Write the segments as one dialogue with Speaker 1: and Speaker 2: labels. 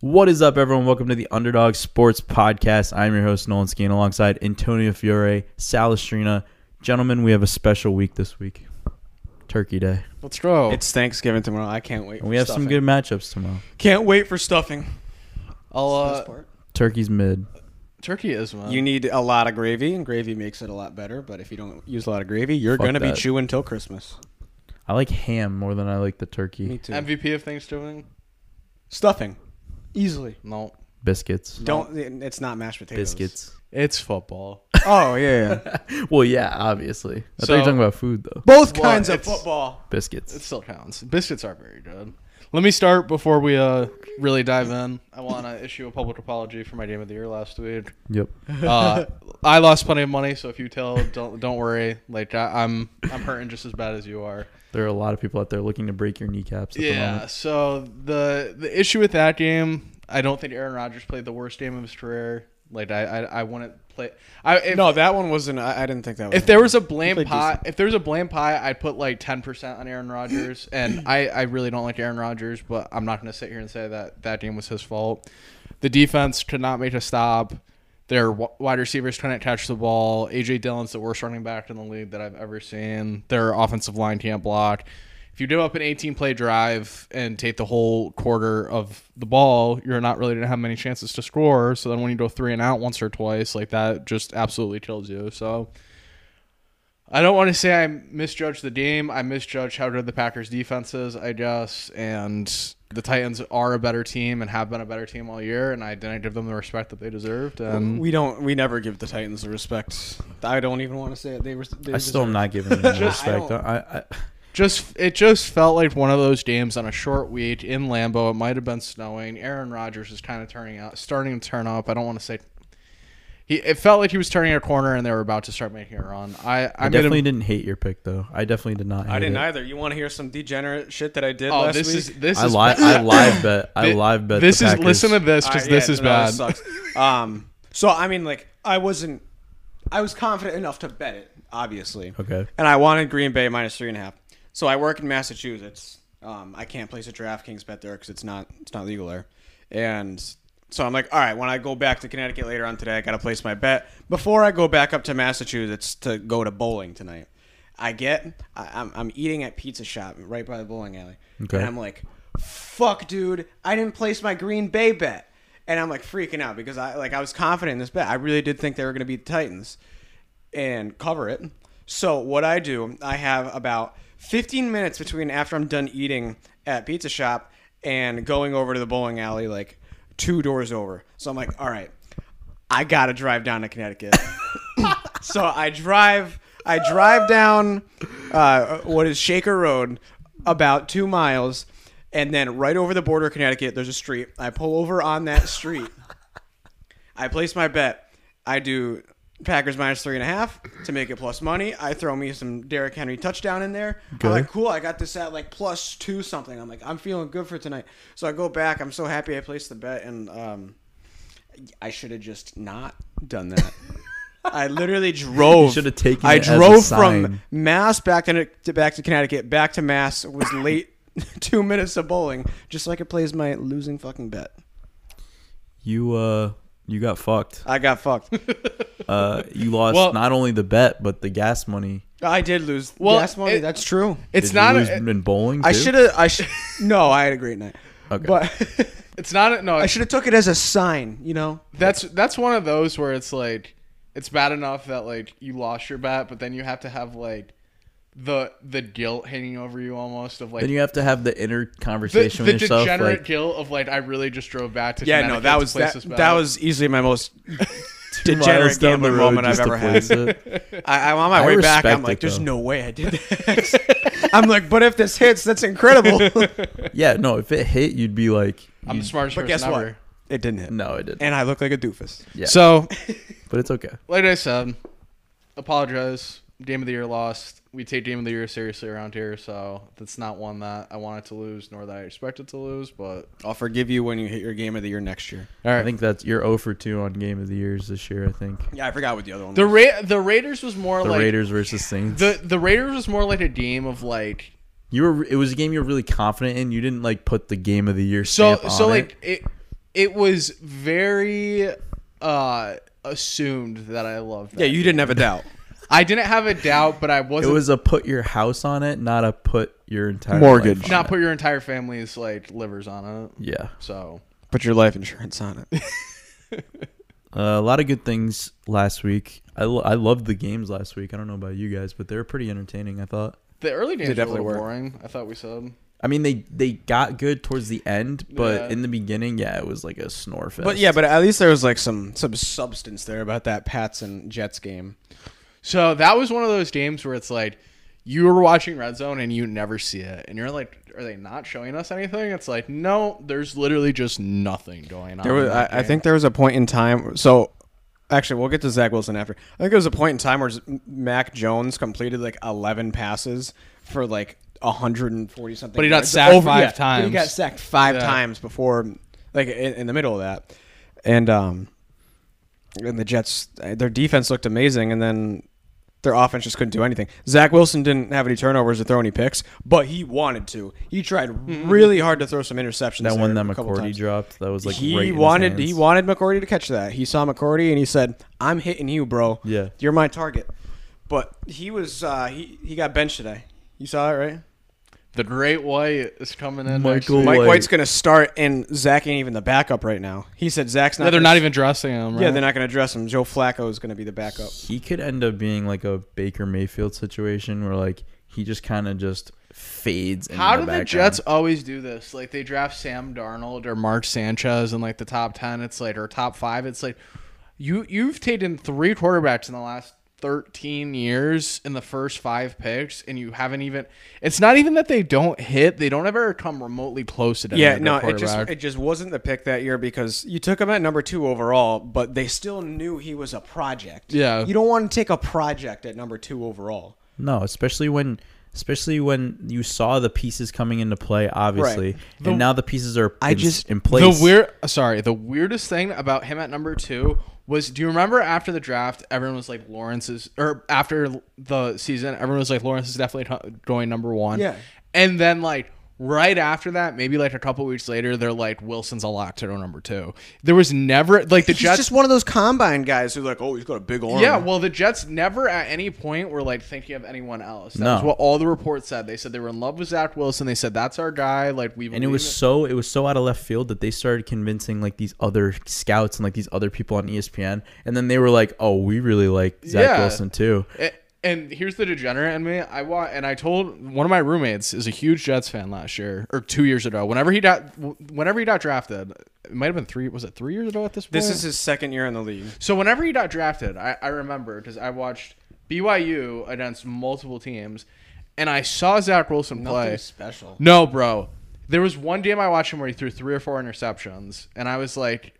Speaker 1: What is up, everyone? Welcome to the Underdog Sports Podcast. I'm your host, Nolan Skeen, alongside Antonio Fiore, Salestrina. Gentlemen, we have a special week this week Turkey Day.
Speaker 2: Let's go.
Speaker 3: It's Thanksgiving tomorrow. I can't wait.
Speaker 1: And Oh. we have some good matchups tomorrow.
Speaker 3: Can't wait for stuffing.
Speaker 2: I'll, uh,
Speaker 1: Turkey's mid.
Speaker 2: turkey is one.
Speaker 3: You need a lot of gravy, and gravy makes it a lot better. But if you don't use a lot of gravy, you're
Speaker 1: Fuck
Speaker 3: gonna
Speaker 1: that.
Speaker 3: be chewing till Christmas.
Speaker 1: I like ham more than I like the
Speaker 3: Me
Speaker 1: turkey.
Speaker 3: too.
Speaker 2: MVP of Thanksgiving?
Speaker 3: stuffing, easily.
Speaker 2: No,
Speaker 1: Biscuits.
Speaker 3: Don't. It's not mashed potatoes.
Speaker 1: Biscuits.
Speaker 2: it's football.
Speaker 3: Oh yeah. yeah.
Speaker 1: Well, yeah, obviously. I thought you were
Speaker 2: So-
Speaker 1: talking about food, though.
Speaker 3: Both
Speaker 2: Well,
Speaker 3: kinds of
Speaker 2: it's-
Speaker 3: football.
Speaker 1: Biscuits.
Speaker 2: It still counts. Biscuits are very good. Let me start before we uh really dive in. I want to issue a public apology for my game of the year last week.
Speaker 1: Yep.
Speaker 2: Uh, I lost plenty of money, so if you tell, don't don't worry. Like I, I'm I'm hurting just as bad as you are.
Speaker 1: There are a lot of people out there looking to break your kneecaps at the
Speaker 2: Yeah.
Speaker 1: moment.
Speaker 2: So the the issue with that game, I don't think Aaron Rodgers played the worst game of his career. Like I I, I wouldn't play. I if,
Speaker 3: No, that one wasn't. I, I didn't think that was.
Speaker 2: If there was a blame
Speaker 3: played
Speaker 2: pie, if there was a blame pie, I'd put like ten percent on Aaron Rodgers, and I, I really don't like Aaron Rodgers, but I'm not going to sit here and say that that game was his fault. The defense could not make a stop. Their wi- wide receivers couldn't catch the ball. AJ Dillon's the worst running back in the league that I've ever seen. Their offensive line can't block. If you give up an 18 play drive and take the whole quarter of the ball, you're not really going to have many chances to score. So then when you go three and out once or twice, like that just absolutely kills you. So I don't want to say I misjudged the game. I misjudged how good the Packers defense is, I guess. And the Titans are a better team and have been a better team all year. And I didn't give them the respect that they deserved. And
Speaker 3: we don't. We never give the Titans the respect. I don't even want to say it. They were. They
Speaker 1: I still am
Speaker 3: deserve-
Speaker 1: not giving them
Speaker 3: Just- I
Speaker 1: respect.
Speaker 3: don't-
Speaker 1: I, I,
Speaker 2: just it just felt like one of those games on a short week in Lambeau. It might have been snowing. Aaron Rodgers is kind of turning out, starting to turn up. I don't want to say. He, it felt like he was turning a corner and they were about to start making a run. I, I,
Speaker 1: I
Speaker 2: made him-
Speaker 1: definitely didn't hate your pick, though. I definitely did not.
Speaker 3: I
Speaker 1: hate
Speaker 3: didn't
Speaker 1: it.
Speaker 3: either. You want to hear some degenerate shit that I did
Speaker 2: Oh,
Speaker 3: last
Speaker 2: this
Speaker 3: week?
Speaker 2: is this
Speaker 1: I,
Speaker 2: is
Speaker 1: li- I live bet. I
Speaker 2: Thi-
Speaker 1: live bet.
Speaker 2: This
Speaker 1: the
Speaker 2: is
Speaker 1: Packers.
Speaker 2: listen to this because
Speaker 3: Uh,
Speaker 2: this
Speaker 3: yeah,
Speaker 2: is
Speaker 3: no,
Speaker 2: bad.
Speaker 3: this sucks. um, so I mean, like I wasn't, I was confident enough to bet it, obviously.
Speaker 1: Okay.
Speaker 3: And I wanted Green Bay minus three and a half. So I work in Massachusetts. Um, I can't place a DraftKings bet there because it's not it's not legal there. And so I'm like, all right, when I go back to Connecticut later on today, I gotta place my bet before I go back up to Massachusetts to go to bowling tonight. I get, I, I'm, I'm eating at pizza shop right by the bowling alley,
Speaker 1: Okay.
Speaker 3: and I'm like, fuck, dude, I didn't place my Green Bay bet, and I'm like freaking out because I like I was confident in this bet. I really did think they were gonna beat the Titans and cover it. So what I do, I have about 15 minutes between after I'm done eating at pizza shop and going over to the bowling alley, like two doors over. So I'm like, all right, I gotta drive down to Connecticut. so I drive, I drive down uh, what is Shaker Road, about two miles, and then right over the border of Connecticut, there's a street. I pull over on that street. I place my bet. I do Packers minus three and a half to make it plus money. I throw me some Derrick Henry touchdown in there.
Speaker 1: Good.
Speaker 3: I'm like, cool. I got this at like plus two something. I'm like, I'm feeling good for tonight. So I go back. I'm so happy I placed the bet, and um, I should have just not done that. I literally drove.
Speaker 1: You should have taken
Speaker 3: I
Speaker 1: it as a
Speaker 3: drove
Speaker 1: sign.
Speaker 3: from Mass back to, to back to Connecticut, back to Mass. Was late two minutes of bowling, just so I could place my losing fucking bet.
Speaker 1: You uh, you got fucked.
Speaker 3: I got fucked.
Speaker 1: Uh, you lost
Speaker 2: Well-
Speaker 1: not only the bet but the gas money.
Speaker 3: I did lose
Speaker 2: Well,
Speaker 3: gas money.
Speaker 2: it-
Speaker 3: that's true.
Speaker 2: It's
Speaker 1: Did
Speaker 2: not.
Speaker 1: you lose
Speaker 2: a-
Speaker 1: in bowling.
Speaker 3: I
Speaker 1: too?
Speaker 3: should have. I should. no, I had a great night.
Speaker 1: Okay.
Speaker 3: But
Speaker 2: it's not. A, no.
Speaker 3: I should have took it as a sign. You know.
Speaker 2: That's that's one of those where it's like, it's bad enough that like you lost your bet, but then you have to have like the the guilt hanging over you almost of like
Speaker 1: Then you have to have the inner
Speaker 2: the,
Speaker 1: conversation
Speaker 2: the
Speaker 1: with yourself.
Speaker 2: degenerate
Speaker 1: Like,
Speaker 2: guilt of like I really just drove back to
Speaker 3: Yeah. No,
Speaker 2: Connecticut
Speaker 3: that
Speaker 2: to
Speaker 3: was
Speaker 2: place
Speaker 3: that,
Speaker 2: this bet.
Speaker 3: that was easily my most
Speaker 1: two miles
Speaker 3: degenerate
Speaker 1: down the
Speaker 3: gambling
Speaker 1: road
Speaker 3: moment I've
Speaker 1: just to
Speaker 3: ever had.
Speaker 1: place it.
Speaker 3: I, I'm on my
Speaker 1: I
Speaker 3: way back.
Speaker 1: respect
Speaker 3: I'm like,
Speaker 1: it,
Speaker 3: there's
Speaker 1: though.
Speaker 3: no way I did that. I'm like, but if this hits, that's incredible.
Speaker 1: Yeah, no. If it hit, you'd be like,
Speaker 2: I'm
Speaker 1: you-
Speaker 2: the smartest
Speaker 3: but
Speaker 2: person
Speaker 3: guess
Speaker 2: ever.
Speaker 3: what? It didn't hit,
Speaker 1: no, it didn't.
Speaker 3: and I look like a doofus.
Speaker 1: Yeah.
Speaker 2: So
Speaker 1: But it's okay.
Speaker 2: like I said, apologize. Game of the year lost. We take game of the year seriously around here, so that's not one that I wanted to lose nor that I expected to lose. But
Speaker 3: I'll forgive you when you hit your game of the year next year.
Speaker 2: all
Speaker 1: I think that's you're 0 for 2 on game of the years this year. I think
Speaker 3: Yeah, I forgot what the other one
Speaker 2: the
Speaker 3: was.
Speaker 2: Ra- the Raiders was more
Speaker 1: the
Speaker 2: like
Speaker 1: Raiders versus Saints.
Speaker 2: the the Raiders was more like a game of like
Speaker 1: you were it was a game you were really confident in. You didn't like put the game of the year.
Speaker 2: so
Speaker 1: stamp
Speaker 2: so
Speaker 1: on
Speaker 2: like
Speaker 1: it.
Speaker 2: it. it was very uh assumed that I loved.
Speaker 3: yeah,
Speaker 2: That.
Speaker 3: you didn't have a doubt.
Speaker 2: I didn't have a doubt, but I
Speaker 1: it
Speaker 2: wasn't
Speaker 1: was a put your house on it, not a put your entire
Speaker 3: Mortgage.
Speaker 1: life on
Speaker 2: not
Speaker 1: it.
Speaker 2: put your entire family's like livers on it.
Speaker 1: Yeah.
Speaker 2: So
Speaker 3: Put your life insurance on it.
Speaker 1: Uh, a lot of good things last week. I, lo- I loved the games last week. I don't know about you guys, but they were pretty entertaining. I thought.
Speaker 2: the early games were a
Speaker 3: definitely
Speaker 2: little
Speaker 3: were.
Speaker 2: boring. I thought we said.
Speaker 1: I mean, they they got good towards the end, but
Speaker 2: Yeah.
Speaker 1: in the beginning, yeah, it was like a snore fest.
Speaker 3: But yeah, but at least there was like some some substance there about that Pats and Jets game.
Speaker 2: So that was one of those games where it's like you were watching Red Zone and you never see it, and you're like, "Are they not showing us anything?" It's like, no, there's literally just nothing going on.
Speaker 3: There was,
Speaker 2: in
Speaker 3: I,
Speaker 2: that
Speaker 3: I
Speaker 2: game.
Speaker 3: think there was a point in time. So, actually, we'll get to Zach Wilson after. I think there was a point in time where Mac Jones completed like eleven passes for like hundred and forty something.
Speaker 2: But he got
Speaker 3: yards.
Speaker 2: sacked five
Speaker 3: yeah, but
Speaker 2: times.
Speaker 3: He got sacked five
Speaker 2: Yeah.
Speaker 3: times before, like in, in the middle of that, and um, and the Jets, uh, their defense looked amazing, and then. Their offense just couldn't do anything. Zach Wilson didn't have any turnovers or throw any picks, but he wanted to. He tried
Speaker 2: Hmm.
Speaker 3: really hard to throw some interceptions.
Speaker 1: that one
Speaker 3: there
Speaker 1: that
Speaker 3: a couple
Speaker 1: McCordy
Speaker 3: times
Speaker 1: dropped, that was like
Speaker 3: he
Speaker 1: right in his
Speaker 3: wanted he
Speaker 1: hands.
Speaker 3: wanted McCordy to catch that. He saw McCordy and he said, "I'm hitting you, bro.
Speaker 1: Yeah.
Speaker 3: you're my target." But he was uh, he he got benched today. You saw that, right?
Speaker 2: the Great White is coming in. next
Speaker 1: Michael
Speaker 2: week.
Speaker 1: White.
Speaker 3: Mike White's gonna start, and Zach ain't even the backup right now. He said Zach's not.
Speaker 2: Yeah, they're
Speaker 3: gonna-
Speaker 2: not even dressing him. Right?
Speaker 3: Yeah, they're not gonna dress him. Joe Flacco is gonna be the backup.
Speaker 1: He could end up being like a Baker Mayfield situation where like he just kind of just fades. into
Speaker 2: How do the
Speaker 1: background.
Speaker 2: Jets always do this? Like they draft Sam Darnold or Mark Sanchez in like the top ten. It's like or top five. It's like you you've taken three quarterbacks in the last thirteen years in the first five picks, and you haven't even. It's not even that they don't hit. They don't ever come remotely close to.
Speaker 3: Yeah, no, it just it just wasn't the pick that year because you took him at number two overall, but they still knew he was a project.
Speaker 2: Yeah.
Speaker 3: you don't want to take a project at number two overall.
Speaker 1: No, especially when especially when you saw the pieces coming into play, obviously, and now the pieces are
Speaker 3: I
Speaker 1: in,
Speaker 3: just-
Speaker 1: in place.
Speaker 2: The weird, sorry, the weirdest thing about him at number two was, do you remember after the draft, everyone was like Lawrence is, or after the season, everyone was like Lawrence is definitely t- going number one.
Speaker 3: Yeah.
Speaker 2: And then like right after that, maybe like a couple weeks later, they're like Wilson's a lock to go number two. There was never like the
Speaker 3: He's
Speaker 2: Jets.
Speaker 3: just one of those combine guys who like, oh, he's got a big arm.
Speaker 2: yeah, well, the Jets never at any point were like thinking of anyone else. That's
Speaker 1: No.
Speaker 2: what all the reports said. They said they were in love with Zach Wilson. They said that's our guy. Like we
Speaker 1: and it was so it was so out of left field that they started convincing like these other scouts and like these other people on E ESPN, and then they were like, "Oh, we really like Zach
Speaker 2: Yeah.
Speaker 1: Wilson too."
Speaker 2: A- and here's the degenerate in me. I want, and I told one of my roommates is a huge Jets fan last year or two years ago. Whenever he got, whenever he got drafted, it might have been three. Was it three years ago at this point?
Speaker 3: This is his second year in the league.
Speaker 2: so. Whenever he got drafted, I, I remember because I watched BYU against multiple teams, and I saw Zach Wilson play.
Speaker 3: special.
Speaker 2: No, bro. There was one game I watched him where he threw three or four interceptions, and I was like,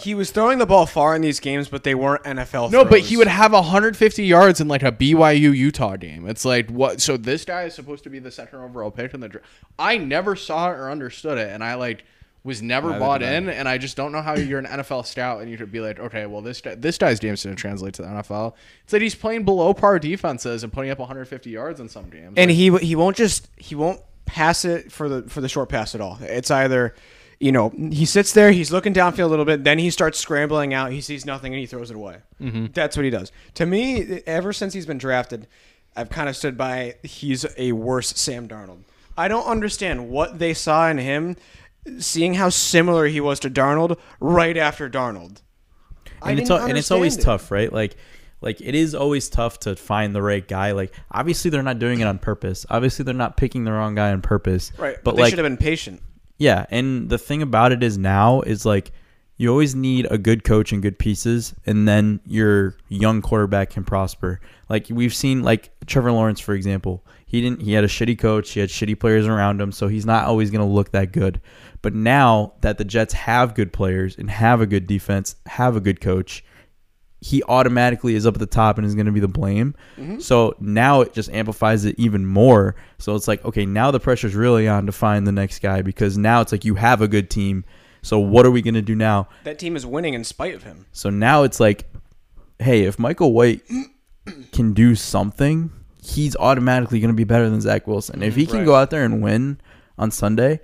Speaker 3: He was throwing the ball far in these games, but they weren't NFL.
Speaker 2: No, but
Speaker 3: throws.
Speaker 2: he would have 150 yards in like a BYU Utah game. It's like what? So this guy is supposed to be the second overall pick in the draft. I never saw it or understood it, and I like was never bought in. And I just don't know how you're an NFL scout and you could be like, okay, well this guy, this guy's game's gonna translate to the NFL. It's like he's playing below par defenses and putting up 150 yards in some games.
Speaker 3: and he he won't just he won't pass it for the for the short pass at all. It's either. You know, he sits there. He's looking downfield a little bit. Then he starts scrambling out. He sees nothing and he throws it away.
Speaker 1: Mm-hmm.
Speaker 3: That's what he does. To me, ever since he's been drafted, I've kind of stood by. He's a worse Sam Darnold. I don't understand what they saw in him, seeing how similar he was to Darnold right after Darnold. I
Speaker 1: and it's
Speaker 3: didn't
Speaker 1: al- and it's always
Speaker 3: understand it.
Speaker 1: tough, right? Like like it is always tough to find the right guy. Like obviously they're not doing it on purpose. Obviously they're not picking the wrong guy on purpose.
Speaker 3: Right, but,
Speaker 1: But,
Speaker 3: they
Speaker 1: like
Speaker 3: should have been patient.
Speaker 1: yeah, and the thing about it is now is like you always need a good coach and good pieces, and then your young quarterback can prosper. Like we've seen, like Trevor Lawrence, for example, he didn't. He had a shitty coach. He had shitty players around him, so he's not always going to look that good. But now that the Jets have good players and have a good defense, have a good coach, he automatically is up at the top and is going to be the blame.
Speaker 2: Mm-hmm.
Speaker 1: So now it just amplifies it even more. So it's like, okay, now the pressure's really on to find the next guy because now it's like you have a good team. So what are we going to do now?
Speaker 3: That team is winning in spite of him.
Speaker 1: So now it's like, hey, if Michael White can do something, he's automatically going to be better than Zach Wilson. If he can
Speaker 2: Right.
Speaker 1: go out there and win on Sunday,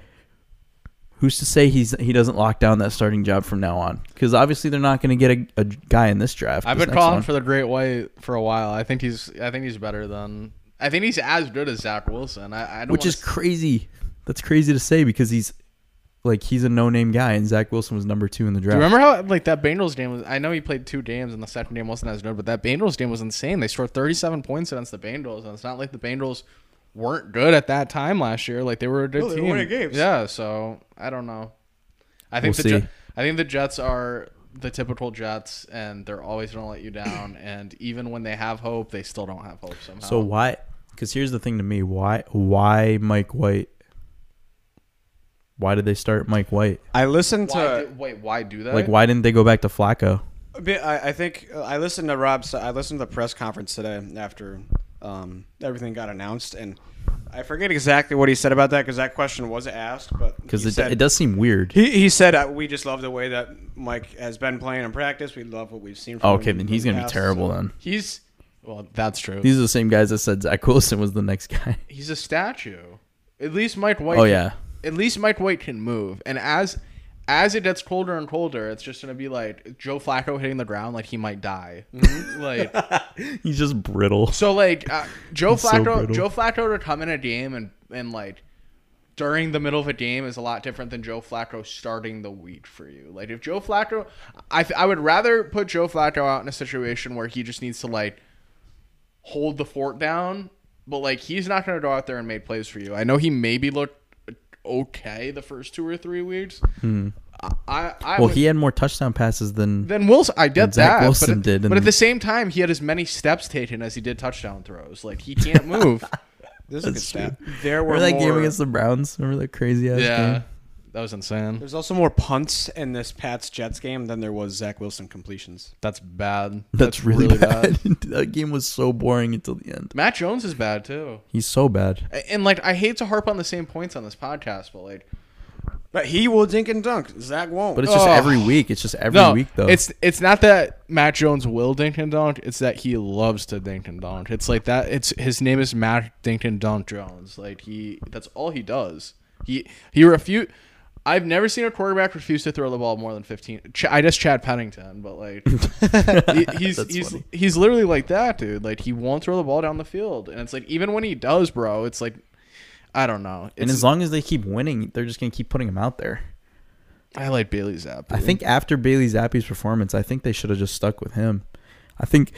Speaker 1: who's to say he's he doesn't lock down that starting job from now on? Because obviously they're not going to get a, a guy in this draft.
Speaker 2: I've
Speaker 1: this
Speaker 2: been
Speaker 1: next
Speaker 2: calling
Speaker 1: one.
Speaker 2: for the Great White for a while. I think he's I think he's better than I think he's as good as Zach Wilson. I, I don't
Speaker 1: which
Speaker 2: wanna
Speaker 1: is
Speaker 2: s-
Speaker 1: crazy. That's crazy to say because he's like he's a no-name guy, and Zach Wilson was number two in the
Speaker 2: Do
Speaker 1: draft.
Speaker 2: you remember how like that Bengals game was? I know he played two games and the second game wasn't as good, but that Bengals game was insane. They scored 37 points against the Bengals, and it's not like the Bengals weren't good at that time last year. Like they were a good
Speaker 3: No, they were
Speaker 2: team.
Speaker 3: winning games.
Speaker 2: Yeah, so I don't know. I think
Speaker 1: We'll
Speaker 2: the
Speaker 1: see.
Speaker 2: Je- I think the Jets are the typical Jets, and they're always going to let you down. and even when they have hope, they still don't have hope somehow.
Speaker 1: So why? Because here's the thing to me: why why Mike White? Why did they start Mike White?
Speaker 3: I listened
Speaker 2: why,
Speaker 3: to
Speaker 2: do- wait, why do that?
Speaker 1: Like, why didn't they go back to Flacco?
Speaker 3: A bit- I, I think uh, I listened to Rob's. I listened to the press conference today after um, everything got announced, and I forget exactly what he said about that because that question was asked. But
Speaker 1: Because
Speaker 3: he
Speaker 1: it,
Speaker 3: said,
Speaker 1: it does seem weird.
Speaker 3: He, he said uh, we just love the way that Mike has been playing in practice. We love what we've seen. From
Speaker 1: Oh,
Speaker 3: him
Speaker 1: okay, then
Speaker 3: in
Speaker 1: he's
Speaker 3: the
Speaker 1: gonna be
Speaker 3: past."
Speaker 1: terrible. Then
Speaker 2: He's well, that's true.
Speaker 1: these are the same guys that said Zach Wilson was the next guy.
Speaker 2: He's a statue. At least Mike White.
Speaker 1: Oh,
Speaker 2: can-
Speaker 1: yeah.
Speaker 2: At least Mike White can move. And as as it gets colder and colder, it's just gonna be like Joe Flacco hitting the ground, like he might die. like
Speaker 1: He's just brittle.
Speaker 2: so, like uh, Joe
Speaker 1: so
Speaker 2: Flacco.
Speaker 1: brittle.
Speaker 2: Joe Flacco to come in a game and and like during the middle of a game is a lot different than Joe Flacco starting the week for you. Like if Joe Flacco, I I would rather put Joe Flacco out in a situation where he just needs to like hold the fort down, but like he's not going to go out there and make plays for you. I know he maybe looked okay the first two or three weeks. I, I, I
Speaker 1: Hmm. Well,
Speaker 2: would-
Speaker 1: he had more touchdown passes than
Speaker 2: then Wilson, I get
Speaker 1: Zach
Speaker 2: that,
Speaker 1: Wilson
Speaker 2: but, at,
Speaker 1: did,
Speaker 2: but
Speaker 1: and-
Speaker 2: at the same time, he had as many steps taken as he did touchdown throws. Like he can't move.
Speaker 3: This is a good
Speaker 1: That's
Speaker 3: stat. There were
Speaker 1: remember that game
Speaker 3: more-
Speaker 1: against the Browns. Remember that crazy ass
Speaker 2: yeah,
Speaker 1: game.
Speaker 2: that was insane.
Speaker 3: There's also more punts in this Pats Jets game than there was Zach Wilson completions.
Speaker 2: That's bad.
Speaker 1: That's, really, bad. that game was so boring until the end.
Speaker 2: Matt Jones is bad too.
Speaker 1: He's so bad.
Speaker 2: A- And like I hate to harp on the same points on this podcast, but like
Speaker 3: But he will dink and dunk. Zach won't.
Speaker 1: But it's just
Speaker 2: Oh.
Speaker 1: every week. It's just every
Speaker 2: no,
Speaker 1: week though.
Speaker 2: It's it's not that Matt Jones will dink and dunk. It's that he loves to dink and dunk. It's like that. It's his name is Matt Dink and Dunk Jones. Like he, that's all he does. He he refuse. I've never seen a quarterback refuse to throw the ball more than fifteen. Ch- I just Chad Pennington, but like he- he's
Speaker 1: That's
Speaker 2: he's
Speaker 1: funny.
Speaker 2: he's literally like that, dude. Like he won't throw the ball down the field, and it's like even when he does, bro, it's like I don't know.
Speaker 1: and
Speaker 2: It's,
Speaker 1: as long as they keep winning, they're just gonna keep putting him out there.
Speaker 2: I like Bailey Zapp.
Speaker 1: I think after Bailey Zappi's performance, I think they should have just stuck with him. I think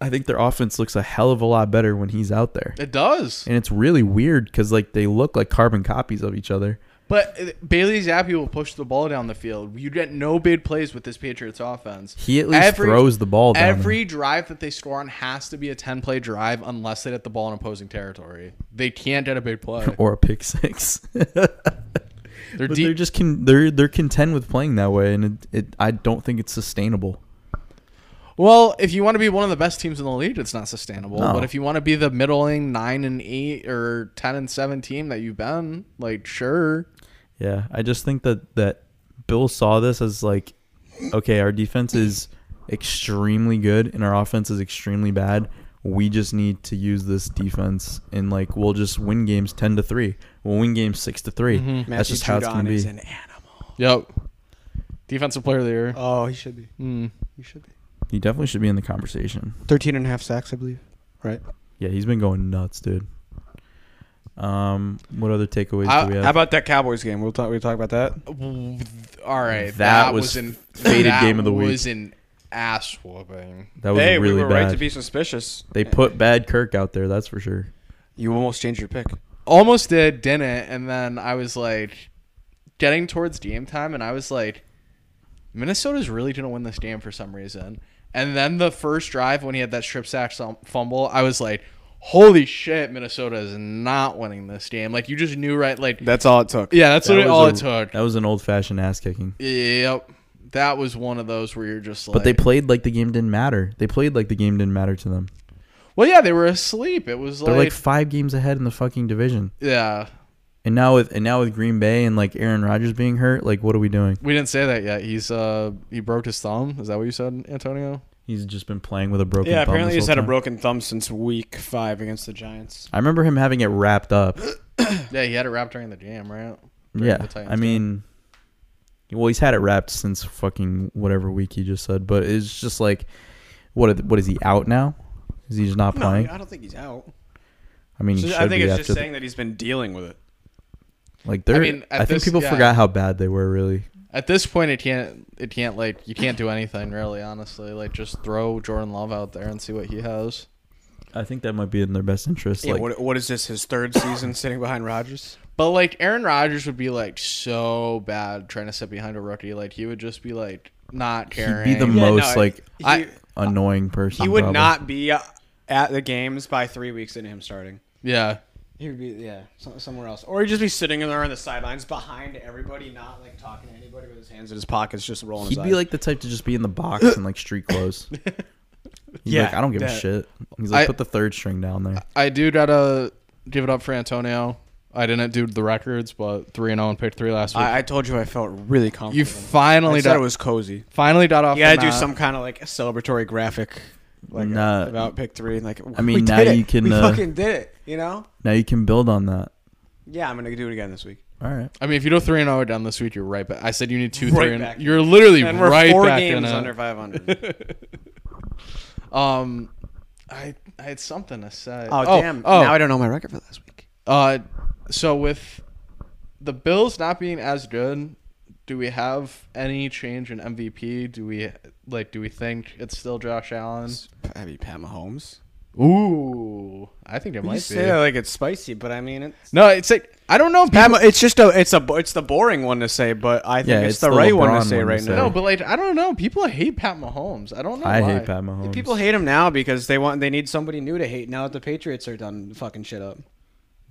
Speaker 1: I think their offense looks a hell of a lot better when he's out there.
Speaker 2: it does.
Speaker 1: And it's really weird because like they look like carbon copies of each other.
Speaker 2: But uh, Bailey Zappi will push the ball down the field. You get no big plays with this Patriots offense.
Speaker 1: He at least throws the ball down.
Speaker 2: Every drive that they score on has to be a 10 play drive unless they get the ball in opposing territory. They can't get a big play.
Speaker 1: or a pick six.
Speaker 2: They're
Speaker 1: But they're
Speaker 2: deep.
Speaker 1: just con- they're they're content with playing that way, and it, it I don't think it's sustainable.
Speaker 2: Well, if you want to be one of the best teams in the league, it's not sustainable.
Speaker 1: No.
Speaker 2: But if you want to be the middling 9 and 8 or 10 and 7 team that you've been, like, sure.
Speaker 1: Yeah, I just think that that Bill saw this as like, okay, our defense is extremely good and our offense is extremely bad. We just need to use this defense and like we'll just win games ten to three. We'll win games six to 3 That's
Speaker 3: Matthew
Speaker 1: just how it's
Speaker 3: Judon
Speaker 1: gonna be.
Speaker 3: is an animal.
Speaker 2: Yep. Defensive player of the year. Hmm.
Speaker 3: Oh, he should be. He should be.
Speaker 1: He definitely should be in the conversation.
Speaker 3: 13 and a half sacks, I believe. Right.
Speaker 1: Yeah, he's been going nuts, dude. Um, what other takeaways
Speaker 2: I-
Speaker 1: do we have?
Speaker 3: How about that Cowboys game? We'll talk. We talk about that.
Speaker 2: All right, that,
Speaker 1: was
Speaker 2: was an
Speaker 1: faded
Speaker 2: that
Speaker 1: game of the week.
Speaker 2: Was an ass whooping.
Speaker 1: that was
Speaker 3: hey,
Speaker 1: really
Speaker 3: we were
Speaker 1: bad.
Speaker 3: right to be suspicious.
Speaker 1: they put bad Kirk out there, that's for sure.
Speaker 3: You almost changed your pick.
Speaker 2: Almost did, didn't, and then I was like, getting towards game time, and I was like, Minnesota's really gonna win this game for some reason. And then the first drive when he had that strip sack sum- fumble, I was like, holy shit, Minnesota is not winning this game. Like you just knew right, like
Speaker 3: That's all it took.
Speaker 2: yeah, that's
Speaker 1: That
Speaker 2: literally
Speaker 1: was
Speaker 2: all
Speaker 1: a-
Speaker 2: it took.
Speaker 1: That was an old fashioned ass kicking.
Speaker 2: Yep. that was one of those where you're just like.
Speaker 1: But they played like the game didn't matter. They played like the game didn't matter to them.
Speaker 2: well, yeah, they were asleep. It was
Speaker 1: They're
Speaker 2: like,
Speaker 1: like five games ahead in the fucking division.
Speaker 2: yeah.
Speaker 1: And now with and now with Green Bay and like Aaron Rodgers being hurt, like what are we doing?
Speaker 2: We didn't say that yet. He's uh he broke his thumb. Is that what you said, Antonio?
Speaker 1: He's just been playing with a broken.
Speaker 3: yeah,
Speaker 1: thumb
Speaker 3: apparently
Speaker 1: this
Speaker 3: he's
Speaker 1: whole
Speaker 3: had a
Speaker 1: time.
Speaker 3: broken thumb since week five against the Giants.
Speaker 1: I remember him having it wrapped up.
Speaker 2: Yeah, he had it wrapped during the jam, right? During
Speaker 1: yeah,
Speaker 2: the Titans
Speaker 1: I mean, well, he's had it wrapped since fucking whatever week he just said. But it's just like, what? are- What is he out now? Is he just not
Speaker 3: No,
Speaker 1: playing?
Speaker 3: I don't think he's out.
Speaker 1: I mean, he
Speaker 3: So
Speaker 1: should
Speaker 3: I think
Speaker 1: be
Speaker 3: it's
Speaker 1: after
Speaker 3: just
Speaker 1: the-
Speaker 3: saying that he's been dealing with it.
Speaker 1: like they're. I,
Speaker 2: mean, at
Speaker 1: think
Speaker 2: this-
Speaker 1: people
Speaker 2: yeah.
Speaker 1: forgot how bad they were. Really,
Speaker 2: At this point, it can't it can't like you can't do anything really. Honestly, like just throw Jordan Love out there and see what he has.
Speaker 1: I think that might be in their best interest.
Speaker 3: Yeah,
Speaker 1: like,
Speaker 3: what, what is this? His third season sitting behind Rodgers.
Speaker 2: But like Aaron Rodgers would be like so bad trying to sit behind a rookie. Like he would just be like not
Speaker 1: he'd
Speaker 2: caring.
Speaker 1: be the
Speaker 3: no,
Speaker 1: most
Speaker 3: I-
Speaker 1: like
Speaker 3: he-
Speaker 1: I, annoying person.
Speaker 3: Uh, He would
Speaker 1: probably.
Speaker 3: not be uh, at the games by three weeks into him starting.
Speaker 2: yeah.
Speaker 3: He would be yeah so- somewhere else, or he'd just be sitting there on the sidelines behind everybody, not like talking to anybody with his hands in his pockets, just rolling.
Speaker 1: He'd
Speaker 3: his
Speaker 1: be
Speaker 3: eyes.
Speaker 1: like the type to just be in the box and like street clothes. He's
Speaker 3: Yeah,
Speaker 1: like, I don't give a
Speaker 3: that-
Speaker 1: shit. He's like,
Speaker 2: I-
Speaker 1: put the third string down there.
Speaker 2: I do gotta give it up for Antonio. I didn't do the records, but three and zero and picked three last week.
Speaker 3: I, I told you, I felt really
Speaker 2: you
Speaker 3: comfortable.
Speaker 2: finally
Speaker 3: I said
Speaker 2: got
Speaker 3: it was cozy.
Speaker 2: finally got off.
Speaker 3: You gotta
Speaker 2: the
Speaker 3: do
Speaker 2: mat.
Speaker 3: some kind of like celebratory graphic, like uh,
Speaker 1: Nah.
Speaker 3: about pick three. Like
Speaker 1: I mean,
Speaker 3: we
Speaker 1: now
Speaker 3: did it.
Speaker 1: you can,
Speaker 3: We
Speaker 1: uh,
Speaker 3: fucking did it. You know?
Speaker 1: Now you can build on that.
Speaker 3: Yeah, I'm gonna do it again this week.
Speaker 1: All right.
Speaker 2: I mean, if you go three and zero down this week, you're right. But I said you need two,
Speaker 3: Right
Speaker 2: three, and
Speaker 3: back.
Speaker 2: you're literally
Speaker 3: And we're
Speaker 2: right
Speaker 3: four
Speaker 2: back
Speaker 3: games
Speaker 2: in uh, it.
Speaker 3: under 500.
Speaker 2: Um, I I had something to say.
Speaker 3: oh, damn!
Speaker 2: Oh,
Speaker 3: Now I don't know my record for last week.
Speaker 2: uh, so with the Bills not being as good, do we have any change in MVP? Do we like? Do we think it's still Josh Allen?
Speaker 3: I mean, Pat Mahomes.
Speaker 2: Ooh, I think it
Speaker 3: You
Speaker 2: might
Speaker 3: say
Speaker 2: be.
Speaker 3: that like it's spicy, but I mean it's.
Speaker 2: No, it's like I don't know. If people,
Speaker 3: it's just a it's a it's the boring one to say, but I think
Speaker 1: Yeah,
Speaker 3: it's,
Speaker 1: it's
Speaker 3: the,
Speaker 1: the
Speaker 3: right one
Speaker 1: LeBron
Speaker 3: to say
Speaker 1: one to
Speaker 3: right
Speaker 1: say.
Speaker 3: now.
Speaker 2: no, but like I don't know. People hate Pat Mahomes. I don't know.
Speaker 1: I
Speaker 2: why.
Speaker 1: hate Pat Mahomes.
Speaker 3: People hate him now because they want they need somebody new to hate now that the Patriots are done fucking shit up.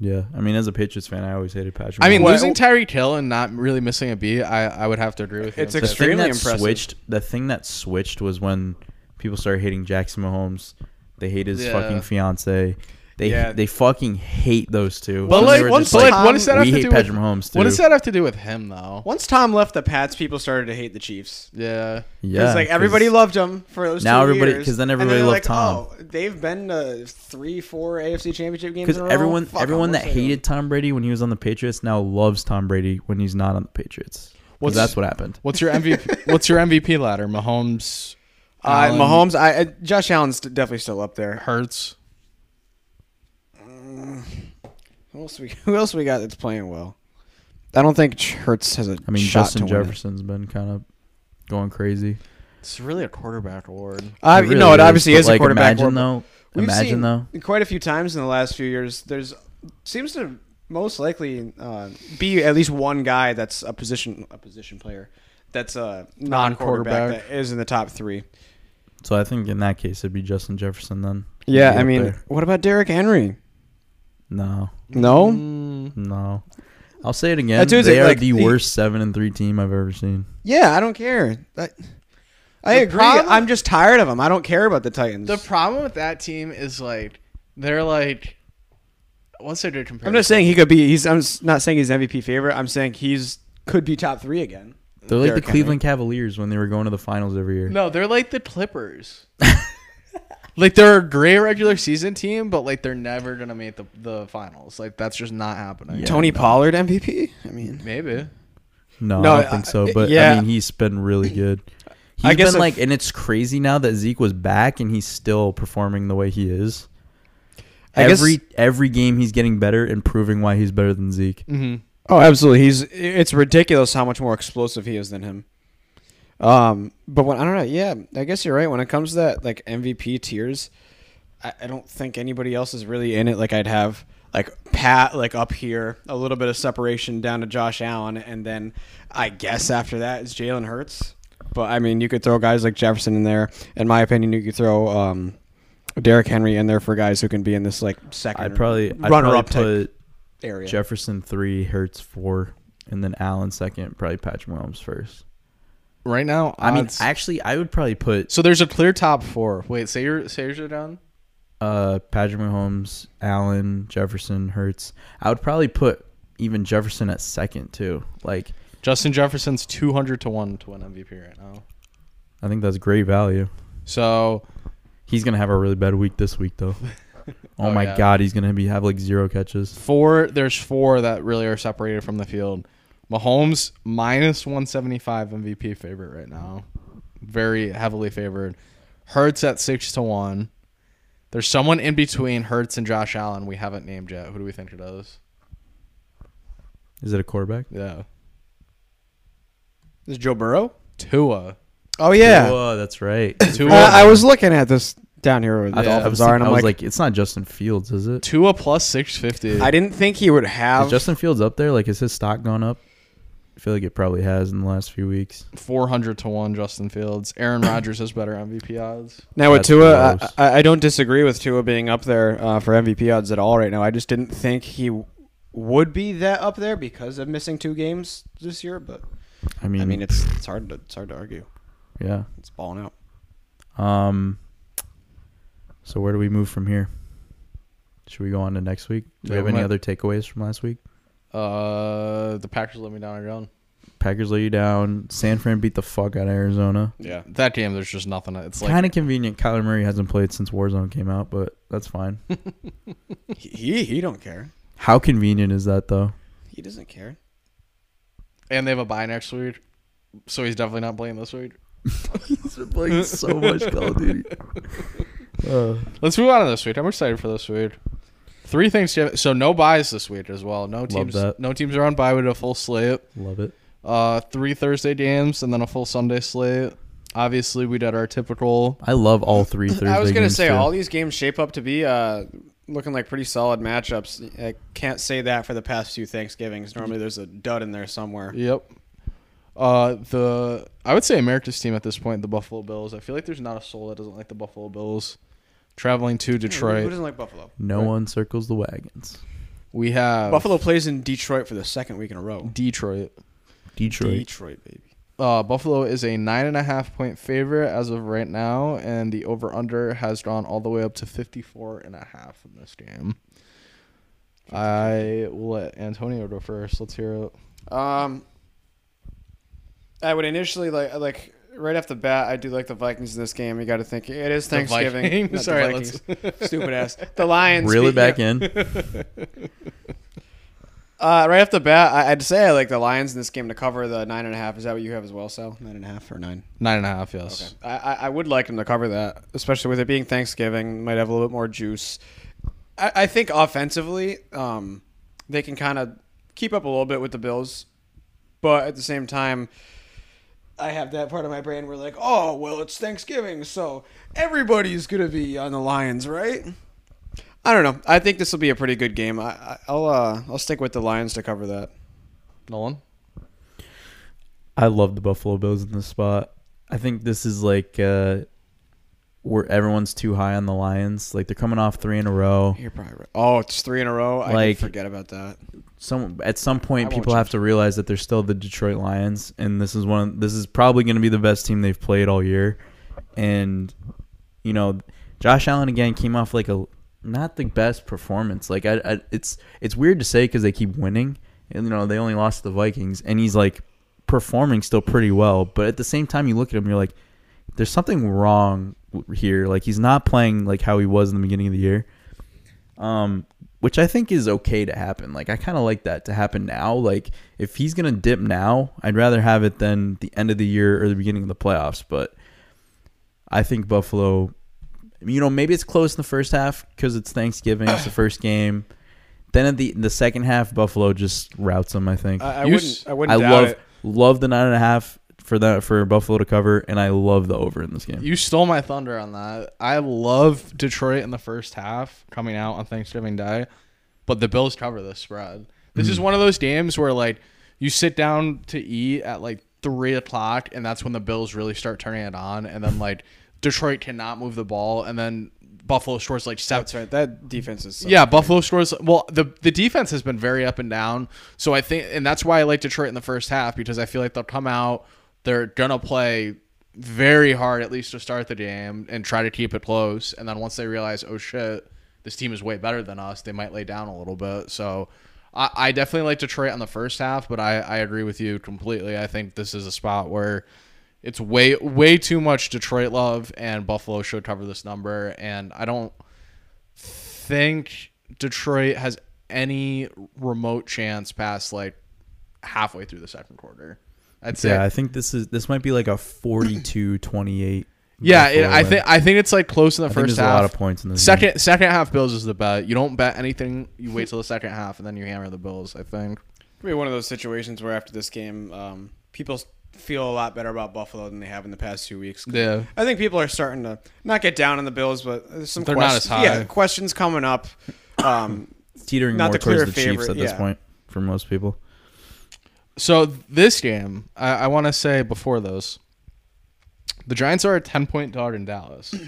Speaker 1: Yeah. I mean, as a Patriots fan, I always hated Patrick.
Speaker 2: I mean,
Speaker 1: Mahomes.
Speaker 3: Well-
Speaker 2: losing Tyreek Hill and not really missing a beat, I, I would have to agree with you.
Speaker 3: It's
Speaker 2: on that.
Speaker 1: the thing
Speaker 3: extremely
Speaker 1: that
Speaker 3: impressive.
Speaker 1: switched. The thing that switched was when people started hating Jackson Mahomes. They hate his
Speaker 2: Yeah.
Speaker 1: fucking fiance. They
Speaker 3: Yeah.
Speaker 1: they fucking hate those two.
Speaker 2: But
Speaker 1: And they
Speaker 2: like,
Speaker 1: were
Speaker 2: one,
Speaker 1: just
Speaker 2: but like, what does that
Speaker 1: we
Speaker 2: have to
Speaker 1: hate
Speaker 2: do
Speaker 1: Patrick
Speaker 2: with
Speaker 1: Mahomes too.
Speaker 2: What does that have to do with him though?
Speaker 3: Once Tom left the Pats, people started to hate the Chiefs.
Speaker 2: Yeah.
Speaker 1: Yeah.
Speaker 3: Yeah, like everybody loved him for those.
Speaker 1: Now
Speaker 3: two
Speaker 1: everybody-
Speaker 3: years,
Speaker 1: 'cause then
Speaker 3: and
Speaker 1: everybody
Speaker 3: they're
Speaker 1: loved
Speaker 3: like,
Speaker 1: Tom.
Speaker 3: Oh, they've been to three, four AFC Championship games.
Speaker 1: because
Speaker 3: in a row?
Speaker 1: everyone
Speaker 3: Fuck 'em,
Speaker 1: everyone
Speaker 3: what's
Speaker 1: that
Speaker 3: I doing?
Speaker 1: hated Tom Brady when he was on the Patriots now loves Tom Brady when he's not on the Patriots. Well,
Speaker 2: What's-
Speaker 1: that's what happened.
Speaker 2: What's your MVP? what's your MVP ladder? Mahomes,
Speaker 3: uh,
Speaker 2: Allen,
Speaker 3: Mahomes, I, uh, Josh Allen's definitely still up there.
Speaker 2: Hurts.
Speaker 3: Who else we Who else we got that's playing well? I don't think Hurts has a
Speaker 1: I mean,
Speaker 3: shot
Speaker 1: Justin
Speaker 3: to win it.
Speaker 1: Jefferson's been kind of going crazy.
Speaker 2: It's really a quarterback award.
Speaker 3: Uh,
Speaker 1: It
Speaker 3: you know,
Speaker 1: really
Speaker 3: it obviously
Speaker 1: but,
Speaker 3: is a
Speaker 1: like,
Speaker 3: quarterback.
Speaker 1: Imagine
Speaker 3: war, but
Speaker 1: though.
Speaker 3: we've
Speaker 1: imagine
Speaker 3: seen
Speaker 1: though.
Speaker 3: quite a few times in the last few years. There's seems to most likely uh, be at least one guy that's a position a position player that's a non quarterback
Speaker 2: Non-quarterback.
Speaker 3: that is in the top three.
Speaker 1: So I think in that case it'd be Justin Jefferson then.
Speaker 3: Yeah,
Speaker 1: He'd be
Speaker 3: I
Speaker 1: up
Speaker 3: mean,
Speaker 1: there.
Speaker 3: what about Derrick Henry?
Speaker 1: no,
Speaker 3: No,
Speaker 2: Mm,
Speaker 1: no. I'll say it again.
Speaker 3: That dude's
Speaker 1: They
Speaker 3: like-
Speaker 1: are
Speaker 3: like,
Speaker 1: the
Speaker 3: he-
Speaker 1: worst seven and three team I've ever seen.
Speaker 3: yeah, I don't care. I, I
Speaker 2: The
Speaker 3: agree.
Speaker 2: problem-
Speaker 3: I'm just tired of him. I don't care about the Titans.
Speaker 2: the problem with that team is like they're like what's their comparison?
Speaker 3: I'm not saying he could be. He's. I'm s- not saying he's MVP favorite. I'm saying he's could be top three again.
Speaker 1: They're like
Speaker 3: Derrick
Speaker 1: the
Speaker 3: Henry.
Speaker 1: Cleveland Cavaliers when they were going to the finals every year.
Speaker 2: No, they're like the Clippers. like they're a great regular season team, but like they're never gonna make the the finals. Like that's just not happening.
Speaker 1: Yeah.
Speaker 3: Tony Pollard MVP. I mean,
Speaker 2: Maybe.
Speaker 1: No,
Speaker 3: No,
Speaker 1: I don't think
Speaker 3: I-
Speaker 1: so. But
Speaker 3: yeah.
Speaker 1: I mean, he's been really good. He's
Speaker 3: I guess
Speaker 1: been
Speaker 3: if-
Speaker 1: like, and it's crazy now that Zeke was back and he's still performing the way he is.
Speaker 3: I guess-
Speaker 1: every every game he's getting better and proving why he's better than Zeke.
Speaker 2: Mm-hmm.
Speaker 3: Oh, absolutely. He's it's ridiculous how much more explosive he is than him. Um, but when I don't know, yeah, I guess you're right. When it comes to that like MVP tiers, I, I don't think anybody else is really in it. Like I'd have like Pat like up here, a little bit of separation down to Josh Allen, and then I guess after that is Jalen Hurts. But I mean, you could throw guys like Jefferson in there. In my opinion, you could throw um, Derrick Henry in there for guys who can be in this like second
Speaker 1: I'd probably I'd
Speaker 3: runner
Speaker 1: probably
Speaker 3: up type
Speaker 1: put
Speaker 3: area.
Speaker 1: Jefferson three, Hurts four, and then Allen second, probably Patrick Mahomes first.
Speaker 2: right now.
Speaker 1: I mean,
Speaker 2: odds-
Speaker 1: actually, I would probably put
Speaker 2: so there's a clear top four. Wait, say your say yours are down.
Speaker 1: uh, Patrick Mahomes, Allen, Jefferson, Hurts. I would probably put even Jefferson at second too. Like,
Speaker 2: Justin Jefferson's two hundred to one to win MVP right now.
Speaker 1: I think that's great value.
Speaker 2: So
Speaker 1: He's gonna have a really bad week this week though. Oh,
Speaker 2: Oh,
Speaker 1: my
Speaker 2: yeah.
Speaker 1: god, he's gonna be have like zero catches.
Speaker 2: four there's four that really are separated from the field. Mahomes minus one seventy five MVP favorite right now. Very heavily favored. Hurts at six to one. There's someone in between Hurts and Josh Allen we haven't named yet. Who do we think it is?
Speaker 1: Is it a quarterback?
Speaker 2: Yeah.
Speaker 3: Is Joe Burrow?
Speaker 2: Tua.
Speaker 3: Oh yeah.
Speaker 1: Whoa, that's right.
Speaker 2: Tua,
Speaker 3: Uh, I was looking at this down here where the
Speaker 1: I, thought- I
Speaker 3: Dolphins
Speaker 1: was,
Speaker 3: are,
Speaker 1: thinking-
Speaker 3: and
Speaker 1: I
Speaker 3: I'm
Speaker 1: was
Speaker 3: like,
Speaker 1: like, it's not Justin Fields, is it?
Speaker 2: Tua plus six fifty.
Speaker 3: I didn't think he would have.
Speaker 1: Is Justin Fields up there? Like, has his stock gone up? I feel like it probably has in the last few weeks.
Speaker 2: Four hundred to one Justin Fields. Aaron Rodgers has better MVP odds.
Speaker 3: now with
Speaker 1: That's
Speaker 3: Tua,
Speaker 1: gross.
Speaker 3: I, I, I don't disagree with Tua being up there uh, for MVP odds at all right now. I just didn't think he w- would be that up there because of missing two games this year. But
Speaker 1: I mean,
Speaker 3: I mean, it's it's hard to it's hard to argue.
Speaker 1: yeah.
Speaker 3: It's balling out.
Speaker 1: Um. So where do we move from here? Should we go on to next week? Do we
Speaker 2: Yeah,
Speaker 1: have
Speaker 2: we
Speaker 1: any
Speaker 2: might-
Speaker 1: other takeaways from last week?
Speaker 2: Uh the Packers let me down again.
Speaker 1: Packers lay you down. San Fran beat the fuck out of Arizona.
Speaker 3: Yeah.
Speaker 2: That game there's just nothing. It's like
Speaker 1: kind of convenient. Kyler Murray hasn't played since Warzone came out, but that's fine.
Speaker 3: he he don't care.
Speaker 1: How convenient is that though?
Speaker 3: He doesn't care.
Speaker 2: and they have a bye next week. So he's definitely not playing this week.
Speaker 1: He's been playing so much Call of Duty. Uh,
Speaker 2: Let's move on to this week. I'm excited for this week. Three things. to- So no buys this week as well. No teams.
Speaker 1: that.
Speaker 2: No teams are on bye with a full slate.
Speaker 1: love it.
Speaker 2: Uh, three Thursday games and then a full Sunday slate. Obviously, we did our typical.
Speaker 1: I love all three Thursday.
Speaker 3: I was gonna
Speaker 1: games,
Speaker 3: say
Speaker 1: too.
Speaker 3: all these games shape up to be uh, looking like pretty solid matchups. I can't say that for the past few Thanksgivings. Normally there's a dud in there somewhere.
Speaker 2: Yep. Uh, the I would say America's team at this point, the Buffalo Bills. I feel like there's not a soul that doesn't like the Buffalo Bills. Traveling to
Speaker 3: Who- Who
Speaker 2: Detroit,
Speaker 3: doesn't like Buffalo?
Speaker 1: No one circles the wagons.
Speaker 2: we
Speaker 1: Uh,
Speaker 2: have
Speaker 3: Buffalo plays in Detroit for the second week in a row.
Speaker 2: Detroit.
Speaker 1: Detroit.
Speaker 3: Detroit, baby.
Speaker 2: Uh, Buffalo is a nine and a half point favorite as of right now, and the over under has gone all the way up to 54 and a half in this game. I will let Antonio go first. Let's hear it.
Speaker 3: Um, I would initially like like right off the bat. I do like the Vikings in this game. You got to think it is Thanksgiving.
Speaker 2: Vikings.
Speaker 3: not the
Speaker 2: Sorry,
Speaker 3: Vikings. stupid ass. The Lions.
Speaker 1: Reel
Speaker 3: be-
Speaker 1: it back
Speaker 3: yeah.
Speaker 1: in.
Speaker 3: Uh, right off the bat, I, I'd say I like the Lions in this game to cover the nine and a half. Is that what you have as well, Sal? Nine and a half or nine?
Speaker 2: Nine and a half, yes.
Speaker 3: Okay. I, I, I would like him to cover that, especially with it being Thanksgiving. Might have a little bit more juice. I, I think offensively, um, they can kind of keep up a little bit with the Bills, but at the same time, I have that part of my brain where like, oh well, it's Thanksgiving, so everybody's gonna be on the Lions, right? I don't know. I think this will be a pretty good game. I, I, I'll uh, I'll stick with the Lions to cover that.
Speaker 2: Nolan?
Speaker 1: I love the Buffalo Bills in this spot. I think this is like uh, where everyone's too high on the Lions. Like they're coming off three in a row.
Speaker 3: You're probably right. Oh, it's three in a row. I
Speaker 1: Like-
Speaker 3: did forget about that.
Speaker 1: Some at some
Speaker 3: I
Speaker 1: point,
Speaker 3: won't
Speaker 1: people have to realize that they're still the Detroit Lions, and this is one. This is probably going to be the best team they've played all year. And you know, Josh Allen again came off like a not the best performance. Like I, I it's it's weird to say because they keep winning, and you know they only lost to the Vikings, and he's like performing still pretty well. But at the same time, you look at him, you're like, there's something wrong w- here. Like he's not playing like how he was in the beginning of the year, um, which I think is okay to happen. Like I kind of like that to happen now. Like if he's gonna dip now, I'd rather have it than the end of the year or the beginning of the playoffs. But I think Buffalo, you know, maybe it's close in the first half because it's Thanksgiving, it's the first game. Then at the the second half, Buffalo just routs them. I think
Speaker 3: I, I
Speaker 2: You
Speaker 3: wouldn't.
Speaker 2: s-
Speaker 3: I wouldn't.
Speaker 1: I
Speaker 3: doubt
Speaker 1: love
Speaker 3: it.
Speaker 1: love the nine and a half for that for Buffalo to cover, and I love the over in this game.
Speaker 2: You stole my thunder on that. I love Detroit in the first half coming out on Thanksgiving Day, but the Bills cover this spread. This is one of those games where like you sit down to eat at like three o'clock, and that's when the Bills really start turning it on, and then like Detroit cannot move the ball, and then Buffalo scores like seven.
Speaker 3: That's right. That defense is. so-
Speaker 2: Yeah, Buffalo scores. Well, the the defense has been very up and down. So I think, and that's why I like Detroit in the first half because I feel like they'll come out, They're gonna play very hard at least to start the game and try to keep it close. And then once they realize, oh shit, this team is way better than us, they might lay down a little bit. So I, I definitely like Detroit on the first half, but I, I agree with you completely. I think this is a spot where it's way way too much Detroit love, and Buffalo should cover this number. And I don't think Detroit has any remote chance past like halfway through the second quarter. I'd say
Speaker 1: Yeah, I think this is this might be like a 42-28.
Speaker 2: Yeah, it,
Speaker 1: Buffalo
Speaker 2: I
Speaker 1: win.
Speaker 2: think I think it's like close in the
Speaker 1: I think
Speaker 2: first
Speaker 1: there's
Speaker 2: half.
Speaker 1: a lot of points in this. game.
Speaker 2: second second half Bills is the bet. You don't bet anything. You wait till the second half and then you hammer the Bills. I think.
Speaker 3: Could be one of those situations where after this game, um, people feel a lot better about Buffalo than they have in the past few weeks. 'Cause
Speaker 2: Yeah.
Speaker 3: I think people are starting to not get down on the Bills, but there's some
Speaker 2: They're not as
Speaker 3: questions.
Speaker 2: high.
Speaker 3: Yeah, questions coming up. Um,
Speaker 1: It's teetering
Speaker 3: Not
Speaker 1: more
Speaker 3: the
Speaker 1: towards
Speaker 3: clear
Speaker 1: the Chiefs
Speaker 3: favorite,
Speaker 1: at this
Speaker 3: yeah.
Speaker 1: point for most people.
Speaker 2: So this game, I, I want to say before those, the Giants are a ten point dog in Dallas. if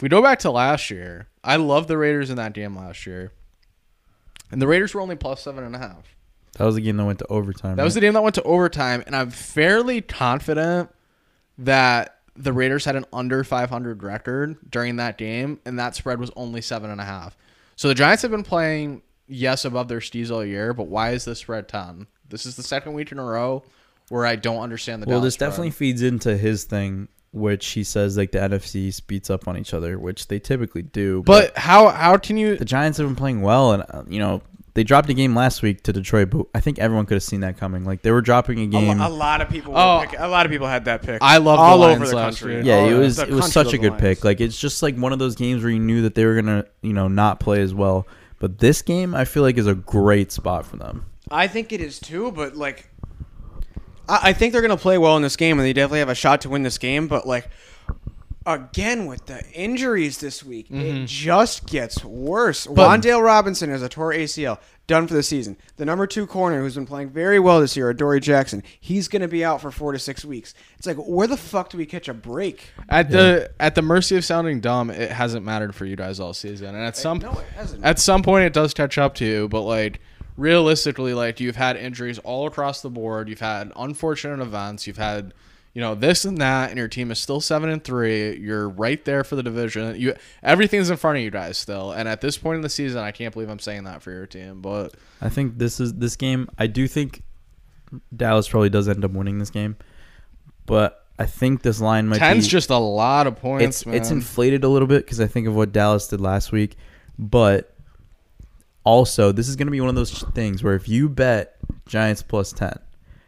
Speaker 2: we go back to last year, I love the Raiders in that game last year, and the Raiders were only plus seven and a half.
Speaker 1: That was the game that went to overtime.
Speaker 2: That was
Speaker 1: right?
Speaker 2: the game that went to overtime, and I'm fairly confident that the Raiders had an under 500 record during that game, and that spread was only seven and a half. So the Giants have been playing yes above their stees all year, but why is this spread ten? This is the second week in a row where I don't understand the.
Speaker 1: well,
Speaker 2: Dallas
Speaker 1: this
Speaker 2: spread.
Speaker 1: definitely feeds into his thing, which he says like the NFC East beats up on each other, which they typically do.
Speaker 2: But how how can you?
Speaker 1: the Giants have been playing well, and uh, you know they dropped a game last week to Detroit, but I think everyone could have seen that coming. Like they were dropping a
Speaker 3: a,
Speaker 1: game.
Speaker 3: lo- a lot of people.
Speaker 2: Oh.
Speaker 3: were pick- a lot of people had that pick.
Speaker 2: I love the
Speaker 3: all
Speaker 2: Lions
Speaker 3: over the
Speaker 2: last
Speaker 3: country.
Speaker 2: year.
Speaker 1: yeah,
Speaker 3: All
Speaker 1: it
Speaker 3: over-
Speaker 1: was
Speaker 3: oh, the
Speaker 1: it was
Speaker 3: country
Speaker 1: such a
Speaker 3: loved
Speaker 1: good
Speaker 3: the Lions.
Speaker 1: pick. Like it's just like one of those games where you knew that they were gonna you know not play as well. But this game, I feel like, is a great spot for them.
Speaker 3: I think it is too, but like, I, I think they're gonna play well in this game, and they definitely have a shot to win this game. But like, again with the injuries this week,
Speaker 2: Mm-hmm.
Speaker 3: it just gets worse. Wandale Robinson is a tore ACL, done for the season. The number two corner, who's been playing very well this year, Dory Jackson, he's gonna be out for four to six weeks. It's like, where the fuck do we catch a break?
Speaker 2: At the at the mercy of sounding dumb, it hasn't mattered for you guys all season, and at some
Speaker 3: no, it hasn't.
Speaker 2: at some point it does catch up to you. But like realistically, like you've had injuries all across the board. You've had unfortunate events. You've had you know this and that, and your team is still seven and three. You're right there for the division. You everything's in front of you guys still. And at this point in the season, I can't believe I'm saying that for your team, but
Speaker 1: I think this is this game. I do think Dallas probably does end up winning this game, but I think this line might
Speaker 2: ten's
Speaker 1: be
Speaker 2: just a lot of points.
Speaker 1: it's
Speaker 2: man.
Speaker 1: it's inflated a little bit because I think of what Dallas did last week, but also this is going to be one of those things where if you bet Giants plus ten,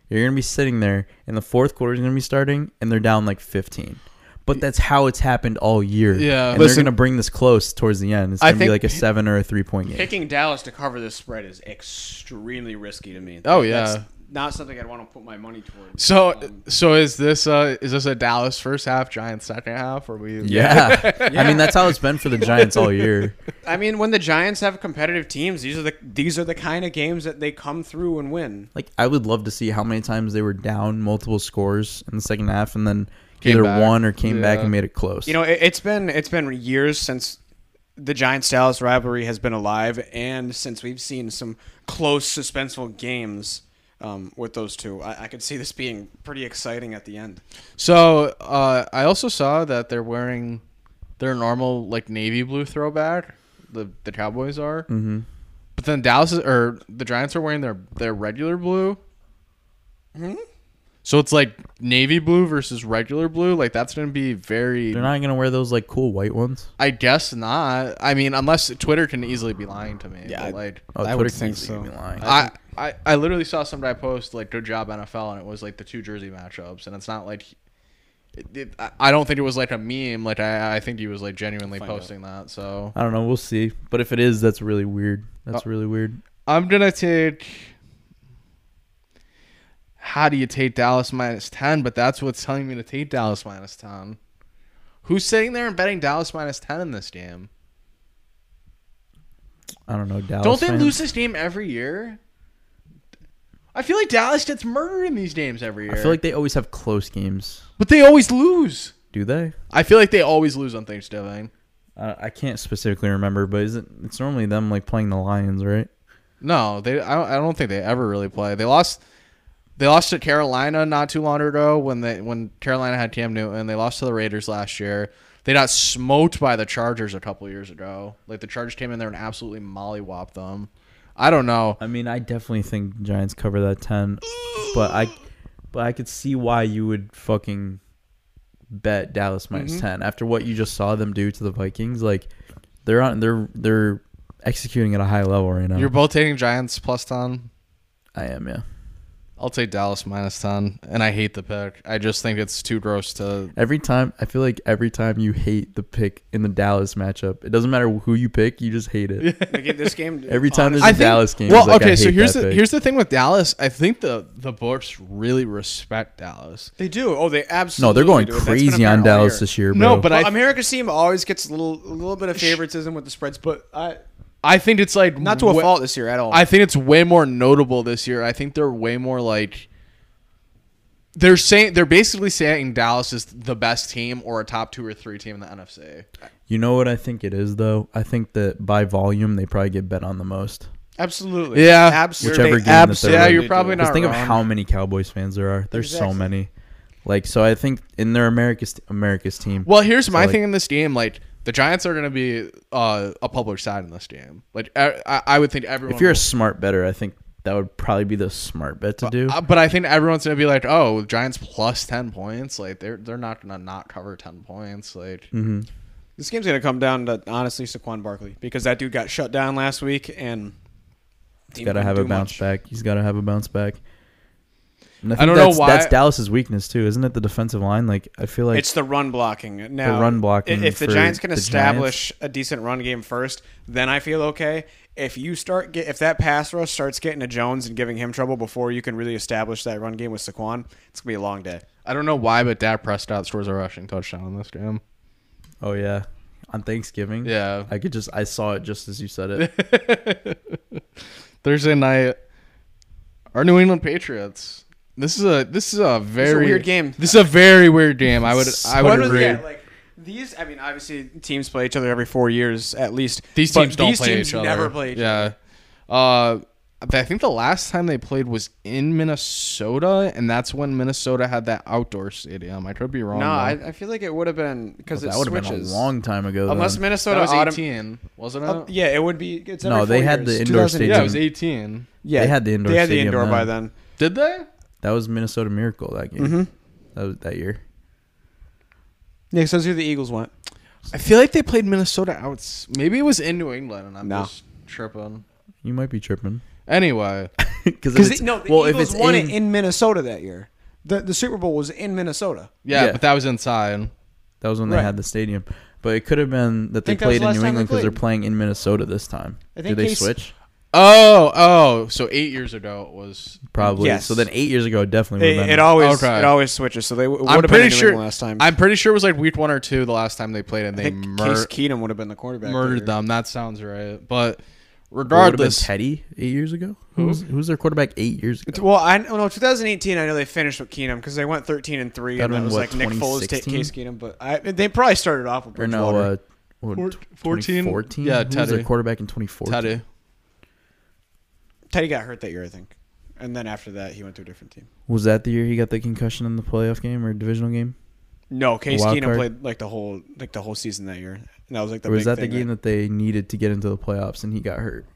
Speaker 1: you're going to be sitting there and the fourth quarter is going to be starting and they're down like fifteen. But that's how it's happened all year.
Speaker 2: Yeah.
Speaker 1: and
Speaker 2: Listen-
Speaker 1: they're going to bring this close towards the end. It's
Speaker 2: I
Speaker 1: going to be
Speaker 2: think-
Speaker 1: like a seven or a three point game.
Speaker 3: Picking Dallas to cover this spread is extremely risky to me.
Speaker 2: Oh, yeah.
Speaker 3: That's not something I'd want to put my money towards.
Speaker 2: So,
Speaker 3: Um,
Speaker 2: so is this uh is this a Dallas first half, Giants second half, or we?
Speaker 1: Yeah. I mean, that's how it's been for the Giants all year.
Speaker 3: I mean, when the Giants have competitive teams, these are the these are the kind of games that they come through and win.
Speaker 1: Like, I would love to see how many times they were down multiple scores in the second half and then
Speaker 2: Came
Speaker 1: either
Speaker 2: back.
Speaker 1: won or came back
Speaker 2: Yeah.
Speaker 1: and made it close.
Speaker 3: You know, it, it's been it's been years since the Giants Dallas rivalry has been alive, and since we've seen some close, suspenseful games um, with those two, I, I could see this being pretty exciting at the end.
Speaker 2: So uh, I also saw that they're wearing their normal like navy blue throwback. The the Cowboys are, mm-hmm. but then Dallas is, or the Giants are wearing their their regular blue. Mm-hmm. So it's like navy blue versus regular blue. Like that's gonna be very.
Speaker 1: they're not going to wear those, like, cool white ones.
Speaker 2: I guess not. I mean, unless Twitter can easily be lying to me. Yeah,
Speaker 3: I-
Speaker 2: like
Speaker 1: Oh,
Speaker 3: I
Speaker 1: Twitter
Speaker 3: would
Speaker 1: can
Speaker 3: think
Speaker 1: easily
Speaker 3: so.
Speaker 1: be lying.
Speaker 2: I, I, I literally saw somebody post like good job NFL and it was like the two jersey matchups and it's not like it, it, I- I don't think it was like a meme like I, I think he was like genuinely posting that so
Speaker 1: I don't know. We'll see. But if it is, that's really weird. That's
Speaker 2: Oh.
Speaker 1: really weird.
Speaker 2: I'm gonna take how do you take Dallas minus ten but that's what's telling me to take Dallas minus ten who's sitting there and betting Dallas minus ten in this game
Speaker 1: I don't know. Dallas
Speaker 2: don't they
Speaker 1: fans?
Speaker 2: lose this game every year I feel like Dallas gets murdered in these games every year
Speaker 1: I feel like they always have close games.
Speaker 2: but they always lose.
Speaker 1: Do they?
Speaker 2: I feel like they always lose on Thanksgiving.
Speaker 1: Uh, I can't specifically remember, but isn't it's normally them like playing the Lions, right?
Speaker 2: No, they. I don't, I don't think they ever really play. They lost. They lost to Carolina not too long ago when they when Carolina had Cam Newton. They lost to the Raiders last year. They got smoked by the Chargers a couple years ago. Like the Chargers came in there and absolutely mollywopped them. I don't know.
Speaker 1: I mean, I definitely think Giants cover that ten, but I, but I could see why you would fucking bet Dallas minus
Speaker 3: Mm-hmm.
Speaker 1: ten after what you just saw them do to the Vikings. Like, they're on, they're they're executing at a high level right now.
Speaker 2: You're both taking Giants plus ten.
Speaker 1: I am, yeah.
Speaker 2: I'll take Dallas minus ten, and I hate the pick. I just think it's too gross to.
Speaker 1: Every time, I feel like every time you hate the pick in the Dallas matchup, it doesn't matter who you pick, you just hate it.
Speaker 3: Like if this game.
Speaker 1: Every time there's
Speaker 3: honestly-
Speaker 1: a Dallas game,
Speaker 2: Well,
Speaker 1: it's like, I
Speaker 2: okay, so
Speaker 1: hate
Speaker 2: here's
Speaker 1: that
Speaker 2: the
Speaker 1: pick.
Speaker 2: here's the thing with Dallas. I think the the books really respect Dallas.
Speaker 3: they do. Oh, they absolutely.
Speaker 1: no, they're going
Speaker 3: do it. That's been
Speaker 1: crazy
Speaker 3: apparent
Speaker 1: on
Speaker 3: all
Speaker 1: Dallas
Speaker 3: year.
Speaker 1: this year. Bro.
Speaker 2: No, but
Speaker 3: Well,
Speaker 2: I-
Speaker 3: America's team always gets a little, a little bit of favoritism with the spreads, but I,
Speaker 2: I think it's like
Speaker 3: not to a
Speaker 2: wh-
Speaker 3: fault this year at all.
Speaker 2: I think it's way more notable this year. I think they're way more like they're saying they're basically saying Dallas is the best team or a top two or three team in the NFC.
Speaker 1: you know what I think it is though. I think that by volume, they probably get bet on the most.
Speaker 3: absolutely.
Speaker 2: Yeah.
Speaker 3: absolutely.
Speaker 1: Whichever game that
Speaker 3: absolutely.
Speaker 1: they're in.
Speaker 2: Yeah, you're probably
Speaker 3: do.
Speaker 2: not-
Speaker 1: Just think of
Speaker 2: wrong.
Speaker 1: how many Cowboys fans there are. There's
Speaker 3: Exactly.
Speaker 1: so many. Like so, I think in their America's America's team.
Speaker 2: Well, here's my
Speaker 1: like-
Speaker 2: thing in this game. Like the Giants are going to be uh, a public side in this game. Like I, I- I would think everyone.
Speaker 1: if you're a
Speaker 2: will-
Speaker 1: smart better, I think that would probably be the smart bet to do.
Speaker 2: Uh, but I think everyone's gonna be like, "Oh, Giants plus ten points. Like they're they're not gonna not cover ten points. Like
Speaker 3: Mm-hmm. This game's gonna come down to honestly Saquon Barkley because that dude got shut down last week and
Speaker 1: He's got to have a bounce back. He's got to have a bounce back. And
Speaker 2: I
Speaker 1: think
Speaker 2: don't know
Speaker 1: that's,
Speaker 2: why-
Speaker 1: That's Dallas's weakness too, isn't it? The defensive line. Like I feel like
Speaker 3: It's the run blocking. Now,
Speaker 1: run blocking
Speaker 3: If the
Speaker 1: for
Speaker 3: Giants can
Speaker 1: the
Speaker 3: establish a decent run game first, then I feel okay. If you start get if that pass rush starts getting to Jones and giving him trouble before you can really establish that run game with Saquon, it's gonna be a long day.
Speaker 2: I don't know why, but Dak Prescott scores a rushing touchdown in this game.
Speaker 1: oh yeah, on Thanksgiving.
Speaker 2: Yeah.
Speaker 1: I could just I saw it just as you said it.
Speaker 2: Thursday night, our New England Patriots. This is a this is a very
Speaker 3: weird game.
Speaker 2: This is a very weird game. I would I would
Speaker 3: What was-
Speaker 2: agree.
Speaker 3: yeah, like, these, I mean, obviously teams play each other every four years at least.
Speaker 2: these
Speaker 3: but
Speaker 2: teams don't
Speaker 3: these
Speaker 2: play
Speaker 3: teams
Speaker 2: each other.
Speaker 3: Never play each
Speaker 2: yeah. Uh, but I think the last time they played was in Minnesota, and that's when Minnesota had that outdoor stadium. I could be wrong.
Speaker 3: No,
Speaker 2: though.
Speaker 3: I, I feel like it would have been because
Speaker 1: Oh, that
Speaker 3: it
Speaker 1: would have been a
Speaker 3: switches.
Speaker 1: long time ago.
Speaker 3: Unless
Speaker 1: then.
Speaker 2: that
Speaker 3: Minnesota
Speaker 2: was
Speaker 3: autom-
Speaker 2: eighteen, wasn't it?
Speaker 3: Uh, yeah, it would be. It's every
Speaker 1: Oh. No, they
Speaker 3: four
Speaker 1: had the
Speaker 3: years.
Speaker 1: indoor
Speaker 3: 2000
Speaker 2: yeah,
Speaker 1: stadium.
Speaker 2: it was eighteen.
Speaker 3: Yeah,
Speaker 1: They had the indoor
Speaker 3: They had the
Speaker 1: stadium
Speaker 3: indoor
Speaker 1: then.
Speaker 3: by then.
Speaker 2: Did they?
Speaker 1: that was Minnesota Miracle that game.
Speaker 2: Mm-hmm.
Speaker 1: That was that year.
Speaker 3: Yeah, so that's who the Eagles went.
Speaker 2: I feel like they played Minnesota out. Maybe it was in New England, and I'm
Speaker 3: No.
Speaker 2: just tripping.
Speaker 1: You might be tripping.
Speaker 2: Anyway,
Speaker 1: Because
Speaker 3: in Minnesota that year. The the Super Bowl was in Minnesota.
Speaker 2: yeah,
Speaker 1: Yeah.
Speaker 2: but that was inside.
Speaker 1: that was when they
Speaker 3: Right.
Speaker 1: had the stadium. But it could have been that they
Speaker 3: Think that was
Speaker 1: played in
Speaker 3: last
Speaker 1: New
Speaker 3: time they
Speaker 1: England because they're
Speaker 3: played.
Speaker 1: playing in Minnesota this time.
Speaker 3: I
Speaker 1: Did
Speaker 3: think
Speaker 1: they
Speaker 3: they s-
Speaker 1: switch?
Speaker 2: Oh, oh, so eight years ago it was.
Speaker 1: Probably.
Speaker 3: Yes.
Speaker 1: So then eight years ago, it definitely would have
Speaker 3: It,
Speaker 1: been.
Speaker 3: it always
Speaker 2: Okay.
Speaker 3: it always switches. So they would
Speaker 2: I'm
Speaker 3: have been
Speaker 2: pretty
Speaker 3: in New
Speaker 2: sure
Speaker 3: England last time.
Speaker 2: I'm pretty sure it was like week one or two the last time they played, and
Speaker 3: I
Speaker 2: they
Speaker 3: think
Speaker 2: mur-
Speaker 3: Case Keenum would have been the quarterback.
Speaker 2: murdered
Speaker 3: that year.
Speaker 2: them. That sounds right. But
Speaker 1: It would've been
Speaker 2: regardless,
Speaker 1: Teddy eight years ago. Who was, who was their quarterback eight years ago?
Speaker 3: Well, I well, no, 2018. I know they finished with Keenum because they went 13 and three,
Speaker 1: That'd
Speaker 3: and that
Speaker 1: been,
Speaker 3: was
Speaker 1: what,
Speaker 3: like Nick Foles, ta-
Speaker 1: 2016?
Speaker 3: Case Keenum. But I, they probably started off with
Speaker 1: Or no,
Speaker 3: Bridgewater.
Speaker 1: uh, what,
Speaker 2: Four- 14?
Speaker 1: 2014?
Speaker 2: Yeah,
Speaker 1: Who was their
Speaker 2: Teddy.
Speaker 1: quarterback in 2014?
Speaker 2: Teddy.
Speaker 3: Teddy got hurt that year, I think, and then after that he went to a different team.
Speaker 1: Was that the year he got the concussion in the playoff game or divisional game?
Speaker 3: No, Case
Speaker 1: Wild
Speaker 3: Keenum
Speaker 1: card?
Speaker 3: played like the whole like the whole season that year, and that was like the
Speaker 1: or was
Speaker 3: big
Speaker 1: that the
Speaker 3: thing
Speaker 1: game that they needed to get into the playoffs and he got hurt?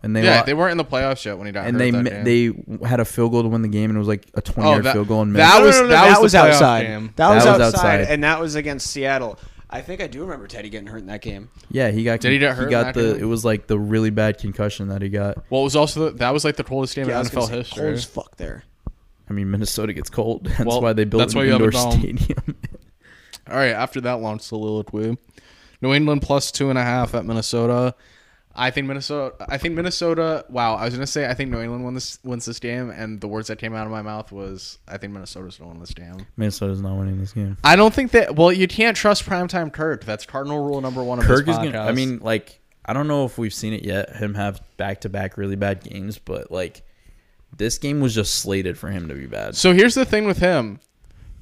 Speaker 1: And they
Speaker 2: yeah,
Speaker 1: lo-
Speaker 2: they weren't in the playoffs yet when he got
Speaker 1: and
Speaker 2: hurt.
Speaker 1: they
Speaker 2: that
Speaker 1: mi-
Speaker 2: game.
Speaker 1: they had a field goal to win the game and it was like a 20 yard
Speaker 2: that-
Speaker 1: field goal and missed.
Speaker 2: that
Speaker 3: No, no,
Speaker 2: was-
Speaker 3: no, no, that,
Speaker 2: was
Speaker 3: was,
Speaker 2: the playoff
Speaker 3: outside.
Speaker 2: game.
Speaker 3: That was
Speaker 1: That was
Speaker 3: outside,
Speaker 1: outside.
Speaker 3: and that was against Seattle. I think I do remember Teddy getting hurt in that game.
Speaker 1: yeah, he got
Speaker 2: Did he get hurt in
Speaker 1: got
Speaker 2: that
Speaker 1: the
Speaker 2: game?
Speaker 1: it was like the really bad concussion that he got.
Speaker 2: Well, it was also the, that was like the coldest game
Speaker 3: Yeah, I
Speaker 2: in
Speaker 3: was gonna
Speaker 2: NFL
Speaker 3: say,
Speaker 2: history.
Speaker 3: Cold as fuck there.
Speaker 1: I mean, Minnesota gets cold. That's
Speaker 2: Well,
Speaker 1: why they built
Speaker 2: that's
Speaker 1: an
Speaker 2: why you have a
Speaker 1: indoor
Speaker 2: dome.
Speaker 1: stadium.
Speaker 2: All right, after that long soliloquy, New England plus two and a half at Minnesota. I think Minnesota. I think Minnesota. Wow, I was gonna say I think New England won this, wins this game, and the words that came out of my mouth was I think Minnesota's gonna win this game.
Speaker 1: Minnesota's not winning this game.
Speaker 2: I don't think that. Well, you can't trust primetime Kirk. That's cardinal rule number one. Of
Speaker 1: Kirk
Speaker 2: this
Speaker 1: is gonna. I
Speaker 2: podcast.
Speaker 1: mean, like, I don't know if we've seen it yet. Him have back to back really bad games, but like, this game was just slated for him to be bad.
Speaker 2: so here's the thing with him: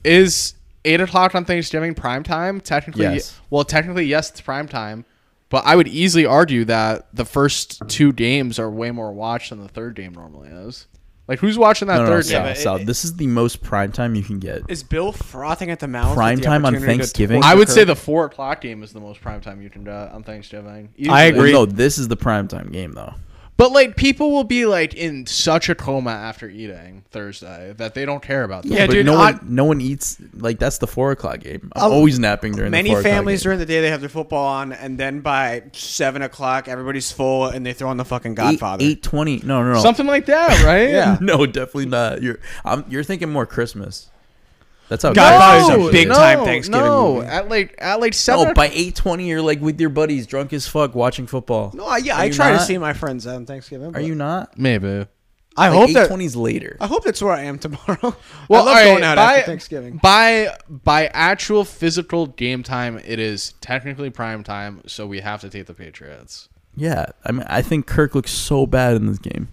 Speaker 2: is eight o'clock on Thanksgiving primetime? Technically,
Speaker 1: Yes.
Speaker 2: well, technically yes, it's primetime. But I would easily argue that the first two games are way more watched than the third game normally is. Like who's watching that
Speaker 1: No, no, no,
Speaker 2: third
Speaker 1: stop,
Speaker 2: down?
Speaker 3: but it-
Speaker 1: stop. This is the most prime time you can get.
Speaker 3: Is Bill frothing at the mouth? with
Speaker 1: Prime
Speaker 3: the
Speaker 1: time on
Speaker 3: opportunity to
Speaker 1: Thanksgiving?
Speaker 3: torture
Speaker 2: I would
Speaker 3: her?
Speaker 2: say the four o'clock game is the most prime time you can do on Thanksgiving. Easily.
Speaker 3: I agree.
Speaker 1: No, this is the prime time game though.
Speaker 2: But like people will be like in such a coma after eating Thursday that they don't care about.
Speaker 3: Yeah,
Speaker 2: That.
Speaker 1: but
Speaker 3: dude,
Speaker 1: No
Speaker 3: I-
Speaker 1: one, no one eats like that's the four o'clock game. I'm
Speaker 3: Um,
Speaker 1: always napping during the
Speaker 3: Many
Speaker 1: four o'clock
Speaker 3: families
Speaker 1: game.
Speaker 3: during the day they have their football on, and then by seven o'clock everybody's full and they throw on the fucking Godfather.
Speaker 1: Eight twenty. No, no, no.
Speaker 2: something like that, right?
Speaker 3: Yeah.
Speaker 1: No, definitely not. You're I'm, you're thinking more Christmas. That's how.
Speaker 3: Godfather's a
Speaker 1: Christmas is.
Speaker 3: big time Thanksgiving
Speaker 2: No,
Speaker 3: movie.
Speaker 2: at like at like seven.
Speaker 1: No, by eight twenty, you're like with your buddies, drunk as fuck, watching football.
Speaker 3: No, I, yeah,
Speaker 1: Are
Speaker 3: I
Speaker 1: you
Speaker 3: try to
Speaker 1: not?
Speaker 3: see my friends on Thanksgiving.
Speaker 1: Are
Speaker 3: but
Speaker 1: you not?
Speaker 2: maybe.
Speaker 3: I hope
Speaker 1: Like eight
Speaker 3: that.
Speaker 1: twenties later.
Speaker 3: I hope that's where I am tomorrow.
Speaker 2: Well,
Speaker 3: I love
Speaker 2: all right,
Speaker 3: going out
Speaker 2: by,
Speaker 3: after Thanksgiving.
Speaker 2: By by actual physical game time, it is technically prime time, so we have to take the Patriots.
Speaker 1: Yeah, I mean, I think Kirk looks so bad in this game.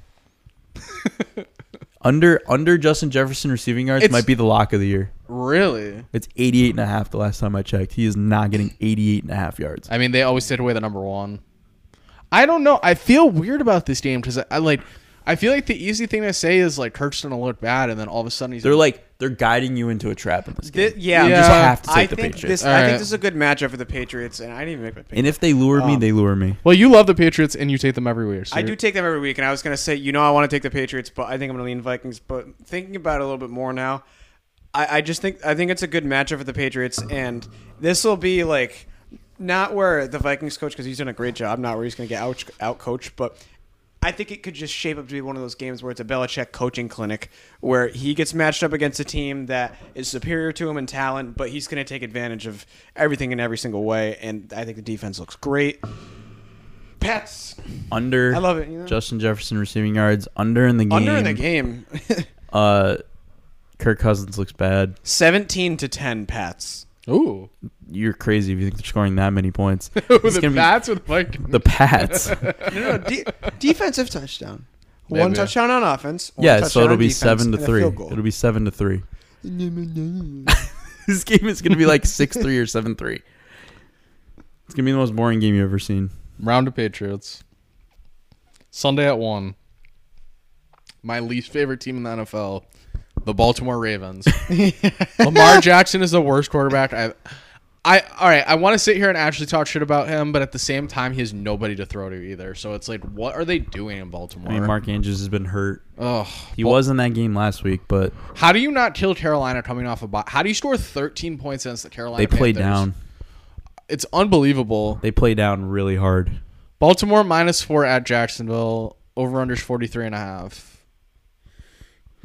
Speaker 1: under under Justin Jefferson receiving yards
Speaker 2: It's-
Speaker 1: might be the lock of the year.
Speaker 2: Really?
Speaker 1: It's 88 and a half the last time I checked. He is not getting 88 and a half yards.
Speaker 2: I mean, they always take away the number one. I don't know. I feel weird about this game because I, I like. I feel like the easy thing to say is like Kirk's gonna look bad, and then all of a sudden he's
Speaker 1: They're like they're guiding you into a trap in this game.
Speaker 3: Thi- yeah,
Speaker 1: you
Speaker 2: Yeah.
Speaker 1: just have to take
Speaker 3: I
Speaker 1: the
Speaker 3: think
Speaker 1: Patriots.
Speaker 3: this. I
Speaker 2: All
Speaker 3: think
Speaker 2: right.
Speaker 3: this is a good matchup for the Patriots, and I didn't even make my pick.
Speaker 1: and if they lure me,
Speaker 3: Um,
Speaker 1: they lure me.
Speaker 2: Well, you love the Patriots, and you take them every year. So
Speaker 3: I
Speaker 2: you're-
Speaker 3: do take them every week, and I was gonna say, you know, I want to take the Patriots, but I think I'm gonna lean Vikings. But thinking about it a little bit more now, I, I just think I think it's a good matchup for the Patriots, and this will be like not where the Vikings coach because he's done a great job, not where he's gonna get out out coached, but. I think it could just shape up to be one of those games where it's a Belichick coaching clinic, where he gets matched up against a team that is superior to him in talent, but he's going to take advantage of everything in every single way. And I think the defense looks great. Pats,
Speaker 1: Under
Speaker 3: I love it, you know?
Speaker 1: Justin Jefferson receiving yards. Under in the game.
Speaker 3: under in the game
Speaker 1: Uh, Kirk Cousins looks bad.
Speaker 3: 17 to 10 pats
Speaker 2: Ooh,
Speaker 1: You're crazy if you think they're scoring that many points. It's
Speaker 2: the
Speaker 1: gonna be
Speaker 2: Pats with like
Speaker 1: the Pats.
Speaker 3: no no Oh, de- defensive touchdown one
Speaker 2: Maybe.
Speaker 3: touchdown on offense one
Speaker 1: yeah, so
Speaker 3: touchdown
Speaker 1: it'll
Speaker 3: on
Speaker 1: be
Speaker 3: defense,
Speaker 1: seven to
Speaker 3: and a
Speaker 1: three.
Speaker 3: field goal.
Speaker 1: It'll be seven to three. this game is gonna be like six three or seven three. It's gonna be the most boring game you've ever seen.
Speaker 2: round of Patriots. Sunday at one. My least favorite team in the NFL, the Baltimore Ravens. Lamar Jackson is the worst quarterback I've. I all right. I want to sit here and actually talk shit about him, but at the same time, he has nobody to throw to either. So it's like, what are they doing in
Speaker 1: I
Speaker 2: Baltimore?
Speaker 1: mean, Mark Andrews has been hurt.
Speaker 2: Ugh.
Speaker 1: He was in that game last week, but
Speaker 2: How do you not kill Carolina coming off a bye? How do you score 13 points against the Carolina?
Speaker 1: they play
Speaker 2: Panthers?
Speaker 1: down.
Speaker 2: It's unbelievable.
Speaker 1: They play down really hard.
Speaker 2: Baltimore minus four at Jacksonville. Over under 43 and a half.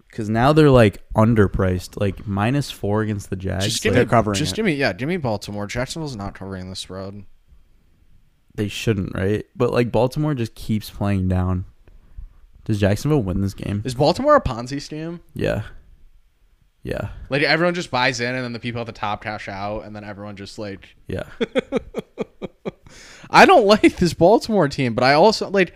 Speaker 1: Because now they're like underpriced, like minus four against the Jags.
Speaker 2: Just give
Speaker 1: like,
Speaker 2: me,
Speaker 3: they're covering
Speaker 2: just
Speaker 3: it.
Speaker 2: give me, yeah, give me Baltimore. Jacksonville's not covering this road.
Speaker 1: they shouldn't, right? But like Baltimore just keeps playing down. Does Jacksonville win this game?
Speaker 2: Is Baltimore a Ponzi scheme?
Speaker 1: Yeah. Yeah.
Speaker 2: Like everyone just buys in, and then the people at the top cash out, and then everyone just like.
Speaker 1: Yeah.
Speaker 2: I don't like this Baltimore team, but I also like.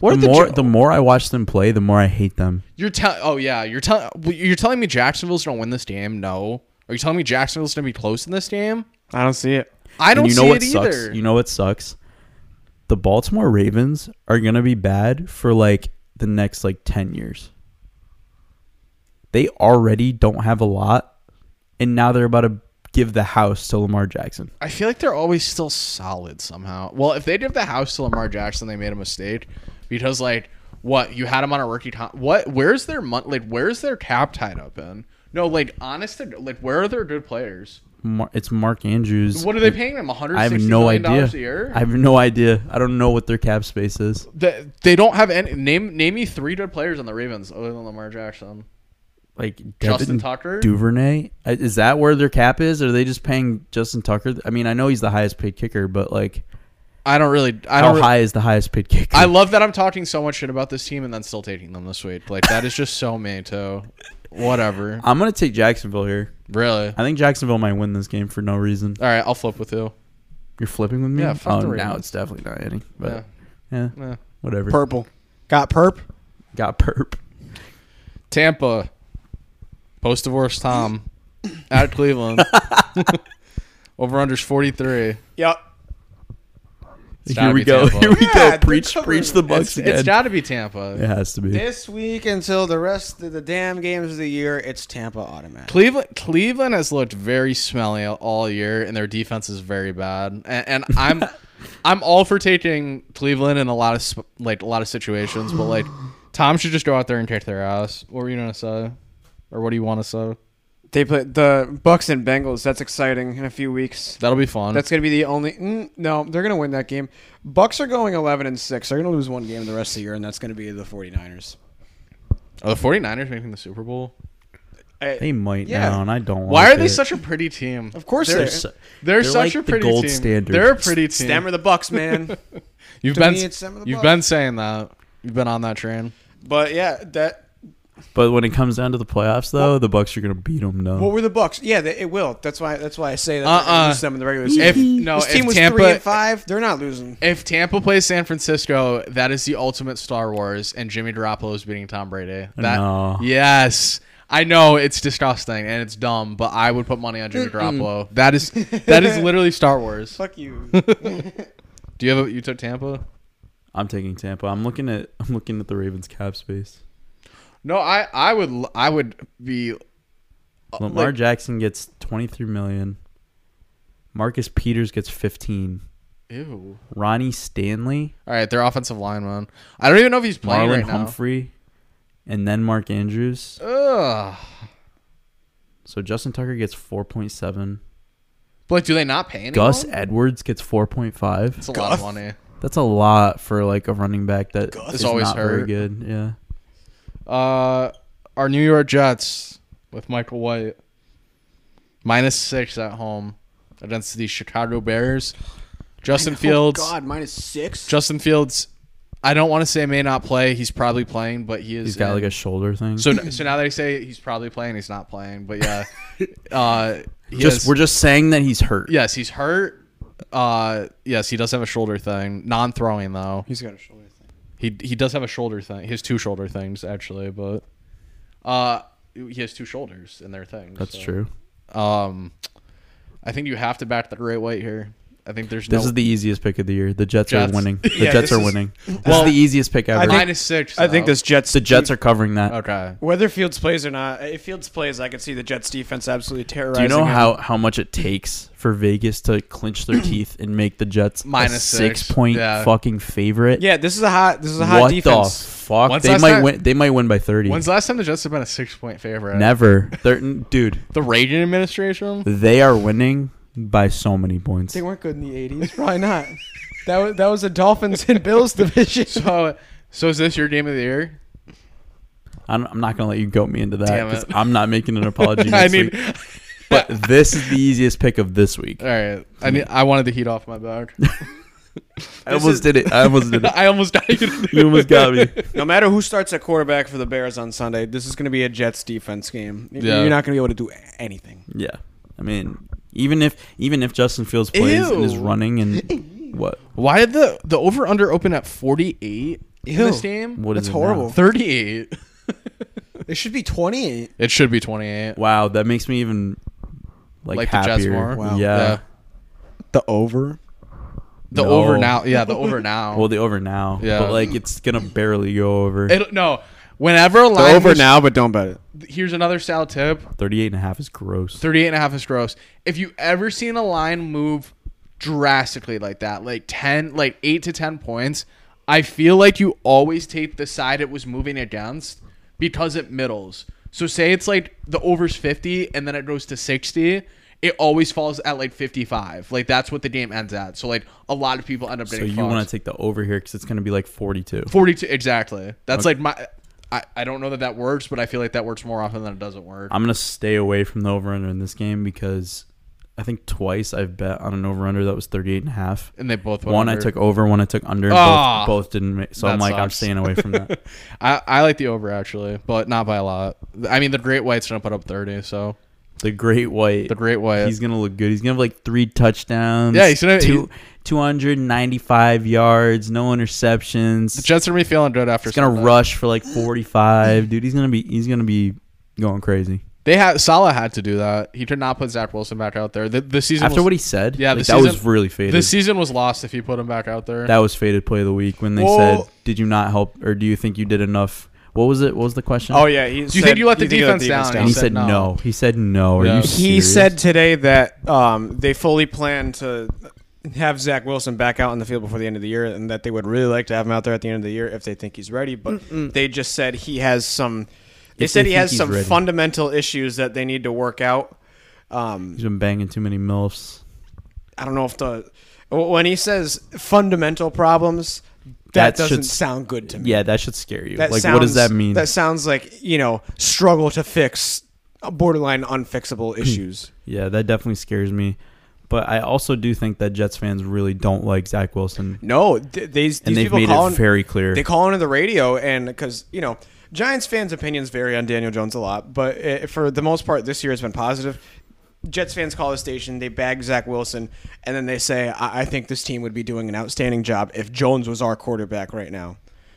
Speaker 2: What
Speaker 1: the
Speaker 2: are the,
Speaker 1: more
Speaker 2: Ja-
Speaker 1: the more I watch them play, the more I hate them.
Speaker 2: you're telling? Oh yeah, you're telling. You're telling me Jacksonville's gonna win this game? No. Are you telling me Jacksonville's gonna be close in this game?
Speaker 3: i don't see it
Speaker 2: I don't
Speaker 1: and you know
Speaker 2: see
Speaker 1: what
Speaker 2: it
Speaker 1: sucks?
Speaker 2: either.
Speaker 1: You know what sucks? The Baltimore Ravens are gonna be bad for like the next like ten years. They already don't have a lot, and now they're about to give the house to Lamar Jackson.
Speaker 2: I feel like they're always still solid somehow. Well, if they give the house to Lamar Jackson, they made a mistake because like what you had him on a rookie con- what where's their mon- like where's their cap tied up in? No, like honest to- like where are their good players?
Speaker 1: Mar- it's Mark Andrews.
Speaker 2: What are they paying them? One hundred
Speaker 1: I have
Speaker 2: sixty
Speaker 1: no
Speaker 2: million dollars a
Speaker 1: idea.
Speaker 2: year.
Speaker 1: I have no idea. I don't know what their cap space is.
Speaker 2: They- they don't have any. Name name me three good players on the Ravens other than Lamar Jackson.
Speaker 1: Like Devin
Speaker 2: Justin Tucker?
Speaker 1: Duvernay. I- Is that where their cap is? Are they just paying Justin Tucker? I mean, I know he's the highest paid kicker, but like,
Speaker 2: I don't really. I
Speaker 1: how
Speaker 2: don't. re-
Speaker 1: high is the highest paid kicker?
Speaker 2: I love that I'm talking so much shit about this team and then still taking them this week. Like that is just so me too. Whatever.
Speaker 1: I'm gonna take Jacksonville here.
Speaker 2: Really.
Speaker 1: I think Jacksonville might win this game for no reason.
Speaker 2: All right, I'll flip with you.
Speaker 1: You're flipping with me.
Speaker 2: Yeah, fuck
Speaker 1: oh,
Speaker 2: the
Speaker 1: now
Speaker 2: Ravens.
Speaker 1: it's definitely not hitting. But
Speaker 2: Yeah.
Speaker 1: yeah,
Speaker 2: Yeah.
Speaker 1: whatever.
Speaker 3: purple got perp
Speaker 1: Got perp.
Speaker 2: Tampa, post divorce Tom at Cleveland. Over unders 43.
Speaker 3: yep
Speaker 1: Here we go. Here we
Speaker 3: Yeah,
Speaker 1: go.
Speaker 3: they're
Speaker 1: Preach,
Speaker 3: covering
Speaker 1: preach the
Speaker 3: it.
Speaker 1: Bucks
Speaker 2: it's,
Speaker 1: again.
Speaker 2: it's got to be Tampa.
Speaker 1: it has to be.
Speaker 3: This week until the rest of the damn games of the year, it's Tampa automatic.
Speaker 2: Cleveland Cleveland has looked very smelly all year, and their defense is very bad. And, and I'm I'm all for taking Cleveland in a lot of sp- like a lot of situations, but like Tom should just go out there and kick their ass. What were you gonna say, or what do you want to say?
Speaker 4: They play the Bucks and Bengals. That's exciting in a few weeks.
Speaker 2: That'll be fun.
Speaker 4: That's gonna be the only. Mm, no, they're gonna win that game.
Speaker 3: Bucks are going 11 and 6. They're going to lose one game the rest of the year, and that's going to be the 49ers.
Speaker 2: are Oh, the 49ers making the Super Bowl?
Speaker 1: they might
Speaker 3: Yeah.
Speaker 1: now, and I don't.
Speaker 2: Why
Speaker 1: like
Speaker 2: are they
Speaker 1: it.
Speaker 2: such a pretty team?
Speaker 3: Of course,
Speaker 1: They're
Speaker 3: they're.
Speaker 1: su-
Speaker 2: They're,
Speaker 1: They're
Speaker 2: such
Speaker 1: like
Speaker 2: a
Speaker 1: the
Speaker 2: pretty
Speaker 1: gold
Speaker 2: team.
Speaker 1: standard.
Speaker 2: They're a pretty team.
Speaker 3: Stem or the Bucks, man.
Speaker 2: you've
Speaker 3: to
Speaker 2: been
Speaker 3: me, it's Stem or the
Speaker 2: you've
Speaker 3: Bucks.
Speaker 2: been saying that. You've been on that train.
Speaker 3: but yeah, that.
Speaker 1: but when it comes down to the playoffs, though, the Bucks are gonna beat them. No,
Speaker 3: What were the Bucks? Yeah, they, it will. That's why. That's why I say that they're
Speaker 2: Uh-uh.
Speaker 3: going to lose them in the regular
Speaker 2: If
Speaker 3: season.
Speaker 2: no,
Speaker 3: this team
Speaker 2: if
Speaker 3: was
Speaker 2: Tampa
Speaker 3: three and five. They're not losing.
Speaker 2: If Tampa plays San Francisco, that is the ultimate Star Wars, and Jimmy Garoppolo is beating Tom Brady. That,
Speaker 1: No.
Speaker 2: Yes. I know it's disgusting and it's dumb, but I would put money on Jimmy Garoppolo. That is that is literally Star Wars.
Speaker 3: Fuck you.
Speaker 2: Do you have a, you took Tampa?
Speaker 1: I'm taking Tampa. I'm looking at I'm looking at the Ravens cap space.
Speaker 2: No, I I would l- I would be Uh,
Speaker 1: Lamar Jackson gets 23 million. Marcus Peters gets 15.
Speaker 2: ew.
Speaker 1: Ronnie Stanley,
Speaker 2: All right, their offensive lineman. I don't even know if he's playing
Speaker 1: Marlon
Speaker 2: right
Speaker 1: Humphrey, and then Mark Andrews.
Speaker 2: now. Ugh.
Speaker 1: So Justin Tucker gets 4.7.
Speaker 2: But like, do they not pay anyone?
Speaker 1: Gus Edwards gets 4.5.
Speaker 2: It's a lot of money.
Speaker 1: That's a lot for like a running back that
Speaker 2: Is
Speaker 1: is
Speaker 2: always
Speaker 1: not very
Speaker 2: hurt.
Speaker 1: good. Yeah.
Speaker 2: Uh, our New York Jets with Michael White minus six at home against the Chicago Bears. Justin Fields.
Speaker 3: Oh, God, minus six.
Speaker 2: Justin Fields. I don't want to say may not play. He's probably playing, but he is.
Speaker 1: He's got
Speaker 2: in.
Speaker 1: like a shoulder thing.
Speaker 2: so so now they say he's probably playing. He's not playing, but yeah. uh, he
Speaker 1: just
Speaker 2: has-
Speaker 1: we're just saying that he's hurt.
Speaker 2: yes, he's hurt. Uh, yes, he does have a shoulder thing. Non-throwing though.
Speaker 4: He's got a shoulder thing.
Speaker 2: He he does have a shoulder thing. He has two shoulder things actually, but uh, he has two shoulders in their things.
Speaker 1: That's
Speaker 2: so.
Speaker 1: true.
Speaker 2: Um, I think you have to back the great white here. I think there's
Speaker 1: This
Speaker 2: no
Speaker 1: is the easiest pick of the year. The Jets,
Speaker 2: Jets.
Speaker 1: are winning. The
Speaker 4: Yeah,
Speaker 1: Jets
Speaker 4: this
Speaker 1: are
Speaker 4: is-
Speaker 1: winning. This
Speaker 2: Well,
Speaker 1: is the easiest pick ever.
Speaker 2: minus six.
Speaker 4: I think
Speaker 2: though.
Speaker 4: this Jets.
Speaker 1: the Jets are covering that.
Speaker 2: okay.
Speaker 4: Whether Fields plays or not, if Fields plays, I could see the Jets defense absolutely terrorizing.
Speaker 1: Do you know
Speaker 4: him.
Speaker 1: how, how much it takes for Vegas to clinch their teeth and make the Jets a
Speaker 2: Minus six,
Speaker 1: six, point
Speaker 2: yeah.
Speaker 1: fucking favorite?
Speaker 3: yeah, this is a hot. This is a hot
Speaker 1: what the
Speaker 3: defense.
Speaker 1: fuck?
Speaker 2: When's
Speaker 1: they
Speaker 2: last
Speaker 1: might
Speaker 2: time-
Speaker 1: win. They might win by thirty.
Speaker 2: When's the last time the Jets have been a six point favorite?
Speaker 1: Never. They're, n- dude,
Speaker 2: The Reagan administration.
Speaker 1: they are winning by so many points.
Speaker 4: They weren't good in the '80s. Probably not. that was that was the Dolphins and Bills division.
Speaker 2: So so is this your game of the year?
Speaker 1: I'm, I'm not gonna let you goat me into that
Speaker 2: Damn
Speaker 1: because
Speaker 2: it.
Speaker 1: I'm not making an apology.
Speaker 2: I
Speaker 1: next
Speaker 2: mean,
Speaker 1: week. but this is the easiest pick of this week.
Speaker 2: all right. I mean, I wanted the heat off my back.
Speaker 1: I almost did it. I almost did it.
Speaker 2: I almost died.
Speaker 1: You almost got me.
Speaker 3: No matter who starts at quarterback for the Bears on Sunday, this is going to be a Jets defense game. Y-
Speaker 2: Yeah.
Speaker 3: You're not going to be able to do anything.
Speaker 1: Yeah, I mean, even if even if Justin Fields plays and is
Speaker 2: Ew.
Speaker 1: running and what
Speaker 2: Why did the the over under open at forty eight in
Speaker 4: Ew.
Speaker 2: this game?
Speaker 1: what is
Speaker 4: That's
Speaker 1: it
Speaker 4: horrible.
Speaker 1: now?
Speaker 2: Thirty eight.
Speaker 4: It should be 28.
Speaker 2: It should be twenty eight.
Speaker 1: Wow, that makes me even like,
Speaker 2: Like the Jets
Speaker 1: happier.
Speaker 2: more?
Speaker 1: Wow.
Speaker 3: Wow.
Speaker 1: Yeah.
Speaker 2: Yeah.
Speaker 3: The over.
Speaker 2: The
Speaker 1: No.
Speaker 2: over now. Yeah, the over now.
Speaker 1: Well, the over now.
Speaker 2: Yeah.
Speaker 1: But like, it's gonna barely go over.
Speaker 2: It, no. Whenever a
Speaker 3: The
Speaker 2: line
Speaker 3: over
Speaker 2: was-
Speaker 3: now, but don't bet it.
Speaker 2: here's another sal tip.
Speaker 1: 38 and a half is gross.
Speaker 2: 38 and a half is gross. If you ever seen a line move drastically like that, like 10, like 8 to 10 points, I feel like you always take the side it was moving against because it middles. So say it's like the over's 50 and then it goes to 60, it always falls at like 55. Like that's what the game ends at. So like a lot of people end up
Speaker 1: so
Speaker 2: getting
Speaker 1: you
Speaker 2: fucked.
Speaker 1: want to take the over here because it's gonna be like 42.
Speaker 2: 42 exactly. That's like my I, I don't know that that works, but I feel like that works more often than it doesn't work.
Speaker 1: I'm gonna stay away from the over under in this game because I think twice I've bet on an over under that was 38 and a half.
Speaker 2: and they both went
Speaker 1: One I
Speaker 2: under.
Speaker 1: took over, one I took under. And
Speaker 2: Ah,
Speaker 1: both, both didn't. Make, so
Speaker 2: that
Speaker 1: I'm like, I'm
Speaker 2: sucks.
Speaker 1: staying away from that.
Speaker 2: I, I like the over actually, but not by a lot. I mean, the Great White's gonna put up thirty, so
Speaker 1: The Great White.
Speaker 2: the Great White.
Speaker 1: He's gonna look good. He's gonna have like three touchdowns.
Speaker 2: Yeah, he's gonna-
Speaker 1: two, 295 yards, no interceptions.
Speaker 2: the Jets are gonna be feeling good after.
Speaker 1: He's gonna
Speaker 2: Sunday.
Speaker 1: rush for like 45, dude. He's gonna be he's gonna be going crazy.
Speaker 2: They had Salah had to do that. He did not put Zach Wilson back out there. The, the season
Speaker 1: After
Speaker 2: was,
Speaker 1: what he said,
Speaker 2: Yeah,
Speaker 1: yeah,
Speaker 2: the
Speaker 1: that was
Speaker 2: season-
Speaker 1: really faded.
Speaker 2: the season was lost if he put him back out there.
Speaker 1: that was faded play of the week when they
Speaker 3: Well-
Speaker 1: said, "Did you not help, or do you think you did enough?" What was it? What was the question?
Speaker 3: Oh yeah. He
Speaker 2: Do you think you let the defense down?
Speaker 1: and he
Speaker 2: said
Speaker 1: said
Speaker 2: no.
Speaker 1: no. He said no. Are
Speaker 2: Yeah.
Speaker 1: you
Speaker 3: He
Speaker 1: serious?
Speaker 3: said today that um, they fully plan to have Zach Wilson back out on the field before the end of the year, and that they would really like to have him out there at the end of the year if they think he's ready. But they just said he has some. They
Speaker 1: If
Speaker 3: said
Speaker 1: they
Speaker 3: he
Speaker 1: think
Speaker 3: has
Speaker 1: he's
Speaker 3: some
Speaker 1: ready.
Speaker 3: fundamental issues that they need to work out. Um,
Speaker 1: he's been banging too many milfs.
Speaker 3: I don't know if the when he says fundamental problems, that,
Speaker 1: That
Speaker 3: doesn't
Speaker 1: should-
Speaker 3: sound good to me.
Speaker 1: Yeah, that should scare you.
Speaker 3: That
Speaker 1: like, what does
Speaker 3: sounds-
Speaker 1: that mean?
Speaker 3: That sounds like you know struggle to fix borderline unfixable issues.
Speaker 1: yeah, that definitely scares me. But I also do think that Jets fans really don't like Zach Wilson,
Speaker 3: No, th- these
Speaker 1: and
Speaker 3: these
Speaker 1: they've
Speaker 3: people
Speaker 1: made
Speaker 3: call
Speaker 1: it
Speaker 3: in-
Speaker 1: very clear.
Speaker 3: They call into the radio, and because you know, Giants fans' opinions vary on Daniel Jones a lot, but uh for the most part, this year has been positive. Jets fans call the station, they bag Zach Wilson, and then they say, I-, "I think this team would be doing an outstanding job if Jones was our quarterback right now."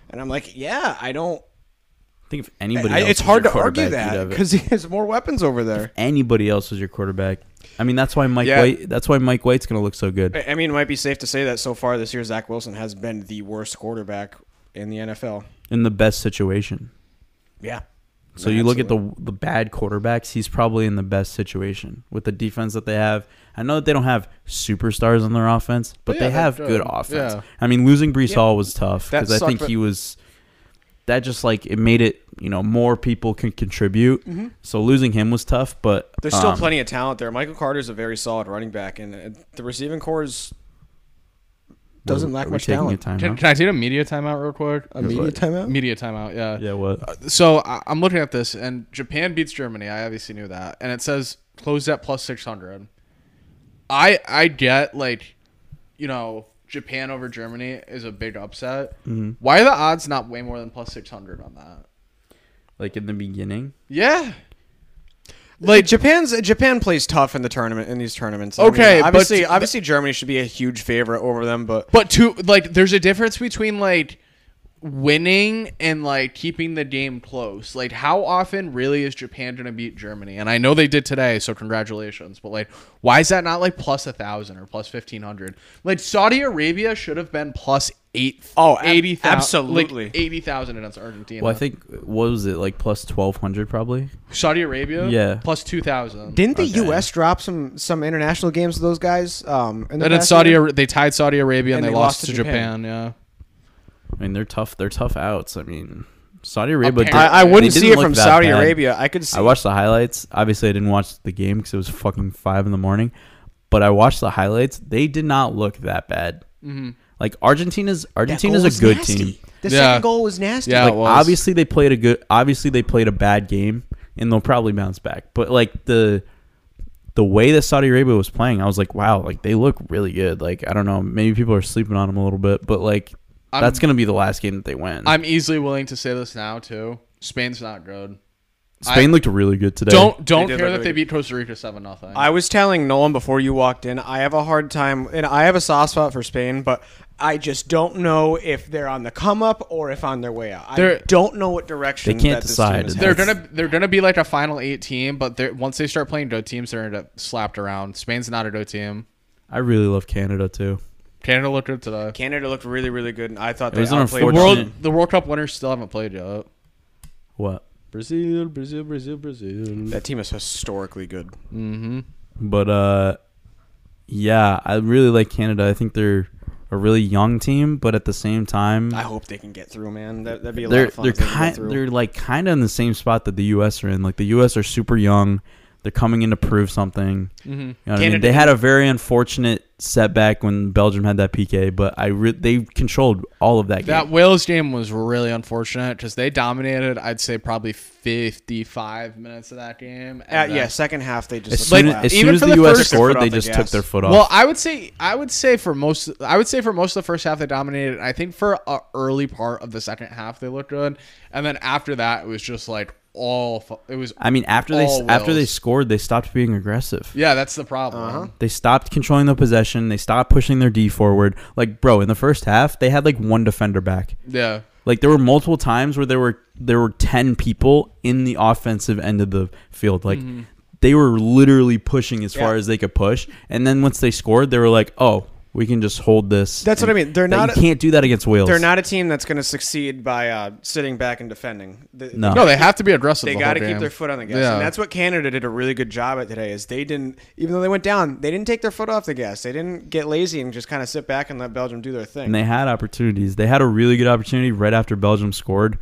Speaker 3: And I'm like, "Yeah, I don't.
Speaker 1: I think if anybody,
Speaker 3: I,
Speaker 1: else
Speaker 3: it's
Speaker 1: was
Speaker 3: hard
Speaker 1: your
Speaker 3: to argue
Speaker 1: quarterback, you'd
Speaker 3: that
Speaker 1: have it.
Speaker 3: because he has more weapons over there."
Speaker 1: anybody else was your quarterback. I mean, that's why Mike
Speaker 2: Yeah.
Speaker 1: White. That's why Mike White's gonna look so good.
Speaker 3: I I mean, it might be safe to say that so far this year, Zach Wilson has been the worst quarterback in the NFL.
Speaker 1: in the best situation.
Speaker 3: Yeah.
Speaker 1: So you look at the the bad quarterbacks, he's probably in the best situation with the defense that they have. I know that they don't have superstars on their offense, but
Speaker 3: Oh,
Speaker 2: yeah,
Speaker 1: they
Speaker 2: they're
Speaker 1: have
Speaker 2: good.
Speaker 1: good offense.
Speaker 2: Yeah.
Speaker 1: I mean, losing Brees Hall was tough
Speaker 2: That
Speaker 1: because I
Speaker 2: sucked,
Speaker 1: think
Speaker 2: but-
Speaker 1: he was that just like it made it you know more people can contribute.
Speaker 3: Mm-hmm.
Speaker 1: So losing him was tough, but
Speaker 3: There's still
Speaker 1: um,
Speaker 3: plenty of talent there. Michael Carter's a very solid running back, and uh, the receiving core is doesn't
Speaker 1: are-
Speaker 3: lack
Speaker 1: are we
Speaker 3: much
Speaker 1: taking a
Speaker 3: talent.
Speaker 1: timeout?
Speaker 2: Can, can I take a media timeout real quick?
Speaker 4: A media timeout?
Speaker 2: Media timeout. Yeah.
Speaker 1: yeah, what?
Speaker 2: So I, I'm looking at this, and Japan beats Germany. I obviously knew that, and it says closed at plus six hundred. I I get like, you know, Japan over Germany is a big upset. Why are the odds not way more than plus six hundred on that?
Speaker 1: Like in the beginning,
Speaker 2: Yeah.
Speaker 3: Like Japan's Japan plays tough in the tournament in these tournaments. I mean,
Speaker 2: Okay, but-
Speaker 3: obviously, obviously Germany should be a huge favorite over them, but
Speaker 2: But to like, there's a difference between like winning and like keeping the game close. Like, how often really is Japan gonna beat Germany? And I know they did today, so congratulations. But like, why is that not like plus a thousand or plus fifteen hundred? Like Saudi Arabia should have been plus eight.
Speaker 3: Oh, ab-
Speaker 2: 80,000 like,
Speaker 3: absolutely.
Speaker 2: eighty thousand against Argentina.
Speaker 1: well, I think what was it like plus twelve hundred probably?
Speaker 2: Saudi Arabia,
Speaker 1: Yeah.
Speaker 2: plus two thousand.
Speaker 3: didn't the
Speaker 1: Okay.
Speaker 3: U.S. drop some some international games to those guys? Um, in the
Speaker 2: And then
Speaker 3: past
Speaker 2: Saudi,
Speaker 3: year?
Speaker 2: Ar- they tied Saudi Arabia and, they, lost, to Japan. Yeah,
Speaker 1: I mean, they're tough. They're tough outs. I mean, Saudi Arabia.
Speaker 2: Apparently.
Speaker 1: did-
Speaker 3: I, I
Speaker 1: they
Speaker 3: wouldn't
Speaker 1: didn't
Speaker 3: see it
Speaker 1: look
Speaker 3: from
Speaker 1: that
Speaker 3: Saudi
Speaker 1: bad.
Speaker 3: Arabia. I could see.
Speaker 1: I watched the highlights. Obviously, I didn't watch the game because it was fucking five in the morning. But I watched the highlights. They did not look that bad. Like Argentina's
Speaker 3: That
Speaker 1: Argentina's a
Speaker 3: goal was
Speaker 1: good
Speaker 3: nasty.
Speaker 1: team.
Speaker 3: The
Speaker 2: Yeah.
Speaker 3: second goal was nasty.
Speaker 2: Yeah,
Speaker 1: Like
Speaker 2: it was.
Speaker 1: obviously they played a good. Obviously they played a bad game, and they'll probably bounce back. But like the the way that Saudi Arabia was playing, I was like, wow, like they look really good. Like I don't know, maybe people are sleeping on them a little bit, but like
Speaker 2: I'm-
Speaker 1: that's gonna be the last game that they win.
Speaker 2: I'm easily willing to say this now too. Spain's not good.
Speaker 1: Spain looked really good today.
Speaker 2: Don't don't
Speaker 3: They did
Speaker 2: care that
Speaker 3: look really
Speaker 2: they
Speaker 3: good.
Speaker 2: beat Costa Rica seven nothing.
Speaker 3: I was telling Nolan before you walked in, I have a hard time, and I have a soft spot for Spain, but I just don't know if they're on the come up or if on their way out. I
Speaker 2: They're-
Speaker 3: don't know what direction
Speaker 1: They can't
Speaker 3: that this
Speaker 1: decide.
Speaker 3: Team is
Speaker 1: They're
Speaker 2: they're
Speaker 3: headed.
Speaker 1: That's-
Speaker 2: gonna they're gonna be like a final eight team, but they're, once they start playing good teams, they're gonna get slapped around. Spain's not a good team.
Speaker 1: I really love Canada too.
Speaker 2: Canada looked good today.
Speaker 3: Canada looked really, really good, and I thought
Speaker 1: It
Speaker 3: they
Speaker 1: was an
Speaker 3: outplayed
Speaker 2: The
Speaker 1: unfortunate-
Speaker 2: world the World Cup winners still haven't played yet.
Speaker 1: What?
Speaker 2: Brazil, Brazil, Brazil, Brazil.
Speaker 3: That team is historically good.
Speaker 2: Mm-hmm.
Speaker 1: But uh yeah, I really like Canada. I think they're a really young team, but at the same time
Speaker 3: I hope they can get through, man. That, that'd be a lot
Speaker 1: they're
Speaker 3: of fun.
Speaker 1: they're
Speaker 3: if they can get
Speaker 1: kind
Speaker 3: through.
Speaker 1: they're like kind of in the same spot that the US are in. Like the US are super young. They're coming in to prove something. You know what I mean?
Speaker 3: Mm-hmm. Canada-
Speaker 1: They had a very unfortunate setback when Belgium had that PK, but I re- they controlled all of that game.
Speaker 2: That Wales game was really unfortunate because they dominated. I'd say probably fifty five minutes of that game. and
Speaker 3: Uh,
Speaker 2: then-
Speaker 3: yeah, second half they just
Speaker 1: as soon,
Speaker 3: looked
Speaker 1: as,
Speaker 3: flat.
Speaker 1: soon
Speaker 2: even
Speaker 1: as
Speaker 2: for
Speaker 1: the,
Speaker 2: the
Speaker 1: US
Speaker 2: first-
Speaker 1: scored,
Speaker 3: Took their foot
Speaker 1: they
Speaker 3: off the
Speaker 1: just took
Speaker 3: gas.
Speaker 1: their foot off.
Speaker 2: Well, I would say I would say for most I would say for most of the first half they dominated. I think for a early part of the second half they looked good, and then after that it was just like all fu- it was.
Speaker 1: I mean, after they
Speaker 2: all
Speaker 1: after they
Speaker 2: Wales.
Speaker 1: scored, they stopped being aggressive.
Speaker 2: yeah, that's the problem.
Speaker 1: They stopped controlling the possession. They stopped pushing their D forward. Like, bro, in the first half, they had like one defender back.
Speaker 2: Yeah,
Speaker 1: Like, there were multiple times where there were there were 10 people in the offensive end of the field. Like they were literally pushing as far
Speaker 3: Mm-hmm. Yeah.
Speaker 1: as they could push. And then once they scored, they were like, "Oh, we can just hold this."
Speaker 3: That's what
Speaker 1: And
Speaker 3: I mean. They're
Speaker 1: that-
Speaker 3: not-
Speaker 1: You can't do that against Wales.
Speaker 3: They're not a team that's going to succeed by uh, sitting back and defending. The-
Speaker 1: No.
Speaker 2: No, they have to be aggressive.
Speaker 3: They
Speaker 2: the
Speaker 3: got to
Speaker 2: whole
Speaker 3: keep
Speaker 2: game.
Speaker 3: their foot on the gas,
Speaker 2: Yeah.
Speaker 3: and that's what Canada did a really good job at today. Is they didn't, even though they went down, they didn't take their foot off the gas. They didn't get lazy and just kind of sit back and let Belgium do their thing.
Speaker 1: and they had opportunities. They had a really good opportunity right after Belgium scored,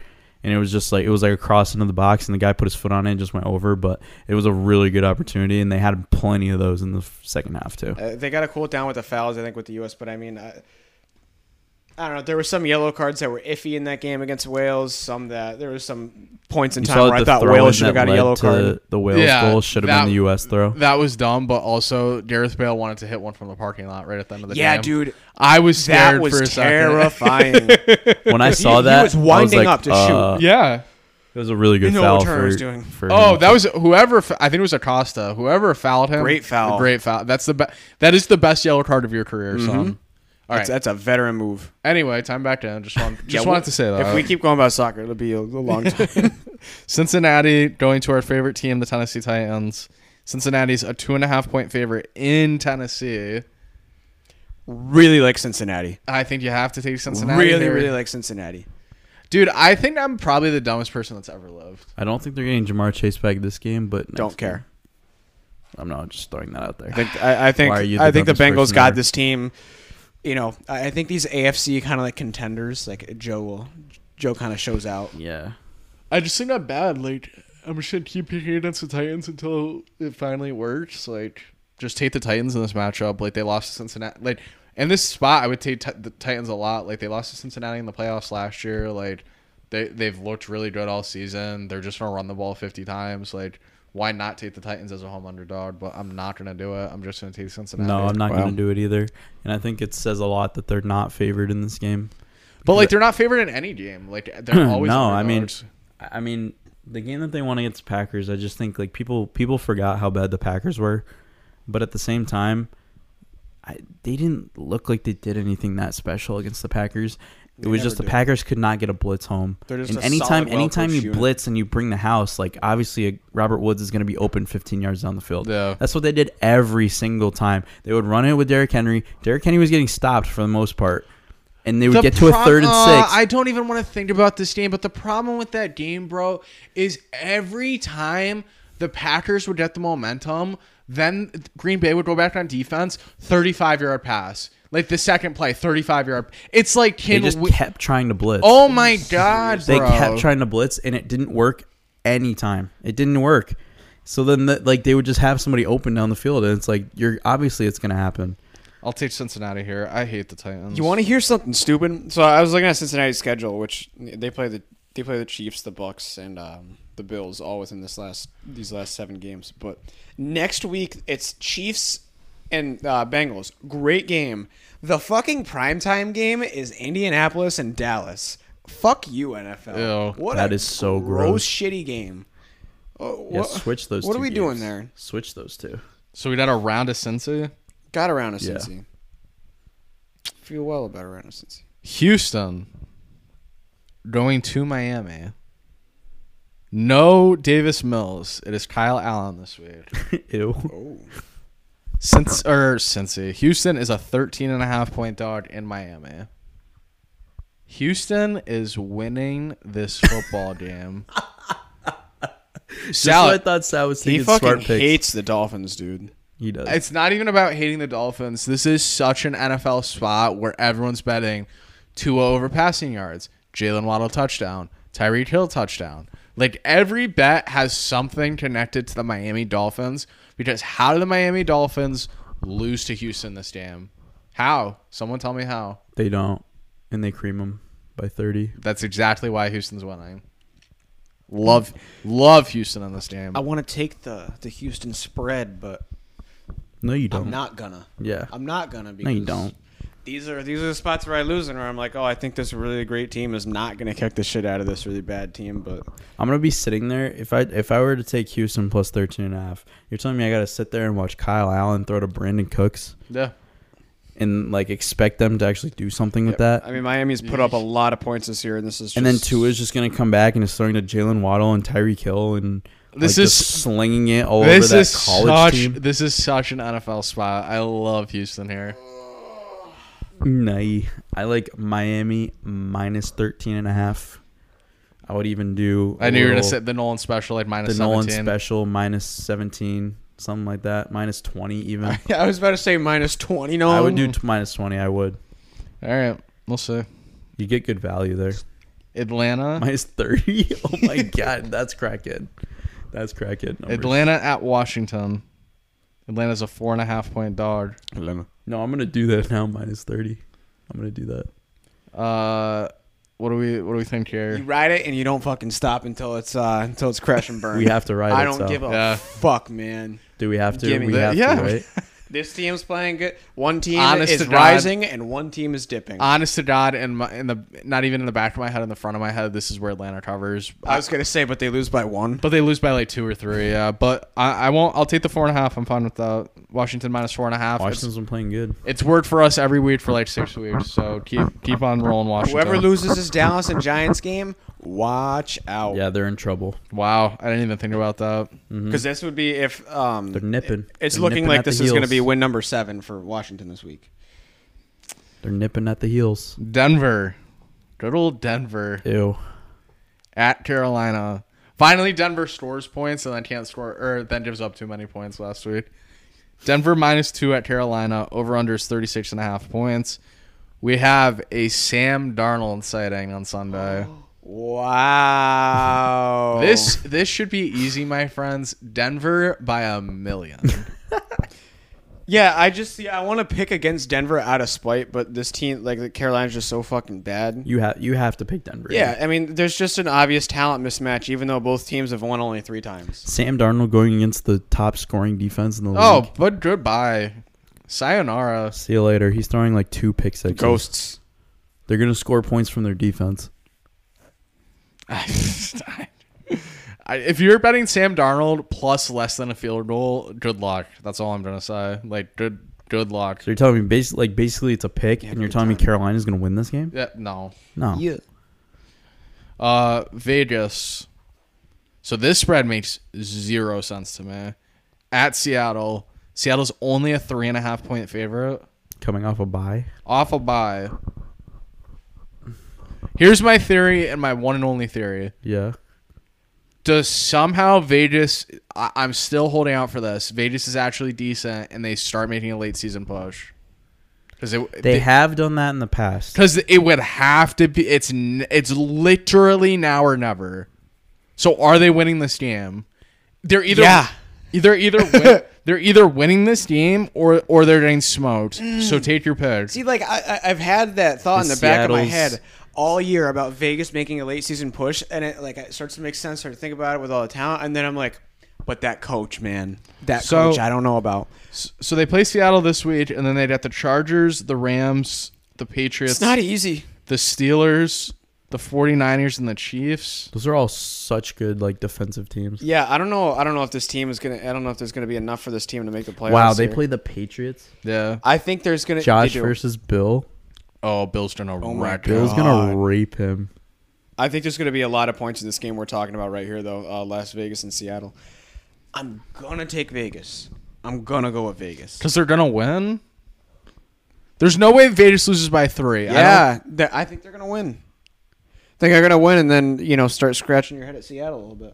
Speaker 1: and it was just like it was like a cross into the box, and the guy put his foot on it and just went over. But it was a really good opportunity, and they had plenty of those in the f- second half too.
Speaker 3: Uh, they got to cool it down with the fouls, I think, with the U.S. But I mean, I, I don't know. There were some yellow cards that were iffy in that game against Wales. Some that there was some points in
Speaker 1: You
Speaker 3: time where I
Speaker 1: the
Speaker 3: thought
Speaker 1: throw-in
Speaker 3: Wales should have
Speaker 1: that
Speaker 3: got a
Speaker 1: led
Speaker 3: yellow
Speaker 1: to
Speaker 3: card.
Speaker 1: The Wales
Speaker 2: Yeah,
Speaker 1: goal should have
Speaker 2: that-
Speaker 1: been the U.S. throw.
Speaker 2: That was dumb, but also Gareth Bale wanted to hit one from the parking lot right at the end of the
Speaker 3: Yeah,
Speaker 2: game.
Speaker 3: dude.
Speaker 2: I was scared
Speaker 3: That was
Speaker 2: for a second.
Speaker 3: terrifying.
Speaker 1: When I saw
Speaker 3: he
Speaker 1: that,
Speaker 3: was
Speaker 1: I
Speaker 3: winding
Speaker 1: like,
Speaker 3: up to shoot.
Speaker 1: uh,
Speaker 2: yeah.
Speaker 1: It was a really good
Speaker 3: You know
Speaker 1: foul
Speaker 3: what Turner
Speaker 1: for,
Speaker 3: was doing.
Speaker 1: for
Speaker 2: Oh,
Speaker 1: him.
Speaker 2: that was whoever. f- I think it was Acosta. Whoever fouled him.
Speaker 3: Great foul.
Speaker 2: Great foul. That's the be- That is the best yellow card of your career, son. All right.
Speaker 3: that's, that's a veteran move.
Speaker 2: anyway, time back down. Just want, just
Speaker 3: Yeah,
Speaker 2: wanted
Speaker 3: we-
Speaker 2: to say that.
Speaker 3: If we keep going about soccer, it'll be a, a long time.
Speaker 2: Cincinnati going to our favorite team, the Tennessee Titans. Cincinnati's a two and a half point favorite in Tennessee.
Speaker 3: really like Cincinnati.
Speaker 2: I think you have to take Cincinnati.
Speaker 3: really,
Speaker 2: here.
Speaker 3: really like Cincinnati.
Speaker 2: Dude, I think I'm probably the dumbest person that's ever lived.
Speaker 1: I don't think they're getting Jamar Chase back this game, but next
Speaker 3: Don't
Speaker 1: game.
Speaker 3: care.
Speaker 1: I'm not just throwing that out there.
Speaker 3: I think I, I think
Speaker 1: Why are you the
Speaker 3: I think the
Speaker 1: dumbest
Speaker 3: Bengals
Speaker 1: person
Speaker 3: got
Speaker 1: ever?
Speaker 3: this team. You know, I, I think these AFC kind of like contenders. Like Joe will, Joe kind of shows out.
Speaker 1: yeah,
Speaker 2: I just think that bad. Like, I'm just gonna keep picking against the Titans until it finally works. Like, just take the Titans in this matchup. Like, they lost to Cincinnati. Like, in this spot, I would take t- the Titans a lot. Like, they lost to Cincinnati in the playoffs last year. Like, they they've looked really good all season. They're just gonna run the ball 50 times. Like, why not take the Titans as a home underdog? But I'm not gonna do it. I'm just gonna take Cincinnati.
Speaker 1: no, I'm not
Speaker 2: Wow.
Speaker 1: going to do it either. And I think it says a lot that they're not favored in this game.
Speaker 2: But like, they're not favored in any game. Like, they're always
Speaker 1: no, I mean,
Speaker 2: underdogs.
Speaker 1: I I mean, the game that they won against the Packers, I just think like people people forgot how bad the Packers were, but at the same time, I, they didn't look like they did anything that special against the Packers. It was
Speaker 3: never
Speaker 1: just the
Speaker 3: do.
Speaker 1: Packers could not get a blitz home.
Speaker 3: They're just
Speaker 1: and
Speaker 3: a
Speaker 1: anytime,
Speaker 3: solid,
Speaker 1: anytime
Speaker 3: well-coached
Speaker 1: you
Speaker 3: unit.
Speaker 1: blitz and you bring the house, like obviously a, Robert Woods is going to be open 15 yards down the field.
Speaker 2: Yeah.
Speaker 1: That's what they did every single time. They would run it with Derrick Henry. Derrick Henry was getting stopped for the most part, and they would
Speaker 2: The
Speaker 1: get to a
Speaker 2: pro-
Speaker 1: third and
Speaker 2: uh,
Speaker 1: six.
Speaker 2: I don't even want to think about this game, but the problem with that game, bro, is every time the Packers would get the momentum, then Green Bay would go back on defense, 35 yard pass. Like the second play, 35 yard. It's like,
Speaker 1: they
Speaker 2: can
Speaker 1: just
Speaker 2: we-
Speaker 1: kept trying to blitz.
Speaker 2: Oh my God,
Speaker 1: They
Speaker 2: bro.
Speaker 1: kept trying to blitz, and it didn't work any time. It didn't work. So then, the, like, they would just have somebody open down the field, and it's like you're obviously it's gonna happen.
Speaker 2: I'll take Cincinnati here. I hate the Titans.
Speaker 3: You want to hear something stupid? So I was looking at Cincinnati's schedule, which they play the they play the Chiefs, the Bucks, and um, the Bills all within this last these last seven games. But next week it's Chiefs and uh, Bengals. Great game. The fucking primetime game is Indianapolis and Dallas. Fuck you, NFL.
Speaker 2: Ew.
Speaker 3: what
Speaker 1: That
Speaker 3: a
Speaker 1: is so gross.
Speaker 3: shitty game. Oh,
Speaker 1: Yeah,
Speaker 3: what-
Speaker 1: switch those.
Speaker 3: What
Speaker 1: two
Speaker 3: are we
Speaker 1: games.
Speaker 3: doing there?
Speaker 1: Switch those two.
Speaker 2: So we got a round of Cincy.
Speaker 3: Got around us,
Speaker 1: Yeah.
Speaker 3: Cincy. Feel well about around us, Cincy.
Speaker 2: Houston going to Miami. No Davis Mills. It is Kyle Allen this week.
Speaker 1: Ew.
Speaker 3: Oh.
Speaker 2: Since or Cincy. Houston is a 13 and a half point dog in Miami. Houston is winning this football game.
Speaker 1: That's what I
Speaker 2: Sal,
Speaker 1: thought Sal was
Speaker 3: He
Speaker 1: thinking.
Speaker 3: fucking
Speaker 1: smart picks.
Speaker 3: hates the Dolphins, dude.
Speaker 1: He does.
Speaker 2: it's not even about hating the Dolphins. This is such an NFL spot where everyone's betting two over passing yards, Jalen Waddle touchdown, Tyreek Hill touchdown. Like every bet has something connected to the Miami Dolphins because how do the Miami Dolphins lose to Houston this game? How? Someone tell me how.
Speaker 1: they don't, and they cream them by thirty.
Speaker 2: That's exactly why Houston's winning. Love, love Houston on this game.
Speaker 3: I want to take the the Houston spread, but
Speaker 1: No, you don't.
Speaker 3: I'm not gonna.
Speaker 1: Yeah.
Speaker 3: I'm not gonna. Because
Speaker 1: no, you don't.
Speaker 3: These are these are the spots where I lose, and where I'm like, oh, I think this really great team is not gonna kick the shit out of this really bad team, but
Speaker 1: I'm gonna be sitting there if I if I were to take Houston plus 13 and a half. You're telling me I gotta sit there and watch Kyle Allen throw to Brandon Cooks?
Speaker 2: Yeah,
Speaker 1: and like expect them to actually do something with that.
Speaker 3: I mean, Miami's put up a lot of points this year, and this is just,
Speaker 1: and then Tua is just gonna come back and is throwing to Jalen Waddle and Tyreek Hill and
Speaker 2: This
Speaker 1: like,
Speaker 2: is-
Speaker 1: just slinging it all
Speaker 2: This
Speaker 1: over that
Speaker 2: is
Speaker 1: college
Speaker 2: such
Speaker 1: team.
Speaker 2: this is such an NFL spot. I love Houston here.
Speaker 1: Nah, I like Miami minus 13 and a half. I would even do.
Speaker 2: I knew you were gonna
Speaker 1: little-
Speaker 2: say the Nolan special like minus
Speaker 1: the Nolan
Speaker 2: seventeen.
Speaker 1: special minus 17, something like that, minus 20 even.
Speaker 3: Yeah, I was about to say minus twenty. No,
Speaker 1: I would do t- minus 20. I would.
Speaker 2: All right, we'll see.
Speaker 1: You get good value there.
Speaker 2: Atlanta,
Speaker 1: Minus 30. Oh my god, that's crackhead. That's crackhead. Numbers.
Speaker 2: Atlanta at Washington. Atlanta's a four and a half point dog.
Speaker 1: No, I'm gonna do that now. Minus 30. I'm gonna do that.
Speaker 2: Uh, what do we what do we think
Speaker 3: You
Speaker 2: here?
Speaker 3: ride it and you don't fucking stop until it's uh until it's crash and burn.
Speaker 1: We have to ride
Speaker 3: I
Speaker 1: it,
Speaker 3: don't
Speaker 1: so.
Speaker 3: give a
Speaker 2: Yeah.
Speaker 3: fuck, man.
Speaker 1: Do we have to?
Speaker 3: Give me
Speaker 1: we have
Speaker 3: that.
Speaker 2: Yeah.
Speaker 1: to, right?
Speaker 3: This team's playing good. One team
Speaker 2: Honest
Speaker 3: is
Speaker 2: to God.
Speaker 3: rising and one team is dipping.
Speaker 2: Honest to God, in my in the not even in the back of my head, in the front of my head, this is where Atlanta covers.
Speaker 3: I was gonna say, but they lose by one.
Speaker 2: But they lose by like two or three. Yeah, but I, I won't. I'll take the four and a half. I'm fine with that. Washington minus four and a half. It's,
Speaker 1: Washington's been playing good.
Speaker 2: it's word for us every week for like six weeks. So keep keep on rolling, Washington.
Speaker 3: Whoever loses this Dallas and Giants game, watch out.
Speaker 1: Yeah, they're in trouble.
Speaker 2: Wow, I didn't even think about that.
Speaker 3: Because this would be if um,
Speaker 1: They're nipping.
Speaker 3: It's
Speaker 1: They're
Speaker 3: looking
Speaker 1: nipping
Speaker 3: like
Speaker 1: at the
Speaker 3: this is going to
Speaker 1: heels.
Speaker 3: be win number seven for Washington this week.
Speaker 1: They're nipping at the heels.
Speaker 2: Denver, good old Denver
Speaker 1: Ew.
Speaker 2: at Carolina. Finally, Denver scores points and then can't score or then gives up too many points last week. Denver minus two at Carolina. Over under is 36 and a half points. We have a Sam Darnold sighting on Sunday.
Speaker 3: Wow.
Speaker 2: This this should be easy, my friends. Denver by a million.
Speaker 3: Yeah, I just yeah, I want to pick against Denver out of spite, but this team like the Carolina's just so fucking bad.
Speaker 1: You have you have to pick Denver.
Speaker 3: Yeah, I mean, there's just an obvious talent mismatch, even though both teams have won only three times.
Speaker 1: Sam Darnold going against the top scoring defense in the league.
Speaker 2: oh, but goodbye. Sayonara.
Speaker 1: See you later. He's throwing like two pick sixes.
Speaker 3: Ghosts.
Speaker 1: They're gonna score points from their defense.
Speaker 2: I- if you're betting Sam Darnold plus less than a field goal, good luck. That's all I'm gonna say. Like good good luck.
Speaker 1: So you're telling me basically, like basically it's a pick, and you're telling me Carolina's gonna win this game?
Speaker 2: Yeah, no.
Speaker 1: No.
Speaker 2: Uh Vegas. So this spread makes zero sense to me. At Seattle. Seattle's only a three and a half point favorite.
Speaker 1: Coming off a bye.
Speaker 2: off a bye. Here's my theory and my one and only theory.
Speaker 1: Yeah.
Speaker 2: Does somehow Vegas? I, I'm still holding out for this. Vegas is actually decent, and they start making a late season push. Because it
Speaker 1: They have done that in the past.
Speaker 2: because it would have to be. It's n- it's literally now or never. So are they winning this game? They're either
Speaker 3: Yeah.
Speaker 2: They're either win, they're either winning this game or or they're getting smoked. So
Speaker 3: Mm.
Speaker 2: take your pick.
Speaker 3: See, like I, I- I've had that thought in
Speaker 1: The
Speaker 3: the back of my
Speaker 1: Seattle's-
Speaker 3: head all year about Vegas making a late season push, and it like it starts to make sense. Start to think about it with all the talent, and then I'm like, but that coach, man, that
Speaker 2: So-
Speaker 3: coach, I don't know about.
Speaker 2: So they play Seattle this week, and then they got the Chargers, the Rams, the Patriots,
Speaker 3: It's not easy.
Speaker 2: the Steelers, the 49ers, and the Chiefs.
Speaker 1: Those are all such good like defensive teams.
Speaker 3: Yeah, I don't know. I don't know if this team is gonna. I don't know if there's gonna be enough for this team to make the playoffs.
Speaker 1: Wow, they
Speaker 3: here.
Speaker 1: play the Patriots.
Speaker 2: Yeah.
Speaker 3: I think there's gonna.
Speaker 1: Josh
Speaker 3: they do.
Speaker 1: versus Bill.
Speaker 2: Oh, Bill's gonna
Speaker 3: my
Speaker 2: wreck.
Speaker 3: God.
Speaker 1: Bill's gonna rape him.
Speaker 3: I think there's gonna be a lot of points in this game we're talking about right here, though. Uh, Las Vegas and Seattle. I'm gonna take Vegas. I'm gonna go with Vegas.
Speaker 2: Because they're gonna win. There's no way Vegas loses by three. I
Speaker 3: Yeah, they're- I, think they're gonna win. I think they're gonna win, and then you know start scratching your head at Seattle a little bit.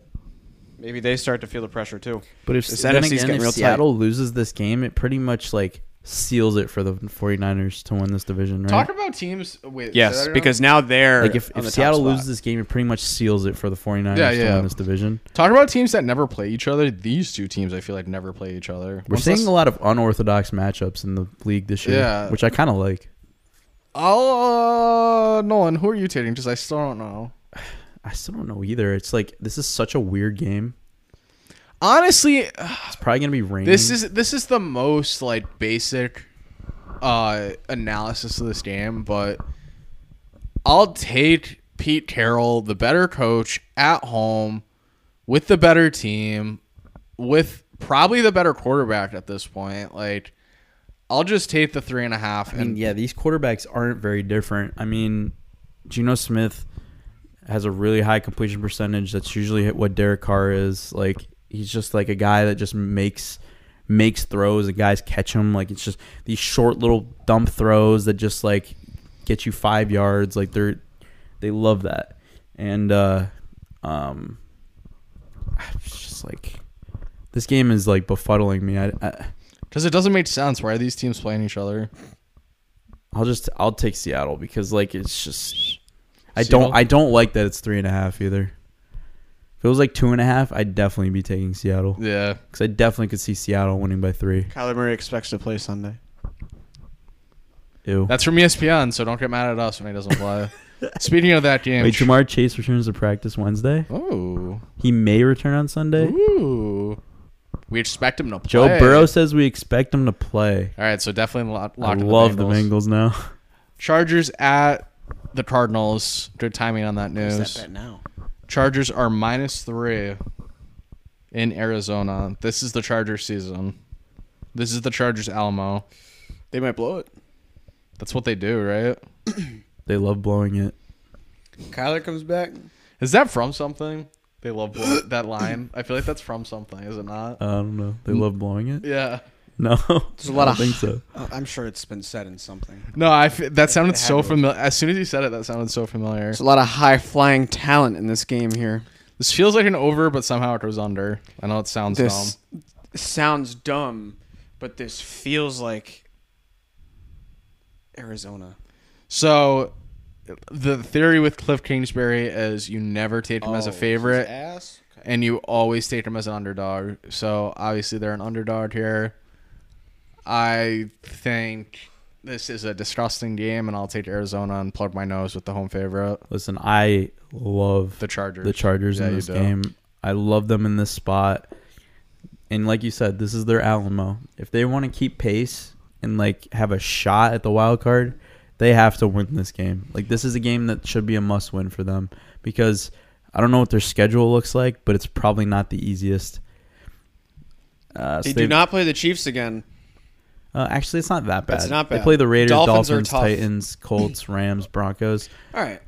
Speaker 3: Maybe they start to feel the pressure too.
Speaker 1: But if,
Speaker 3: This
Speaker 1: then
Speaker 3: NFC's
Speaker 1: again,
Speaker 3: getting
Speaker 1: if
Speaker 3: real tight.
Speaker 1: Seattle loses this game, it pretty much like seals it for the 49ers to win this division, right?
Speaker 2: don't- Talk about teams. Wait. say
Speaker 3: Yes,
Speaker 2: that again?
Speaker 3: because now they're
Speaker 1: like if,
Speaker 3: on
Speaker 1: if
Speaker 3: the top
Speaker 1: Seattle
Speaker 3: spot.
Speaker 1: loses this game, it pretty much seals it for the 49ers
Speaker 2: Yeah,
Speaker 1: to
Speaker 2: yeah.
Speaker 1: win this division.
Speaker 2: talk about teams that never play each other. These two teams, I feel like, never play each other.
Speaker 1: We're
Speaker 2: Once
Speaker 1: seeing
Speaker 2: this-
Speaker 1: a lot of unorthodox matchups in the league this year,
Speaker 2: Yeah.
Speaker 1: which I kind of like.
Speaker 2: I'll, uh, Nolan, who are you taking? Because I still don't know.
Speaker 1: I still don't know either. It's like this is such a weird game.
Speaker 2: Honestly,
Speaker 1: It's probably gonna be raining.
Speaker 2: This is this is the most like basic uh analysis of this game, but I'll take Pete Carroll, the better coach at home with the better team with probably the better quarterback at this point. Like I'll just take the three and a half.
Speaker 1: I mean,
Speaker 2: And
Speaker 1: yeah, these quarterbacks aren't very different. I mean, Geno Smith has a really high completion percentage. That's usually what Derek Carr is. Like he's just like a guy that just makes makes throws. The guys catch him. Like it's just these short little dump throws that just like get you five yards. Like they're they love that. And uh um it's just like this game is like befuddling me. I, I
Speaker 2: because it doesn't make sense. Why are these teams playing each other?
Speaker 1: I'll just I'll take Seattle because like it's just I
Speaker 2: Seattle?
Speaker 1: don't I don't like that it's three and a half either. If it was like two and a half, I'd definitely be taking Seattle
Speaker 2: Yeah.
Speaker 1: because I definitely could see Seattle winning by three.
Speaker 3: Kyler Murray expects to play Sunday.
Speaker 1: Ew.
Speaker 2: That's from E ESPN, so don't get mad at us when he doesn't play. Speaking of that game,
Speaker 1: Wait, Jamar Chase returns to practice Wednesday.
Speaker 2: Oh,
Speaker 1: He may return on Sunday.
Speaker 2: ooh, we expect him to play.
Speaker 1: Joe Burrow says we expect him to play.
Speaker 2: All right, so definitely lo-
Speaker 1: I
Speaker 2: lock. in
Speaker 1: love the
Speaker 2: Bengals.
Speaker 1: Bengals now.
Speaker 2: Chargers at the Cardinals. Good timing on that
Speaker 3: Who's
Speaker 2: news.
Speaker 3: that bet now?
Speaker 2: Chargers are minus three in Arizona. This is the Chargers season. This is the Chargers Alamo.
Speaker 3: They might blow it.
Speaker 2: That's what they do, right?
Speaker 1: They love blowing it.
Speaker 3: Kyler comes back.
Speaker 2: Is that from something? They love blo- that line. I feel like that's from something, is it not?
Speaker 1: I don't know. They love blowing it.
Speaker 2: Yeah.
Speaker 1: No,
Speaker 3: There's a lot
Speaker 1: I
Speaker 3: of-
Speaker 1: don't think so.
Speaker 3: Oh, I'm sure it's been said in something.
Speaker 2: No, I f- that sounded
Speaker 3: It
Speaker 2: so
Speaker 3: had to.
Speaker 2: familiar. As soon as you said it, that sounded so familiar.
Speaker 4: There's a lot of high flying talent in this game here.
Speaker 2: This feels like an over, but somehow it goes under. I know it sounds
Speaker 4: This
Speaker 2: dumb.
Speaker 3: Sounds dumb, but this feels like Arizona.
Speaker 2: So, the theory with Cliff Kingsbury Oh, is you never take him as
Speaker 3: Oh,
Speaker 2: a favorite.
Speaker 3: Ass? Okay.
Speaker 2: and you always take them as an underdog. So obviously they're an underdog here. I think this is a disgusting game, and I'll take Arizona and plug my nose with the home favorite,
Speaker 1: Listen, I love
Speaker 2: the Chargers.
Speaker 1: the Chargers
Speaker 2: Yeah,
Speaker 1: in
Speaker 2: you
Speaker 1: this
Speaker 2: do.
Speaker 1: game. I love them in this spot. And like you said, this is their Alamo. If they want to keep pace and like have a shot at the wild card, they have to win this game. Like this is a game that should be a must win for them because I don't know what their schedule looks like, but it's probably not the easiest. Uh, so
Speaker 4: They
Speaker 1: they've-
Speaker 4: do not play the Chiefs again.
Speaker 1: uh, actually, it's not that bad.
Speaker 4: It's not
Speaker 1: They
Speaker 4: bad.
Speaker 1: play the Raiders,
Speaker 4: Dolphins are
Speaker 1: Dolphins
Speaker 4: tough.
Speaker 1: Titans, Colts, Rams, Broncos.
Speaker 4: All right.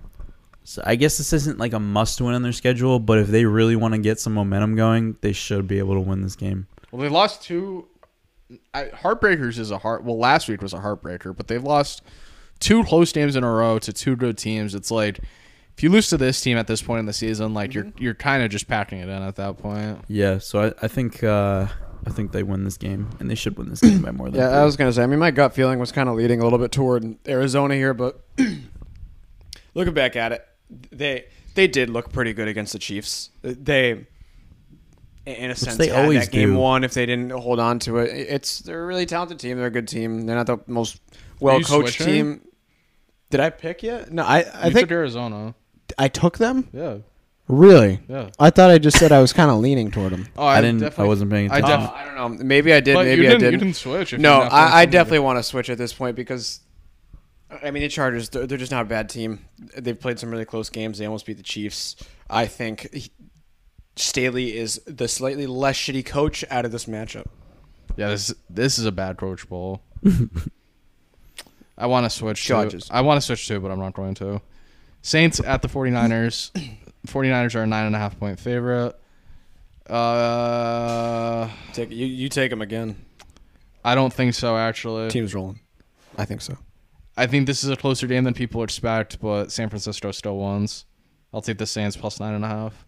Speaker 1: So I guess this isn't like a must win on their schedule, but if they really want to get some momentum going, they should be able to win this game.
Speaker 2: Well, they lost two. I, heartbreakers is a heart. Well, last week was a heartbreaker, but they've lost two close games in a row to two good teams. It's like if you lose to this team at this point in the season, like you're you're kind of just packing it in at that point.
Speaker 1: Yeah, so I, I think uh, I think they win this game, and they should win this game by more than.
Speaker 4: Yeah,
Speaker 1: three.
Speaker 4: I was gonna say. I mean, my gut feeling was kind of leading a little bit toward Arizona here, but
Speaker 3: Looking back at it, they they did look pretty good against the Chiefs. They, in a sense,
Speaker 1: they
Speaker 3: had
Speaker 1: always
Speaker 3: that game
Speaker 1: do.
Speaker 3: won.
Speaker 4: one if they didn't hold on to it, it's they're a really talented team. They're a good team. They're not the most well coached
Speaker 2: switching?
Speaker 4: team. Did I pick yet? No, I I
Speaker 2: you
Speaker 4: think
Speaker 2: took Arizona.
Speaker 4: I took them.
Speaker 2: Yeah,
Speaker 4: Really?
Speaker 2: yeah.
Speaker 4: I thought I just said I was kind of leaning toward them.
Speaker 2: Oh,
Speaker 1: I didn't. I wasn't paying
Speaker 2: I
Speaker 1: attention.
Speaker 2: def-
Speaker 4: I don't know. Maybe I did.
Speaker 2: But
Speaker 4: maybe
Speaker 2: you
Speaker 4: I
Speaker 2: didn't,
Speaker 4: didn't.
Speaker 2: You didn't switch. If
Speaker 4: no,
Speaker 2: you're not playing
Speaker 4: I, I
Speaker 2: somebody.
Speaker 4: definitely want to switch at this point because, I mean, the Chargers, they're, they're just not a bad team. They've played some really close games. They almost beat the Chiefs. I think he- Staley is the slightly less shitty coach out of this matchup.
Speaker 2: Yeah, this this is a bad coach bowl. I want to switch.
Speaker 4: Chargers.
Speaker 2: To, I want to switch to, but I'm not going to. Saints at the 49ers. 49ers are a nine and a half point favorite. Uh,
Speaker 4: Take, you, you take him again.
Speaker 2: I don't think so. Actually,
Speaker 4: Team's rolling. I think so.
Speaker 2: I think this is a closer game than people expect, but San Francisco still wins. I'll take the Saints plus nine and a half.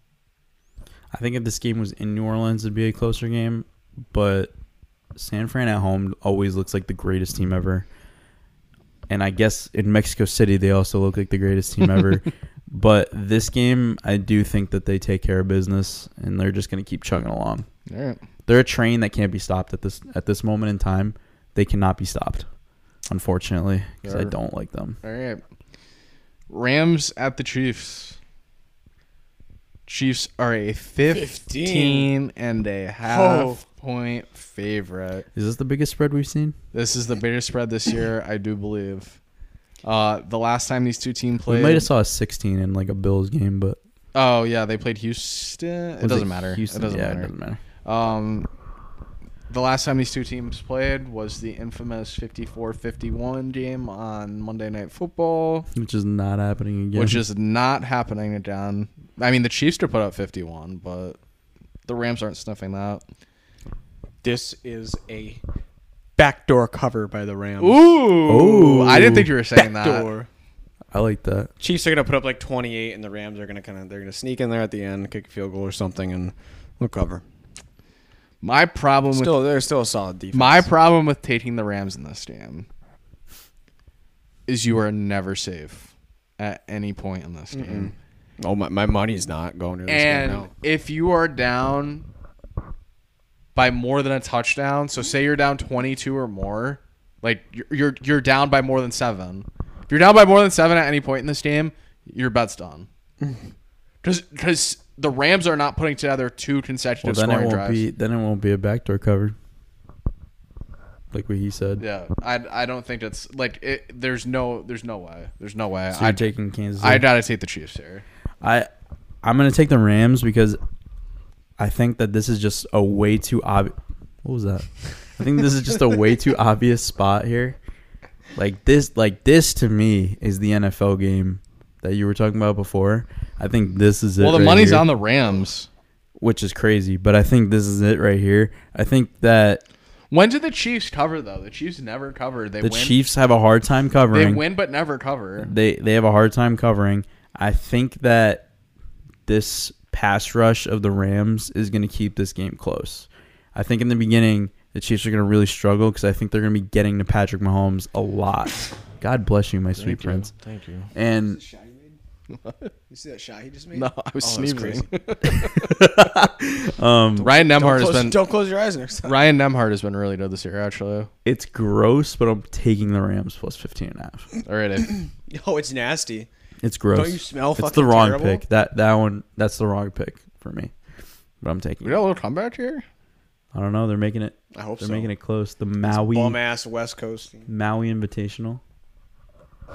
Speaker 1: I think if this game was in New Orleans, it'd be a closer game. But San Fran at home always looks like the greatest team ever. And I guess in Mexico City, they also look like the greatest team ever. but this game, I do think that they take care of business, and they're just going to keep chugging along.
Speaker 2: All right.
Speaker 1: they're a train that can't be stopped at this at this moment in time. They cannot be stopped, unfortunately, because I
Speaker 2: Sure.
Speaker 1: don't like them.
Speaker 2: All right. Rams at the Chiefs. Chiefs are a 15, and a half
Speaker 4: Oh.
Speaker 2: point favorite.
Speaker 1: Is this the biggest spread we've seen?
Speaker 2: This is the biggest spread this year, I do believe. Uh, the last time these two teams
Speaker 1: We
Speaker 2: played,
Speaker 1: might have saw a 16 in like a Bills game, but
Speaker 2: oh yeah, they played Houston. It
Speaker 1: was
Speaker 2: doesn't matter.
Speaker 1: Houston?
Speaker 2: It doesn't
Speaker 1: yeah,
Speaker 2: matter.
Speaker 1: It doesn't matter.
Speaker 2: Um, the last time these two teams played was the infamous 54-51 game on Monday Night Football,
Speaker 1: which is not happening again.
Speaker 2: which is not happening down. I mean, the Chiefs to put up 51, but the Rams aren't sniffing that.
Speaker 3: This is a backdoor cover by the Rams.
Speaker 2: Ooh, I didn't think you were saying
Speaker 3: Backdoor.
Speaker 1: I like that.
Speaker 3: Chiefs are gonna put up like 28, and the Rams are gonna kind of they're gonna sneak in there at the end, kick a field goal or something, and we'll cover.
Speaker 2: that. My problem with
Speaker 3: Still, they're still a solid defense.
Speaker 2: my problem with taking the Rams in this game is you are never safe at any point in this game.
Speaker 3: oh my, my money's not going to this
Speaker 2: And
Speaker 3: game. No.
Speaker 2: if you are down by more than a touchdown, so say you're down 22 or more, like you're you're, you're down by more than 7. If you're down by more than 7 at any point in this game, your bet's done. Cuz the Rams are not putting together two
Speaker 1: Well,
Speaker 2: consecutive
Speaker 1: then it
Speaker 2: scoring
Speaker 1: won't
Speaker 2: drives.
Speaker 1: be. Then it won't be a backdoor cover. Like what he said.
Speaker 2: yeah, I, I don't think that's like it, there's no there's no way. There's no way.
Speaker 1: So you're
Speaker 2: I
Speaker 1: taking Kansas.
Speaker 2: I
Speaker 1: City.
Speaker 2: gotta take the Chiefs here.
Speaker 1: I I'm gonna take the Rams because I think that this is just a way too obvious. What was that? I think this is just a way too obvious spot here. Like this, like this to me is the NFL game that you were talking about before. I think this is it.
Speaker 2: Well, the
Speaker 1: right
Speaker 2: money's
Speaker 1: here,
Speaker 2: on the Rams.
Speaker 1: which is crazy, but I think this is it right here. I think that
Speaker 2: When did the Chiefs cover though? The Chiefs never cover. They
Speaker 1: the
Speaker 2: win.
Speaker 1: Chiefs have a hard time
Speaker 2: They
Speaker 1: covering.
Speaker 2: win but never cover.
Speaker 1: they they have a hard time covering. I think that this pass rush of the Rams is going to keep this game close. I think in the beginning the Chiefs are going to really struggle because I think they're going to be getting to Patrick Mahomes a lot. God bless you, my sweet prince.
Speaker 2: Thank you.
Speaker 1: And
Speaker 3: You see that shot he just made?
Speaker 2: No, I was
Speaker 3: Oh, that's
Speaker 2: sneezing.
Speaker 1: um,
Speaker 2: Ryan Nemhard
Speaker 3: Don't
Speaker 2: has
Speaker 3: close,
Speaker 2: been
Speaker 3: don't close your eyes next time.
Speaker 2: Ryan Nemhard has been really good this year actually.
Speaker 1: it's gross, but I'm taking the Rams plus 15 and a half.
Speaker 2: Already.
Speaker 3: Oh, it's nasty.
Speaker 1: It's gross.
Speaker 3: Don't you smell
Speaker 1: It's the
Speaker 3: fucking
Speaker 1: wrong
Speaker 3: terrible?
Speaker 1: pick. That that one that's the wrong pick for me. But I'm taking.
Speaker 2: we
Speaker 1: It.
Speaker 2: got a little comeback here.
Speaker 1: I don't know. They're making it.
Speaker 3: I hope
Speaker 1: They're
Speaker 3: so.
Speaker 1: making it close. The Maui.
Speaker 3: Bum ass West Coast team.
Speaker 1: Maui Invitational.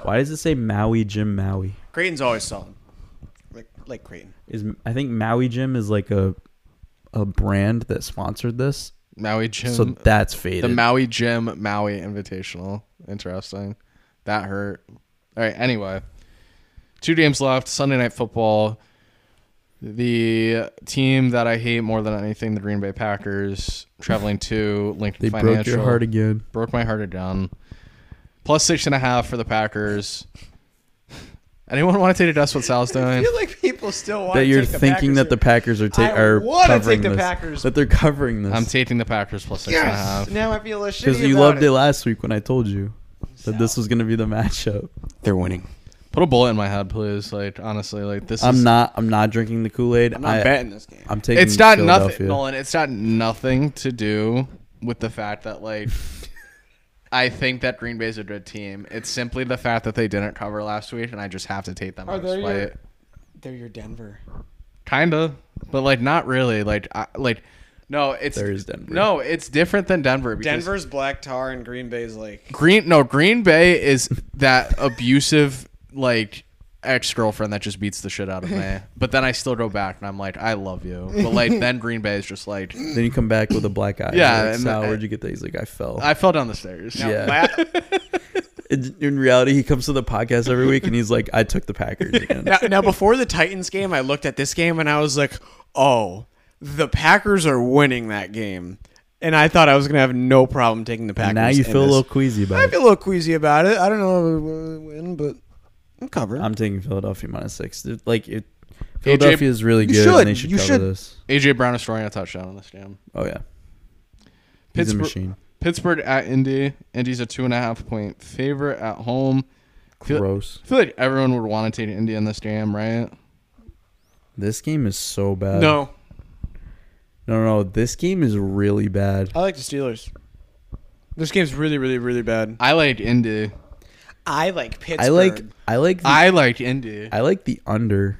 Speaker 1: Why does it say Maui Jim Maui?
Speaker 3: Creighton's always solid. Like like Creighton.
Speaker 1: Is I think Maui Jim is like a a brand that sponsored this,
Speaker 2: Maui Jim.
Speaker 1: so that's
Speaker 2: the
Speaker 1: faded.
Speaker 2: Maui Jim Maui Invitational. Interesting. That hurt. All right, anyway. Two games left, Sunday night football. The team that I hate more than anything, the Green Bay Packers, traveling to Lincoln
Speaker 1: they
Speaker 2: Financial.
Speaker 1: broke your heart again.
Speaker 2: broke my heart again. Plus six and a half for the Packers. Anyone want to take a guess what Sal's
Speaker 3: I
Speaker 2: doing?
Speaker 3: feel like people still want
Speaker 1: That
Speaker 3: to
Speaker 1: you're
Speaker 3: take the
Speaker 1: thinking that
Speaker 3: Packers
Speaker 1: the
Speaker 3: here.
Speaker 1: Packers are taking
Speaker 3: I
Speaker 1: are
Speaker 3: wanna take
Speaker 1: covering
Speaker 3: the
Speaker 1: this,
Speaker 3: Packers.
Speaker 1: That they're covering
Speaker 2: I'm
Speaker 1: this
Speaker 2: taking the Packers plus six and a half.
Speaker 3: Yes. Now I feel less shitty
Speaker 1: because you
Speaker 3: about
Speaker 1: loved it.
Speaker 3: it.
Speaker 1: last week when I told you that this was going to be the matchup.
Speaker 3: They're winning.
Speaker 2: Put a bullet in my head, please. Like honestly, like this.
Speaker 1: I'm
Speaker 2: is,
Speaker 1: not. I'm not drinking the Kool Aid.
Speaker 3: I'm not
Speaker 1: I'm
Speaker 3: betting this game.
Speaker 1: taking.
Speaker 2: It's got nothing,
Speaker 1: Philadelphia.
Speaker 2: Nolan. It's got nothing to do with the fact that like. I think that Green Bay's a good team. It's simply the fact that they didn't cover last week, and I just have to take them
Speaker 3: Are
Speaker 2: out of
Speaker 3: Oh, there
Speaker 2: spite.
Speaker 3: your- They're your Denver.
Speaker 2: Kinda, but like not really. Like I, like no, it's
Speaker 1: There is Denver.
Speaker 2: No, it's different than Denver. Because
Speaker 3: Denver's black tar and Green Bay's like
Speaker 2: Green no Green Bay is that abusive like ex girlfriend that just beats the shit out of me. But then I still go back and I'm like, I love you. But like then Green Bay is just like
Speaker 1: Then you come back with a black eye.
Speaker 2: Yeah,
Speaker 1: You're Like,
Speaker 2: and
Speaker 1: Sal,
Speaker 2: I-
Speaker 1: where'd you get that? He's like, I fell.
Speaker 2: I fell down the stairs.
Speaker 1: yeah. in in reality, he comes to the podcast every week and he's like, "I took the Packers again."
Speaker 3: now, now before the Titans game, I looked at this game and I was like, "Oh, the Packers are winning that game." And I thought I was gonna have no problem taking the Packers.
Speaker 1: now you
Speaker 3: in
Speaker 1: feel a
Speaker 3: this.
Speaker 1: little queasy
Speaker 3: I
Speaker 1: about
Speaker 3: feel
Speaker 1: it.
Speaker 3: a little queasy about it. I don't know if we'll win, but I'm covering.
Speaker 1: I'm taking Philadelphia minus six. Dude, Like it, Philadelphia is really
Speaker 3: you
Speaker 1: good,
Speaker 3: should.
Speaker 1: and they should
Speaker 3: You
Speaker 1: cover
Speaker 3: should.
Speaker 1: this.
Speaker 2: AJ Brown is throwing a touchdown in this game.
Speaker 1: Oh yeah, he's
Speaker 2: Pittsburgh
Speaker 1: a machine.
Speaker 2: Pittsburgh at Indy. Indy's a two and a half point favorite at home. Phil-
Speaker 1: Gross.
Speaker 2: I feel like everyone would want to take Indy in this game, right?
Speaker 1: This game is so bad.
Speaker 3: no,
Speaker 1: no, no. This game is really bad.
Speaker 3: I like the Steelers. This game's really, really, really bad.
Speaker 2: I like Indy.
Speaker 3: I like Pittsburgh.
Speaker 1: I like, I like, the, I,
Speaker 2: I like Indy.
Speaker 1: like the under.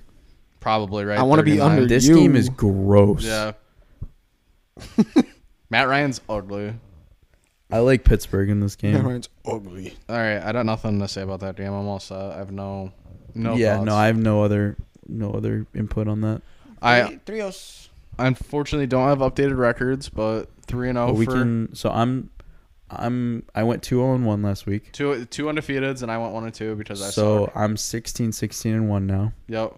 Speaker 2: Probably right.
Speaker 3: I wanna be
Speaker 2: 39.
Speaker 3: under
Speaker 1: This
Speaker 3: You-
Speaker 1: game is gross.
Speaker 2: Yeah. Matt Ryan's ugly.
Speaker 1: I like Pittsburgh in this game.
Speaker 3: Everyone's ugly.
Speaker 2: All right, I got nothing to say about that game. I'm all set. I have no, no.
Speaker 1: yeah,
Speaker 2: thoughts.
Speaker 1: no, I have no other, no other input on that.
Speaker 2: I
Speaker 3: three oh os.
Speaker 2: unfortunately don't have updated records, but three and zero
Speaker 1: But we
Speaker 2: Oh, for
Speaker 1: can. So I'm, I'm. I went two zero and one last week.
Speaker 2: two two undefeateds, and I went one and two because I
Speaker 1: So
Speaker 2: suck.
Speaker 1: I'm 16, 16 and one now.
Speaker 2: Yep,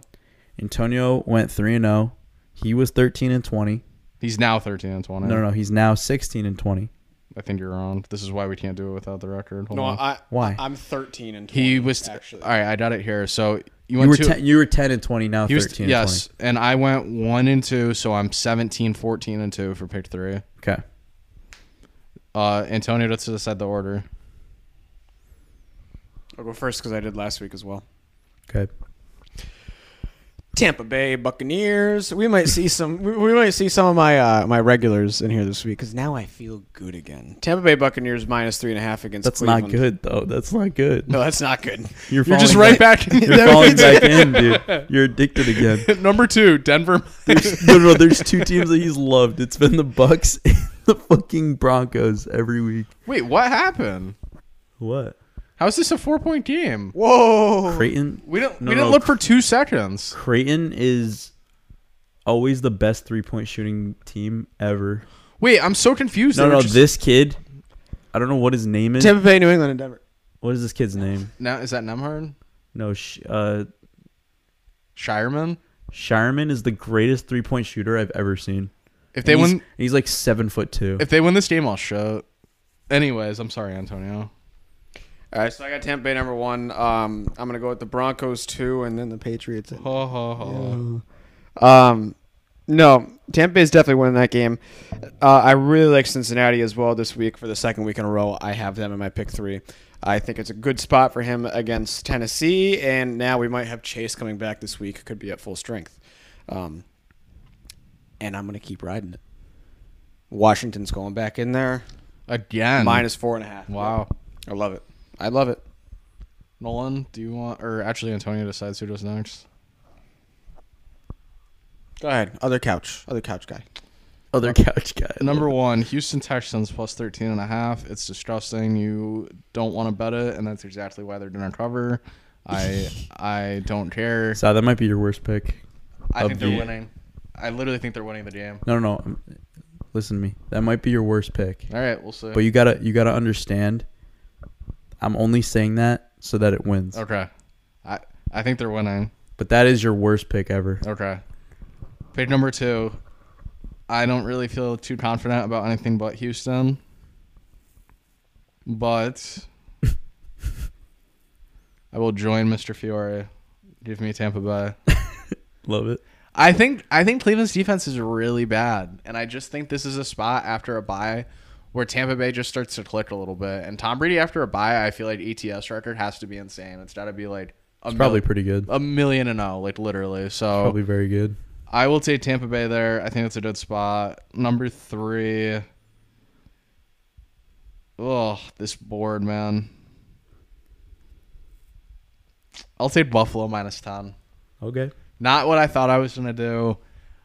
Speaker 1: Antonio went three and zero. He was thirteen and twenty.
Speaker 2: he's now thirteen and twenty.
Speaker 1: No, no, no. He's now sixteen and twenty.
Speaker 2: I think you're wrong. This is why we can't do it without the record. Hold
Speaker 3: No,
Speaker 2: on.
Speaker 3: I,
Speaker 1: Why?
Speaker 3: I'm 13 and 20,
Speaker 2: he was
Speaker 3: actually.
Speaker 2: all right. I got it here. So you
Speaker 1: You
Speaker 2: went
Speaker 1: were
Speaker 2: two.
Speaker 1: ten, you were ten and twenty. Now
Speaker 2: he was
Speaker 1: thirteen.
Speaker 2: yes, and I went one and two. So I'm 17, 14 and two for pick three.
Speaker 1: And 20. Okay.
Speaker 2: Uh, Antonio, let's decide the order.
Speaker 3: I'll go first because I did last week as well.
Speaker 1: Okay.
Speaker 3: Tampa Bay
Speaker 5: Buccaneers. We might see some. We, we might see some of my uh, my regulars in here this week because now I feel good again.
Speaker 3: Tampa Bay Buccaneers minus three and a half against
Speaker 1: That's
Speaker 3: Cleveland.
Speaker 1: not good though. That's not good.
Speaker 3: No, that's not good.
Speaker 1: You're,
Speaker 2: You're just
Speaker 1: falling
Speaker 2: right back.
Speaker 1: You're falling back in, dude. You're addicted again.
Speaker 2: Number two, Denver.
Speaker 1: There's, no, no, there's two teams that he's loved. It's been the Bucks and the fucking Broncos every week.
Speaker 2: Wait, what happened?
Speaker 1: What?
Speaker 2: How is this a four point game?
Speaker 3: Whoa.
Speaker 1: Creighton.
Speaker 2: We didn't.
Speaker 1: No,
Speaker 2: we didn't
Speaker 1: no,
Speaker 2: look for two seconds.
Speaker 1: Creighton is always the best three point shooting team ever.
Speaker 2: Wait, I'm so confused.
Speaker 1: No,
Speaker 2: They were
Speaker 1: no,
Speaker 2: just-
Speaker 1: this kid. I don't know what his name is.
Speaker 5: Tampa Bay, New England, and Denver.
Speaker 1: What is this kid's name?
Speaker 2: Now is that Nemhard?
Speaker 1: No, Sh- uh,
Speaker 2: Shireman.
Speaker 1: Shireman is the greatest three point shooter I've ever seen.
Speaker 2: If they
Speaker 1: And he's-
Speaker 2: win,
Speaker 1: and he's like seven foot two.
Speaker 2: if they win this game, I'll show. Anyways, I'm sorry, Antonio.
Speaker 3: All right, so I got Tampa Bay number one. Um, I'm gonna go with the Broncos two, and then the Patriots.
Speaker 2: Ha ha ha.
Speaker 3: Um, no, Tampa Bay's definitely winning that game. Uh, I really like Cincinnati as well this week for the second week in a row. I have them in my pick three. I think it's a good spot for him against Tennessee, and now we might have Chase coming back this week. Could be at full strength. Um, and I'm gonna keep riding it. Washington's going back in there.
Speaker 2: Again.
Speaker 3: Minus four and a half.
Speaker 2: Wow.
Speaker 3: I love it. I love it.
Speaker 2: Nolan, do you want? Or actually, Antonio decides who goes next.
Speaker 3: Go ahead. Other couch. Other couch guy.
Speaker 1: Other couch guy.
Speaker 2: Number one, Houston Texans plus 13 and a half. It's disgusting. You don't want to bet it, and that's exactly why they're going to cover. I I don't care.
Speaker 1: So that might be your worst pick.
Speaker 2: I think they're
Speaker 1: Yeah.
Speaker 2: winning. I literally think they're winning the game.
Speaker 1: No, no, no. Listen to me. That might be your worst pick.
Speaker 2: All right, we'll see.
Speaker 1: But you gotta, you gotta understand. I'm only saying that so that it wins.
Speaker 2: okay. I I think they're winning.
Speaker 1: But that is your worst pick ever.
Speaker 2: Okay. Pick number two. I don't really feel too confident about anything but Houston. But I will join Mr. Fiore. Give me Tampa Bay.
Speaker 1: Love it.
Speaker 2: I think I think Cleveland's defense is really bad, and I just think this is a spot after a bye where Tampa Bay just starts to click a little bit. And Tom Brady after a bye, I feel like ETS record has to be insane. It's got to be like a
Speaker 1: It's probably
Speaker 2: mil-
Speaker 1: pretty good.
Speaker 2: a million and oh, like literally. So
Speaker 1: Probably very good.
Speaker 2: I will take Tampa Bay there. I think that's a good spot. Number three. Oh, this board, man. I'll take Buffalo minus ten
Speaker 1: Okay.
Speaker 2: not what I thought I was gonna do.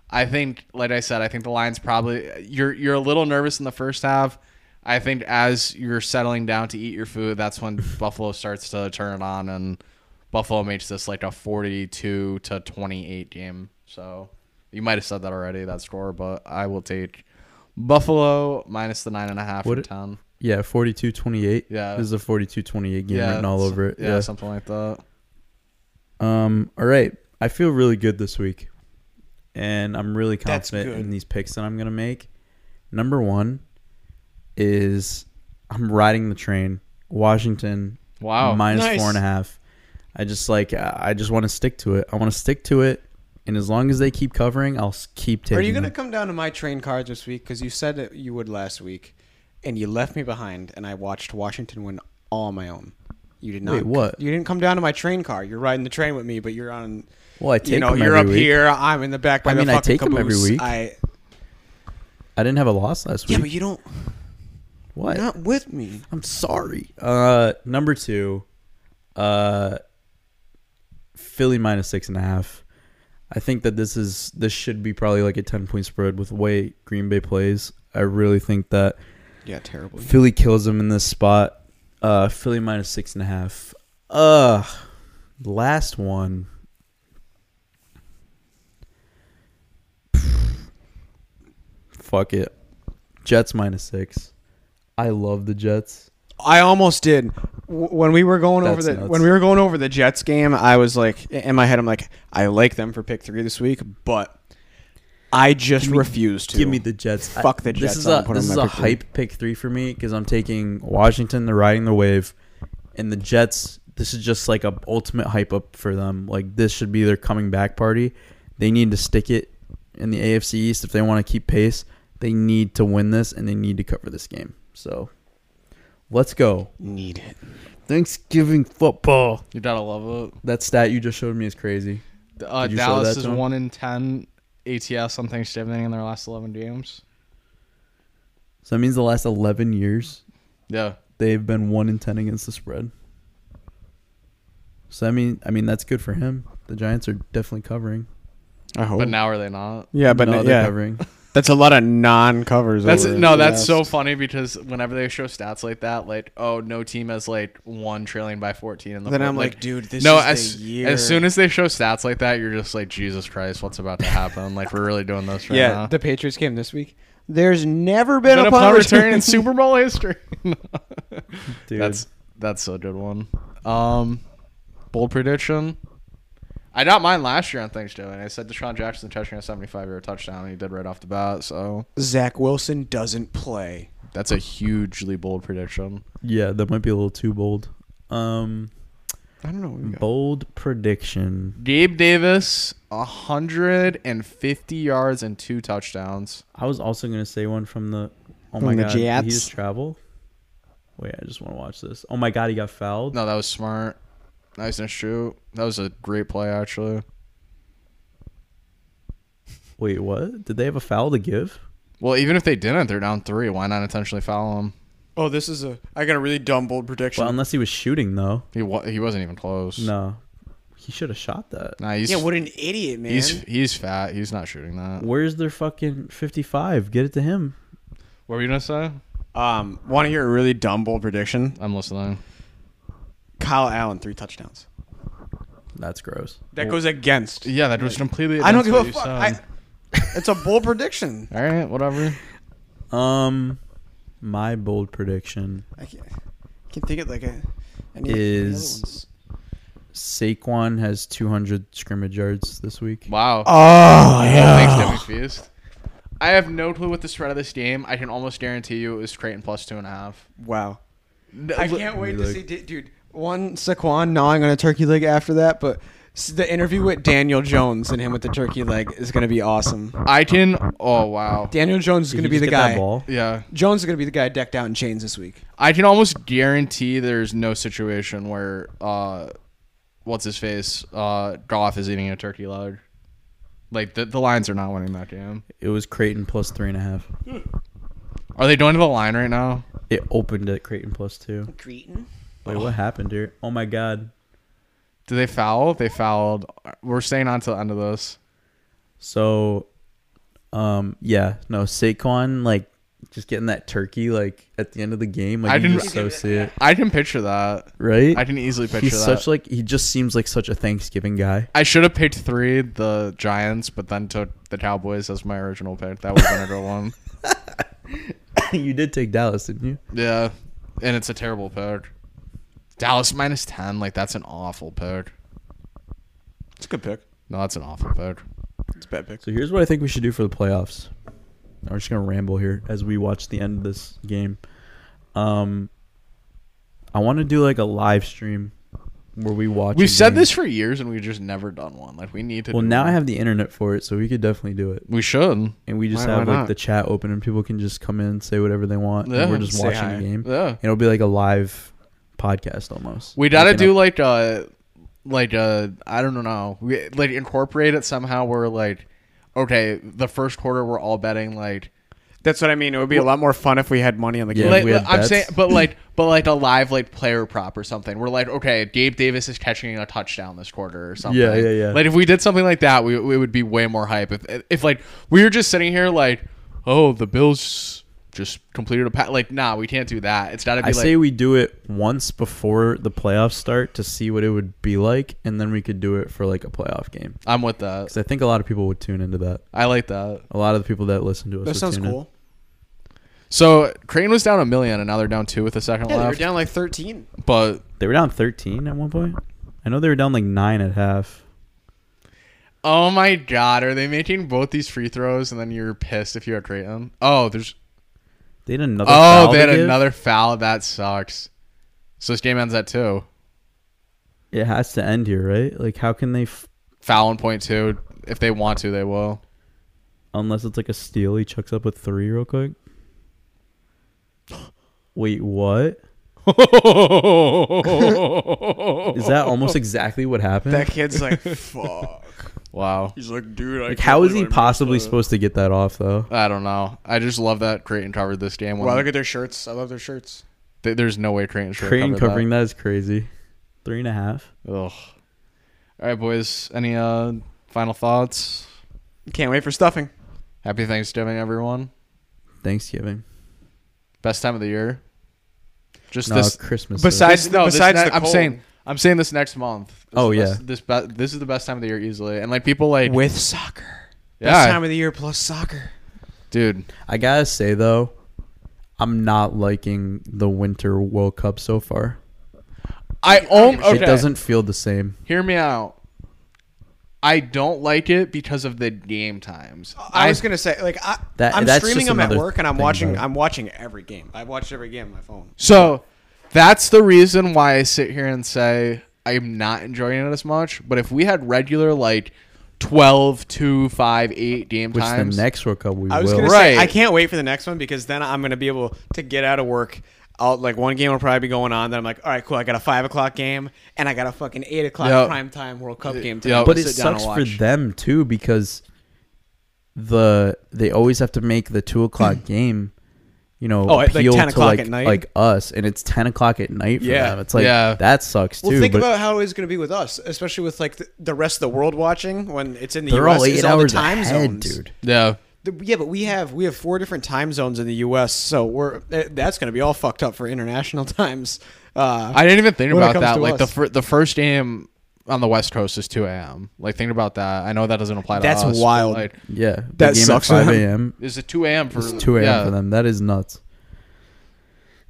Speaker 2: I think, like I said, I think the Lions probably you're you're a little nervous in the first half. I think as you're settling down to eat your food, that's when Buffalo starts to turn it on, and Buffalo makes this like a 42 to 28 game. So you might have said that already that score, but I will take Buffalo minus the nine and a half
Speaker 1: What
Speaker 2: for
Speaker 1: it-
Speaker 2: town.
Speaker 1: Yeah, 42-28.
Speaker 2: Yeah.
Speaker 1: This is a 42-28 game written all
Speaker 2: s-
Speaker 1: over it.
Speaker 2: Yeah,
Speaker 1: Yeah.
Speaker 2: something like that.
Speaker 1: Um. All right. I feel really good this week, and I'm really
Speaker 3: That's
Speaker 1: confident
Speaker 3: good.
Speaker 1: in these picks that I'm gonna make. Number one is I'm riding the train. Washington
Speaker 2: Wow.
Speaker 1: minus
Speaker 3: Nice.
Speaker 1: four and a half. I just like I I just want to stick to it. I want to stick to it, and as long as they keep covering, I'll s- keep taking.
Speaker 3: Are you gonna
Speaker 1: them.
Speaker 3: come down to my train card this week? Because you said that you would last week, and you left me behind, and I watched Washington win all on my own. You did not.
Speaker 1: Wait, what?
Speaker 3: You didn't come down to my train car. You're riding the train with me, but you're on.
Speaker 1: Well, I take
Speaker 3: you know,
Speaker 1: them
Speaker 3: you're
Speaker 1: every
Speaker 3: up
Speaker 1: week.
Speaker 3: here. I'm in the back. By
Speaker 1: I
Speaker 3: the
Speaker 1: mean, I
Speaker 3: fucking
Speaker 1: take 'em every
Speaker 3: caboose.
Speaker 1: week.
Speaker 3: I
Speaker 1: I didn't have a loss last
Speaker 3: yeah,
Speaker 1: week.
Speaker 3: but you don't.
Speaker 1: what?
Speaker 3: Not with me.
Speaker 1: I'm sorry. Uh, number two, uh, Philly minus six and a half. I think that this is this should be probably like a ten point spread with the way Green Bay plays. I really think that
Speaker 3: Yeah, terrible.
Speaker 1: Philly kills them in this spot. Uh, Philly minus six and a half. Uh, last one. Fuck it. Jets minus six. I love the Jets.
Speaker 3: I almost did W- when we were going over
Speaker 1: That's
Speaker 3: the
Speaker 1: nuts.
Speaker 3: when we were going over the Jets game. I was like, in my head, I'm like, I like them for pick three this week, but I just refuse to
Speaker 1: Give me the Jets.
Speaker 3: Fuck the
Speaker 1: This
Speaker 3: Jets.
Speaker 1: is
Speaker 3: I'm
Speaker 1: a
Speaker 3: putting
Speaker 1: this
Speaker 3: them
Speaker 1: is a
Speaker 3: at pick three.
Speaker 1: hype pick three for me because I'm taking Washington. They're riding the wave, and the Jets. This is just like a ultimate hype up for them. Like this should be their coming back party. They need to stick it in the AFC East if they want to keep pace. They need to win this and they need to cover this game. So, let's go.
Speaker 4: Need it.
Speaker 1: Thanksgiving football.
Speaker 2: You gotta love
Speaker 1: That stat you just showed me is crazy.
Speaker 2: it. Uh,
Speaker 1: Did you show that
Speaker 2: Dallas
Speaker 1: to
Speaker 2: is
Speaker 1: him?
Speaker 2: one in ten ATS on Thanksgiving in their last eleven games.
Speaker 1: So that means the last 11 years
Speaker 2: Yeah,
Speaker 1: they've been one in ten against the spread. So I mean, I mean that's good for him. The Giants are definitely covering.
Speaker 3: I
Speaker 1: Oh.
Speaker 3: hope.
Speaker 2: but now are they not?
Speaker 3: yeah, but
Speaker 1: no,
Speaker 3: n-
Speaker 1: they're
Speaker 3: yeah,
Speaker 1: covering.
Speaker 3: that's a lot of non-covers.
Speaker 2: That's
Speaker 3: over
Speaker 2: no,
Speaker 3: the
Speaker 2: that's
Speaker 3: last-
Speaker 2: so funny because whenever they show stats like that, like oh, no team has like one trailing by fourteen in the.
Speaker 3: Then
Speaker 2: fourth,
Speaker 3: I'm like, dude, this
Speaker 2: no,
Speaker 3: is
Speaker 2: as
Speaker 3: the year.
Speaker 2: as soon as they show stats like that, you're just like, Jesus Christ, what's about to happen? like we're really doing this right
Speaker 3: yeah,
Speaker 2: now.
Speaker 3: the Patriots game this week. There's never been,
Speaker 2: Been
Speaker 3: a punt return.
Speaker 2: in Super Bowl history.
Speaker 1: Dude,
Speaker 2: That's that's a good one. Um, bold prediction. I got mine last year on Thanksgiving. I said Deshaun Jackson touching a 75 yard touchdown, and he did right off the bat. So
Speaker 3: Zach Wilson doesn't play.
Speaker 2: that's a hugely bold prediction.
Speaker 1: yeah, that might be a little too bold. Um,
Speaker 3: I don't know. what we got.
Speaker 1: bold prediction.
Speaker 2: Gabe Davis, 150 yards and two touchdowns.
Speaker 1: I was also gonna say one from the. Oh
Speaker 3: From
Speaker 1: my
Speaker 3: the
Speaker 1: god,
Speaker 3: Jets?
Speaker 1: did he just travel. Wait, I just want to watch this. Oh my god, he got fouled.
Speaker 2: No, that was smart. Nice and shoot. That was a great play, actually.
Speaker 1: Wait, what? Did they have a foul to give?
Speaker 2: Well, even if they didn't, they're down three. Why not intentionally foul him?
Speaker 4: Oh, this is a. I got a really dumb bold prediction.
Speaker 3: Mm.
Speaker 1: Well, unless he was shooting though.
Speaker 2: He wa- he wasn't even close.
Speaker 1: No, he should have shot that.
Speaker 2: Nah, he's
Speaker 4: yeah, what an idiot, man.
Speaker 2: he's he's fat. He's not shooting that.
Speaker 1: Where's their fucking fifty-five? Get it to him.
Speaker 2: What were you gonna say?
Speaker 4: um, want to hear a really dumb bold prediction?
Speaker 2: I'm listening.
Speaker 4: Kyle Allen three touchdowns.
Speaker 1: That's gross.
Speaker 3: That goes against.
Speaker 2: Yeah, that was completely.
Speaker 4: I don't give a
Speaker 2: against
Speaker 4: fuck.
Speaker 2: what you
Speaker 4: I,
Speaker 2: said.
Speaker 4: it's a bold prediction.
Speaker 2: All right, whatever.
Speaker 1: Um, my bold prediction
Speaker 4: I can't, I can't think of like a. Any,
Speaker 1: Is- Saquon has 200 scrimmage yards this week.
Speaker 2: Wow.
Speaker 4: Oh
Speaker 2: Thanksgiving feast. I have no clue what the spread of this game. I can almost guarantee you it was Creighton plus two and a half.
Speaker 4: Wow.
Speaker 3: I can't wait to
Speaker 1: like-
Speaker 3: see, di- dude. One Saquon gnawing on a turkey leg after that, but s- the interview with Daniel Jones and him with the turkey leg is gonna be awesome.
Speaker 2: I can. Oh wow.
Speaker 3: Daniel Jones is
Speaker 1: Did he
Speaker 3: gonna be
Speaker 1: just
Speaker 3: the
Speaker 1: get that
Speaker 3: guy.
Speaker 1: ball?
Speaker 2: Yeah,
Speaker 3: Jones is gonna be the guy decked out in chains this week.
Speaker 2: I can almost guarantee there's no situation where uh, what's his face uh Goff is eating a turkey leg. Like the the Lions are not winning that game.
Speaker 1: It was Creighton plus three and a half.
Speaker 2: Are they going to the line right now?
Speaker 1: It opened at Creighton plus two.
Speaker 4: Cretin.
Speaker 1: Wait, what happened here? Oh my god.
Speaker 2: Do they foul? They fouled. We're staying on to the end of this.
Speaker 1: So, um, yeah, no, Saquon like just getting that turkey like at the end of the game. Like
Speaker 2: I
Speaker 1: I you
Speaker 2: didn't-
Speaker 1: just so see it,
Speaker 2: I can picture that.
Speaker 1: right?
Speaker 2: I can easily picture
Speaker 1: He's
Speaker 2: that.
Speaker 1: such like he just seems like such a Thanksgiving guy.
Speaker 2: I should have picked three, the Giants, but then took the Cowboys as my original pick. That was another one.
Speaker 1: you did take Dallas, didn't you?
Speaker 2: Yeah, and it's a terrible pick. Dallas minus ten, like that's an awful pick.
Speaker 4: It's a good pick.
Speaker 2: No, that's an awful pick.
Speaker 4: It's a bad pick.
Speaker 1: So here's what I think we should do for the playoffs. I'm just gonna ramble here as we watch the end of this game. Um, I want to do like a live stream where we watch.
Speaker 2: We've
Speaker 1: a
Speaker 2: said
Speaker 1: game.
Speaker 2: this for years, and we've just never done one. Like we need to.
Speaker 1: Well,
Speaker 2: do
Speaker 1: now
Speaker 2: one.
Speaker 1: I have the internet for it, so we could definitely do it.
Speaker 2: We should.
Speaker 1: And we just
Speaker 4: Why- why
Speaker 1: have like
Speaker 4: not?
Speaker 1: the chat open, and people can just come in, say whatever they want,
Speaker 2: Yeah,
Speaker 1: and we're just
Speaker 4: say
Speaker 1: watching
Speaker 4: hi.
Speaker 1: the game.
Speaker 2: Yeah,
Speaker 1: It'll be like a live podcast almost.
Speaker 2: we gotta
Speaker 1: Like, you
Speaker 2: do
Speaker 1: know,
Speaker 2: like a, like a, I don't know. We like incorporate it somehow. Where like, okay, the first quarter we're all betting like
Speaker 4: That's what I mean. It would be a lot more fun if we had money on the game.
Speaker 1: Yeah.
Speaker 2: Like,
Speaker 1: we had
Speaker 2: I'm
Speaker 1: bets.
Speaker 2: saying, but like, but like a live like player prop or something. We're like, okay, Gabe Davis is catching a touchdown this quarter or something.
Speaker 1: Yeah, yeah, yeah.
Speaker 2: Like if we did something like that, we, we would be way more hype. If if like we were just sitting here like, oh, the Bills just completed a pat. Like, nah, we can't do that. It's got to be
Speaker 1: I
Speaker 2: like,
Speaker 1: say we do it once before the playoffs start to see what it would be like, and then we could do it for like a playoff game.
Speaker 2: I'm with that.
Speaker 1: Because I think a lot of people would tune into that.
Speaker 2: I like that.
Speaker 1: A lot of the people that listen to us.
Speaker 4: That
Speaker 1: would
Speaker 4: sounds
Speaker 1: tune in.
Speaker 4: cool.
Speaker 2: So Creighton was down a million, and now they're down two with the second
Speaker 4: Yeah, they were
Speaker 2: left.
Speaker 4: down like 13.
Speaker 2: But
Speaker 1: They were down 13 at one point. I know they were down like nine at half.
Speaker 2: oh my god, are they making both these free throws? And then you're pissed if you had Creighton. Oh, there's
Speaker 1: They had another.
Speaker 2: oh,
Speaker 1: foul
Speaker 2: they
Speaker 1: to
Speaker 2: had
Speaker 1: give?
Speaker 2: another foul. That sucks. So this game ends at two.
Speaker 1: It has to end here, right? Like, how can they? F-
Speaker 2: Foul in point two. If they want to, they will.
Speaker 1: unless it's like a steal, he chucks up a three real quick. Wait, what? Is that almost exactly what happened?
Speaker 4: That kid's like, fuck.
Speaker 2: wow.
Speaker 4: He's like, dude, I
Speaker 1: like,
Speaker 4: can't
Speaker 1: how is
Speaker 4: believe
Speaker 1: he
Speaker 4: I missed
Speaker 1: possibly
Speaker 4: that."
Speaker 1: supposed to get that off though?
Speaker 2: I don't know. I just love that Creighton covered this game. When
Speaker 4: Wow, look at their shirts. I love their shirts.
Speaker 2: th- there's no way Creighton should
Speaker 1: Creighton
Speaker 2: have covered
Speaker 1: covering that is crazy. Three and a half.
Speaker 2: that. Ugh. All right, boys. Any uh final thoughts?
Speaker 4: Can't wait for stuffing.
Speaker 2: Happy Thanksgiving, everyone.
Speaker 1: Thanksgiving.
Speaker 2: Best time of the year. Just
Speaker 1: No,
Speaker 2: this.
Speaker 1: Christmas.
Speaker 4: besides-
Speaker 2: this- no, this
Speaker 4: besides
Speaker 2: ne-
Speaker 4: the
Speaker 2: I'm
Speaker 4: cold.
Speaker 2: saying I'm saying this next month. This
Speaker 1: Oh,
Speaker 2: is the
Speaker 1: yeah.
Speaker 2: best- This be- this is the best time of the year easily, and like people like
Speaker 4: With soccer.
Speaker 2: yeah,
Speaker 4: Best time of the year plus soccer.
Speaker 2: dude.
Speaker 1: I gotta say though, I'm not liking the winter World Cup so far.
Speaker 2: I own. Okay.
Speaker 1: It doesn't feel the same.
Speaker 2: Hear me out. I don't like it because of the game times.
Speaker 3: I was gonna say, like, I,
Speaker 1: That-
Speaker 3: I'm
Speaker 1: that's
Speaker 3: streaming
Speaker 1: just
Speaker 3: them at
Speaker 1: another
Speaker 3: work, and I'm
Speaker 1: thing
Speaker 3: watching.
Speaker 1: about it.
Speaker 3: I'm watching every game. I've watched every game on my phone.
Speaker 2: So that's the reason why I sit here and say I'm not enjoying it as much. But if we had regular like 12, 2, 5, 8 game
Speaker 1: Which
Speaker 2: times,
Speaker 1: the next World Cup we
Speaker 3: I was
Speaker 1: will.
Speaker 3: gonna
Speaker 2: Right.
Speaker 3: say I can't wait for the next one because then I'm gonna be able to get out of work. I'll like one game will probably be going on. Then I'm like, all right, cool. I got a five o'clock game and I got a fucking eight o'clock
Speaker 2: Yep.
Speaker 3: prime time World Cup
Speaker 2: Y-
Speaker 3: game.
Speaker 2: yep.
Speaker 3: Tonight.
Speaker 1: but
Speaker 2: to
Speaker 1: it
Speaker 2: sit down
Speaker 1: sucks for
Speaker 2: and watch.
Speaker 1: them too because the they always have to make the two o'clock game. You know,
Speaker 3: Oh, at, like,
Speaker 1: appeal
Speaker 3: 10
Speaker 1: to
Speaker 3: o'clock
Speaker 1: like,
Speaker 3: at night?
Speaker 1: like us, and it's ten o'clock at night for
Speaker 3: Yeah.
Speaker 1: them. It's like
Speaker 2: Yeah.
Speaker 1: that sucks too.
Speaker 3: Well, think
Speaker 1: but
Speaker 3: about how it's going to be with us, especially with like the, the rest of the world watching when it's in the
Speaker 1: they're
Speaker 3: U.S.
Speaker 1: all
Speaker 3: is
Speaker 1: eight
Speaker 3: all the
Speaker 1: hours
Speaker 3: time
Speaker 1: ahead,
Speaker 3: zones.
Speaker 1: dude.
Speaker 2: yeah.
Speaker 3: The- Yeah, but we have we have four different time zones in the U.S., so we're eh, that's going to be all fucked up for international times. Uh,
Speaker 2: I didn't even think
Speaker 3: When it
Speaker 2: about
Speaker 3: comes
Speaker 2: that.
Speaker 3: to
Speaker 2: Like the
Speaker 3: us.
Speaker 2: fir- the first game on the West Coast is 2 a.m. Like think about that. I know that doesn't apply to
Speaker 3: That's
Speaker 2: us. but,
Speaker 3: wild.
Speaker 2: Like,
Speaker 1: Yeah, the
Speaker 3: That
Speaker 1: game
Speaker 3: sucks for
Speaker 1: at five
Speaker 3: them.
Speaker 1: a.m.
Speaker 2: is it 2 a.m. for
Speaker 1: It's two a.m.
Speaker 2: yeah.
Speaker 1: for them. That is nuts.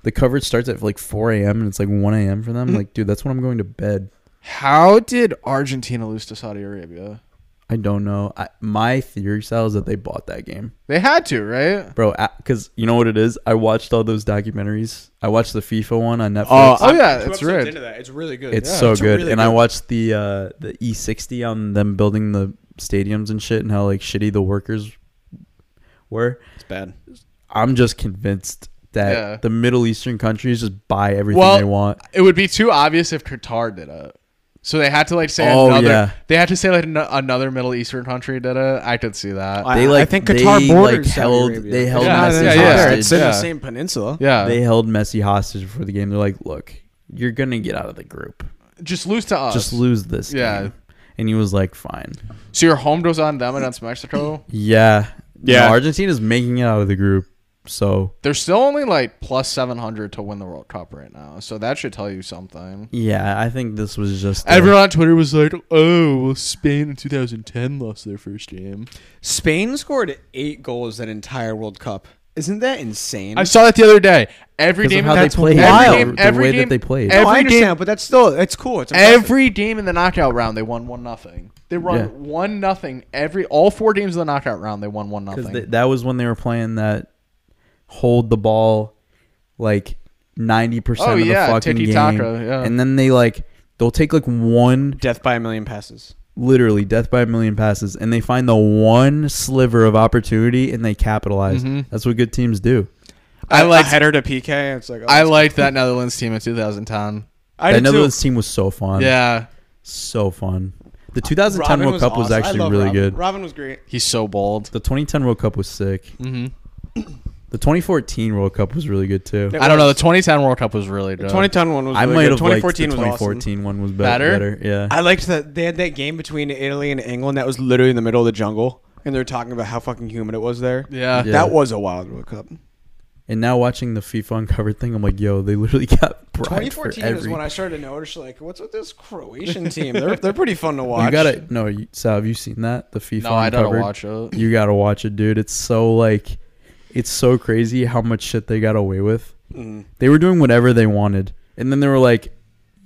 Speaker 1: The coverage starts at like four a.m. and it's like one a.m. for
Speaker 2: Mm.
Speaker 1: them. Like, dude, that's when I'm going to bed.
Speaker 2: How did Argentina lose to Saudi Arabia?
Speaker 1: I don't know. I, my theory, Sal, is that they bought that game.
Speaker 2: They had to, right?
Speaker 1: bro because you know what it is i watched all those documentaries i watched the fifa one on netflix
Speaker 2: Oh, oh yeah,
Speaker 3: two
Speaker 2: it's
Speaker 3: episodes
Speaker 2: rigged.
Speaker 3: into that. It's really good.
Speaker 1: it's
Speaker 2: yeah,
Speaker 1: so
Speaker 3: it's
Speaker 1: good
Speaker 3: really
Speaker 1: and
Speaker 3: good.
Speaker 1: i watched the uh the e60 on them building the stadiums and shit and how like shitty the workers were
Speaker 3: It's bad.
Speaker 1: i'm just convinced that
Speaker 2: Yeah.
Speaker 1: the middle eastern countries just buy everything
Speaker 2: Well,
Speaker 1: they want
Speaker 2: It would be too obvious if Qatar did it. So they had to like say
Speaker 1: Oh,
Speaker 2: another.
Speaker 1: yeah.
Speaker 2: They had to say like an- another Middle Eastern country did it. I could see that.
Speaker 1: they
Speaker 3: I- I
Speaker 1: like
Speaker 3: think
Speaker 1: they,
Speaker 3: Qatar
Speaker 1: like,
Speaker 3: borders Saudi
Speaker 1: held
Speaker 3: Arabia.
Speaker 1: they held
Speaker 2: Yeah,
Speaker 1: Messi
Speaker 2: yeah, yeah.
Speaker 1: hostage.
Speaker 3: It's in
Speaker 2: Yeah.
Speaker 3: the same peninsula.
Speaker 2: yeah,
Speaker 1: they held Messi hostage before the game. They're like, "Look, you're gonna get out of the group.
Speaker 2: just lose to us.
Speaker 1: Just lose this
Speaker 2: Yeah.
Speaker 1: game." And he was like, "Fine."
Speaker 2: So your home goes on them against Mexico.
Speaker 1: Yeah.
Speaker 4: Yeah.
Speaker 1: No, Argentina's making it out of the group. So,
Speaker 2: They're still only like plus seven hundred to win the World Cup right now. So that should tell you something.
Speaker 1: yeah, I think this was just. a-
Speaker 2: Everyone on Twitter was like, "Oh, well, Spain in 2010 lost their first game."
Speaker 3: Spain scored eight goals that entire World Cup. Isn't that insane?
Speaker 2: I saw that the other day. Every
Speaker 1: 'Because of
Speaker 2: game
Speaker 1: how they
Speaker 2: that's
Speaker 1: played.
Speaker 2: Every
Speaker 1: Wild.
Speaker 2: game,
Speaker 1: The
Speaker 2: every
Speaker 1: way
Speaker 2: game-
Speaker 1: that they played.
Speaker 3: No,
Speaker 2: Every
Speaker 3: I understand,
Speaker 2: game,
Speaker 3: but that's still it's cool. It's impressive.
Speaker 2: Every game in the knockout round, they won one nothing. They run
Speaker 1: Yeah.
Speaker 2: one nothing every all four games of the knockout round. They won one
Speaker 1: 'cause
Speaker 2: nothing.
Speaker 1: th- that was when they were playing that hold the ball like 90%
Speaker 2: Oh,
Speaker 1: of the
Speaker 2: yeah,
Speaker 1: fucking game.
Speaker 2: tiki-taka, yeah.
Speaker 1: And then they like. They'll take like one,
Speaker 3: death by a million passes.
Speaker 1: literally death by a million passes, and they find the one sliver of opportunity and they capitalize.
Speaker 2: Mm-hmm.
Speaker 1: That's what good teams do.
Speaker 2: I
Speaker 3: A-
Speaker 2: liked-
Speaker 3: a header to PK. It's like oh,
Speaker 2: I liked that Netherlands team in 2010.
Speaker 3: I
Speaker 1: that
Speaker 3: did too.
Speaker 1: Netherlands team was so fun.
Speaker 2: Yeah,
Speaker 1: So fun. The 2010
Speaker 3: Robin
Speaker 1: World Cup was
Speaker 3: awesome. I
Speaker 1: actually
Speaker 3: love
Speaker 1: really
Speaker 3: Robin.
Speaker 1: good.
Speaker 3: Robin was great.
Speaker 2: he's so bold.
Speaker 1: The 2010 World Cup was sick.
Speaker 2: Mm-hmm.
Speaker 1: The 2014 World Cup was really good too.
Speaker 3: It
Speaker 2: I don't know. The
Speaker 3: was.
Speaker 2: 2010 World Cup was really good.
Speaker 3: 2010 one was
Speaker 1: I
Speaker 3: really
Speaker 1: might have
Speaker 3: good.
Speaker 1: liked the
Speaker 3: 2014 was awesome.
Speaker 1: 2014 one was better.
Speaker 2: Better?
Speaker 1: Better, yeah.
Speaker 3: I liked that they had that game between Italy and England that was literally in the middle of the jungle, and they were talking about how fucking humid it was there.
Speaker 2: Yeah.
Speaker 1: Yeah.
Speaker 3: That was a wild World Cup.
Speaker 1: and now watching the FIFA Uncovered thing, I'm like, yo, they literally got bribed for
Speaker 3: 2014 is
Speaker 1: every.
Speaker 3: when I started to notice, like, what's with this Croatian team? They're they're pretty fun to watch.
Speaker 1: you gotta no, you, Sal, have you seen that the FIFA
Speaker 2: No, I
Speaker 1: Uncovered?
Speaker 2: don't watch it.
Speaker 1: You gotta watch it, dude. It's so like, it's so crazy how much shit they got away with.
Speaker 3: Mm.
Speaker 1: They were doing whatever they wanted, and then they were like,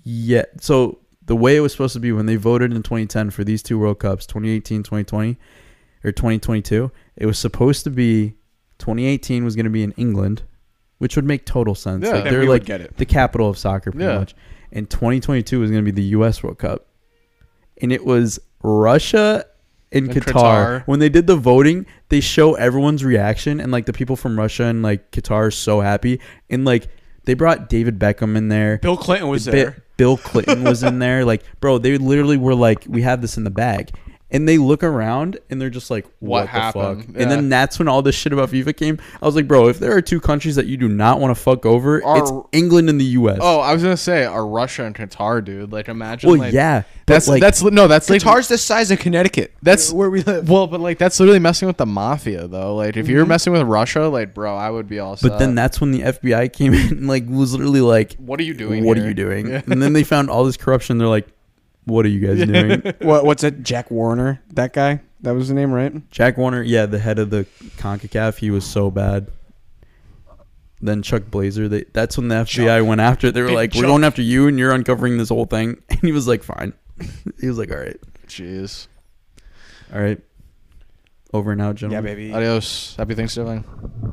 Speaker 1: "Yeah." So the way it was supposed to be when they voted in 2010 for these two World Cups, 2018, 2020, or 2022, it was supposed to be 2018 was going to be in England, which would make total sense.
Speaker 2: Yeah.
Speaker 1: Like,
Speaker 2: Then
Speaker 1: they're
Speaker 4: we would
Speaker 1: like
Speaker 4: get it.
Speaker 1: the capital of soccer, pretty
Speaker 2: Yeah.
Speaker 1: much. And 2022 was going to be the U.S. World Cup, and it was Russia and
Speaker 2: And
Speaker 1: Qatar.
Speaker 2: Qatar.
Speaker 1: When they did the voting, they show everyone's reaction, and like the people from Russia and like Qatar are so happy, and like they brought David Beckham in there.
Speaker 4: Bill Clinton was
Speaker 1: Bi-
Speaker 4: there.
Speaker 1: Bill Clinton was in there. Like, bro, they literally were like, "We have this in the bag," and they look around and they're just like, "What,
Speaker 2: What
Speaker 1: the
Speaker 2: happened?
Speaker 1: fuck?"
Speaker 2: Yeah.
Speaker 1: And then that's when all this shit about FIFA came. I was like, "Bro, if there are two countries that you do not want to fuck over,
Speaker 2: Are-
Speaker 1: it's England and the U.S."
Speaker 2: Oh, I was gonna say are Russia and Qatar, dude. Like imagine.
Speaker 1: well,
Speaker 2: like,
Speaker 1: yeah, but,
Speaker 2: That's
Speaker 1: like,
Speaker 2: that's no, that's like
Speaker 4: Guitar's the size of Connecticut.
Speaker 2: that's
Speaker 3: where we live.
Speaker 2: Well, but like that's literally messing with the mafia, though. Like if you're messing with Russia, like bro, I would be all.
Speaker 1: But
Speaker 2: set.
Speaker 1: then that's when the FBI came in and like was literally like,
Speaker 2: What are you doing
Speaker 1: What are
Speaker 2: here?"
Speaker 1: you doing?"
Speaker 2: Yeah.
Speaker 1: And then they found all this corruption. They're like, "What are you guys doing?"
Speaker 4: What, what's that? Jack Warner, that guy. That was the name, right?
Speaker 1: Jack Warner, yeah, the head of the CONCACAF, he was so bad. Then Chuck Blazer, they, that's when the FBI went after. They were like, "We're going after you, and you're uncovering this whole thing." And he was like, "Fine." he was like, "All right,
Speaker 2: Jeez.
Speaker 1: all right." Over and out, gentlemen.
Speaker 4: baby.
Speaker 2: Adios. Happy Thanksgiving.